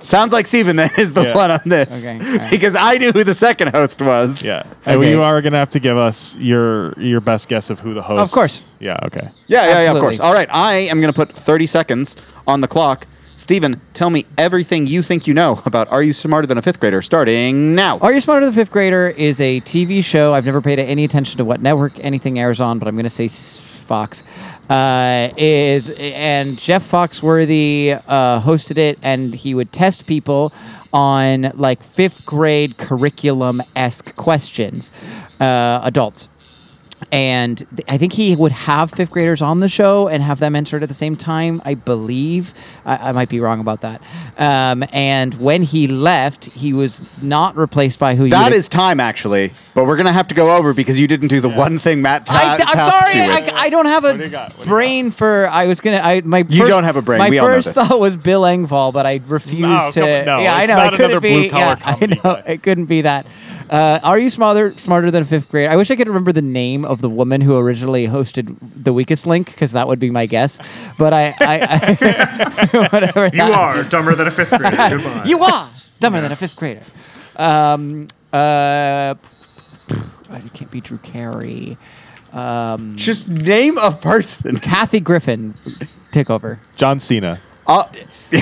Sounds like Steven then is the
Yeah.
one on this.
Okay, all right.
Because I knew who the second host was.
Yeah. And
Okay.
you are gonna have to give us your your best guess of who the host.
course.
Yeah. Okay.
Yeah, yeah, yeah, of
Absolutely.
course. All right, I am going to put 30 seconds on the clock. Steven, tell me everything you think you know about Are You Smarter Than a Fifth Grader starting now.
Are You Smarter Than a Fifth Grader is a TV show. I've never paid any attention to what network anything airs on, but I'm going to say s- Fox. Uh, is and Jeff Foxworthy uh, hosted it, and he would test people on like fifth grade curriculum esque questions, uh, adults and th- I think he would have fifth graders on the show and have them entered at the same time. I believe I, I might be wrong about that. Um, and when he left, he was not replaced by who.
that
you
is time, actually, but we're going to have to go over because you didn't do the one thing Matt ta-
I, am
tasked
sorry.
you with.
I, I don't have
do you got? What
a
do you
brain for. I was gonna. I my.
You
first-
don't have a brain.
My
We all know
first
this.
thought was Bill Engvall, but I refused
No,
to.
Oh, come on, no,
yeah, I
it's
know.
not
it couldn't
another
be.
blue-collar
yeah,
comedy,
I know.
but-
It couldn't be that. Uh, are you smarter smarter than a fifth grade? I wish I could remember the name of the woman who originally hosted The Weakest Link because that would be my guess. But I, I, I whatever.
You are dumber than a fifth grader. Goodbye.
You are dumber than a fifth grader. Um, uh, God, it can't be Drew Carey. Um,
Just name a person.
Kathy Griffin, take over.
John Cena.
Uh,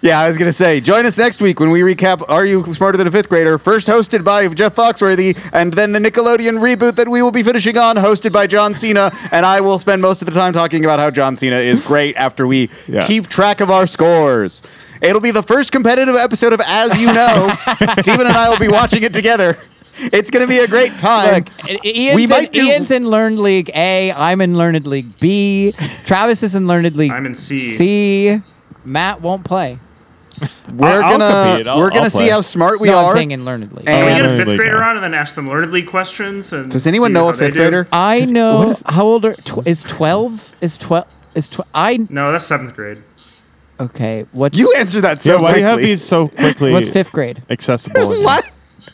yeah, I was going to say, join us next week when we recap Are You Smarter Than a Fifth Grader? First hosted by Jeff Foxworthy, and then the Nickelodeon reboot that we will be finishing on, hosted by John Cena. And I will spend most of the time talking about how John Cena is great after we
Yeah.
keep track of our scores. It'll be the first competitive episode of As You Know. Steven and I will be watching it together. It's going to be a great time.
Look, I- I- Ian's,
Um, we
in,
might do-
Ian's in Learned League A. I'm in Learned League B. Travis is in Learned League
I'm in C.
C. Matt won't play.
I'll
we're going
compete.
to
I'll-
we're going
I'll
to
play.
see how smart we
no,
are.
I'm saying in Learned League. Oh,
Can we
And-
get a
Learned
fifth
League
grader
now.
on and then ask them learned league questions? And
Does anyone
see
know
how
a
they
fifth
do?
grader?
I
Does-
know.
what is-
how old are tw- is twelve? Is twelve? Is twelve? I
No, that's seventh grade.
okay. What's
You answered that so
Yeah, why do you have
quickly.
these so quickly
what's fifth grade?
accessible?
What?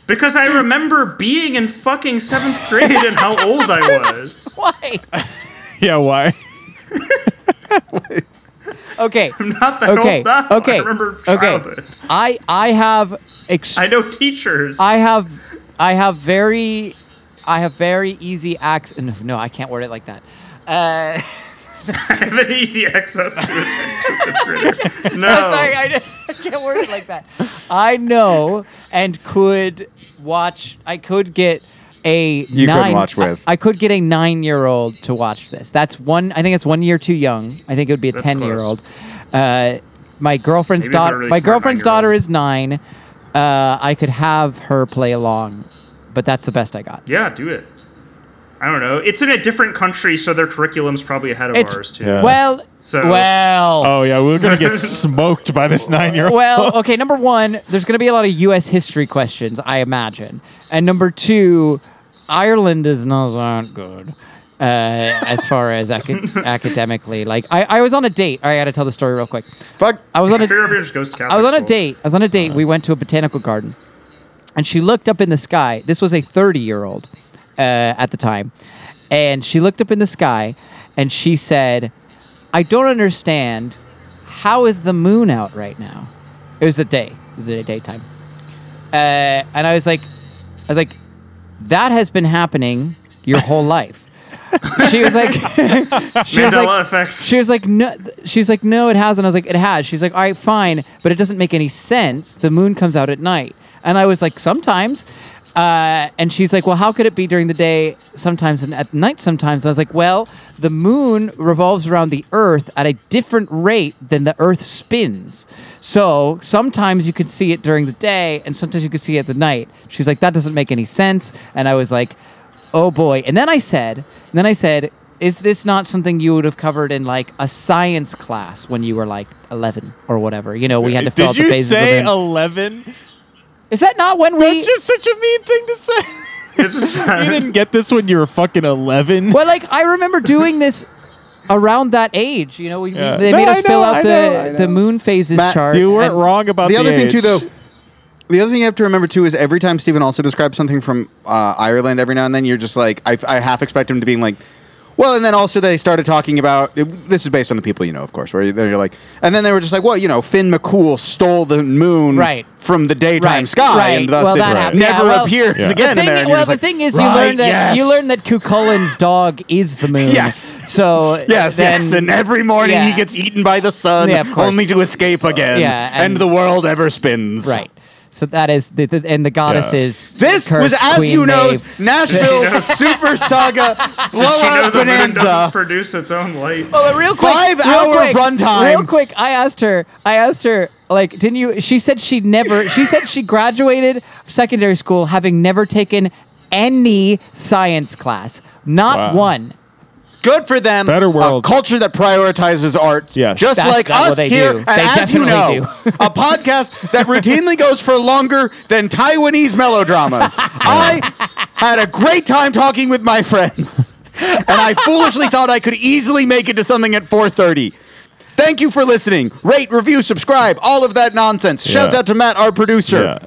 Because I remember being in fucking seventh grade and how old I was.
Why?
Yeah, why?
Okay.
I'm not that
Okay.
old now.
Okay.
I remember childhood.
okay. I I have ex-
I know teachers.
I have I have very I have very easy access. No, no, I can't word it like that. Uh,
I have an easy access to a 10th fifth grader. No.
Oh, Sorry, I, didn't- I can't word it like that. I know and could watch. I could get a
You could
nine.
watch with.
I, I could get a nine-year-old to watch this. That's one. I think it's one year too young. I think it would be a
That's
ten-year-old. Uh, my girlfriend's
Maybe if they're
daughter.
really
my
smart
girlfriend's
nine-year-old.
daughter is nine. Uh, I could have her play along, but that's the best I got.
yeah, do it. I don't know. It's in a different country, so their curriculum's probably ahead of
It's-
ours too.
Yeah.
Well,
So- uh,
well.
Oh yeah, we are gonna get smoked by this nine-year-old.
Well, okay. Number one, there's going to be a lot of U.S. history questions, I imagine, and number two, Ireland is not that good uh, as far as aca- academically. Like, I, I was on a date. All right, I got to tell the story real quick.
Fuck.
I was on a
Figure out if it just goes to Catholic
I was on a
school. Uh-huh.
date. I was on a date. We went to a botanical garden, and she looked up in the sky. This was a 30 year old uh, at the time, and she looked up in the sky, and she said, "I don't understand. How is the moon out right now? It was the day. It was the daytime." Uh, and I was like, I was like, that has been happening your whole life. She was like, she was
Mandela
like,
effects.
she was like, no. th- She was like, no, it hasn't. I was like, it has. She's like, all right, fine, but it doesn't make any sense. The moon comes out at night, and I was like, sometimes. Uh, and she's like, well, how could it be during the day sometimes and at night sometimes? And I was like, well, the moon revolves around the Earth at a different rate than the Earth spins. So sometimes you can see it during the day, and sometimes you can see it at the night. She's like, that doesn't make any sense. And I was like, oh boy. And then I said, and then I said, is this not something you would have covered in like a science class when you were like 11 or whatever? You know, we had to fill
Did
out
you
the bases. of
say
it.
eleven?
is that not when we?
That's just such a mean thing to say.
It's just-
you didn't get this when you were fucking eleven.
well, like I remember doing this around that age. You know, we, we-
Yeah.
they
No,
made
I
us fill
know,
out
I
the
know, I
the moon phases
Matt,
chart.
You weren't
and-
wrong about
The other thing
age.
too, though. The other thing you have to remember too is every time Stephen also describes something from uh, Ireland, every now and then you're just like, I, I half expect him to be like, well, and then also they started talking about this is based on the people you know, of course, where they're like, and then they were just like, well, you know, Finn McCool stole the moon
Right.
from the daytime
Right,
sky,
right.
and thus
Well,
it
that
happened.
never
Yeah, well-
appears
Yeah.
again.
The
in there.
thing,
And you're
well,
just
the
like,
thing is, you
right,
learn that
yes.
you learn that Cucullin's dog is the moon.
Yes.
So
Yes,
then,
yes, and every morning
yeah.
he gets eaten by the sun,
Yeah, of course.
only to escape again.
yeah,
and,
and-
the world ever spins.
right. So that is the, the and the goddess
Yeah.
is
This
Curse
was, as
Queen
you know,
Maeve.
Nashville Super Saga
Does she know
Blowout
the moon doesn't
Bonanza.
produce its own light?
Well, Oh, but real quick,
Five
real
hour
quick,
runtime.
Real quick, I asked her. I asked her, like, didn't you? She said she never. She said she graduated secondary school having never taken any science class, not
Wow.
one.
Good for them.
Better world.
A culture that prioritizes arts.
Yes.
Just
That's
like
not what
us
they
here.
do.
And
They
as you
definitely
know, a podcast that routinely goes for longer than Taiwanese melodramas. I had a great time talking with my friends. And I foolishly thought I could easily make it to something at 4:30. Thank you for listening. Rate, review, subscribe, all of that nonsense. Shouts
Yeah.
out to Matt, our producer.
Yeah.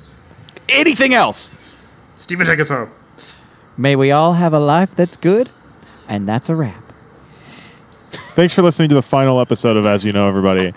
Anything else?
Steven, take us home.
May we all have a life that's good, and that's a wrap.
Thanks for listening to the final episode of As You Know, everybody.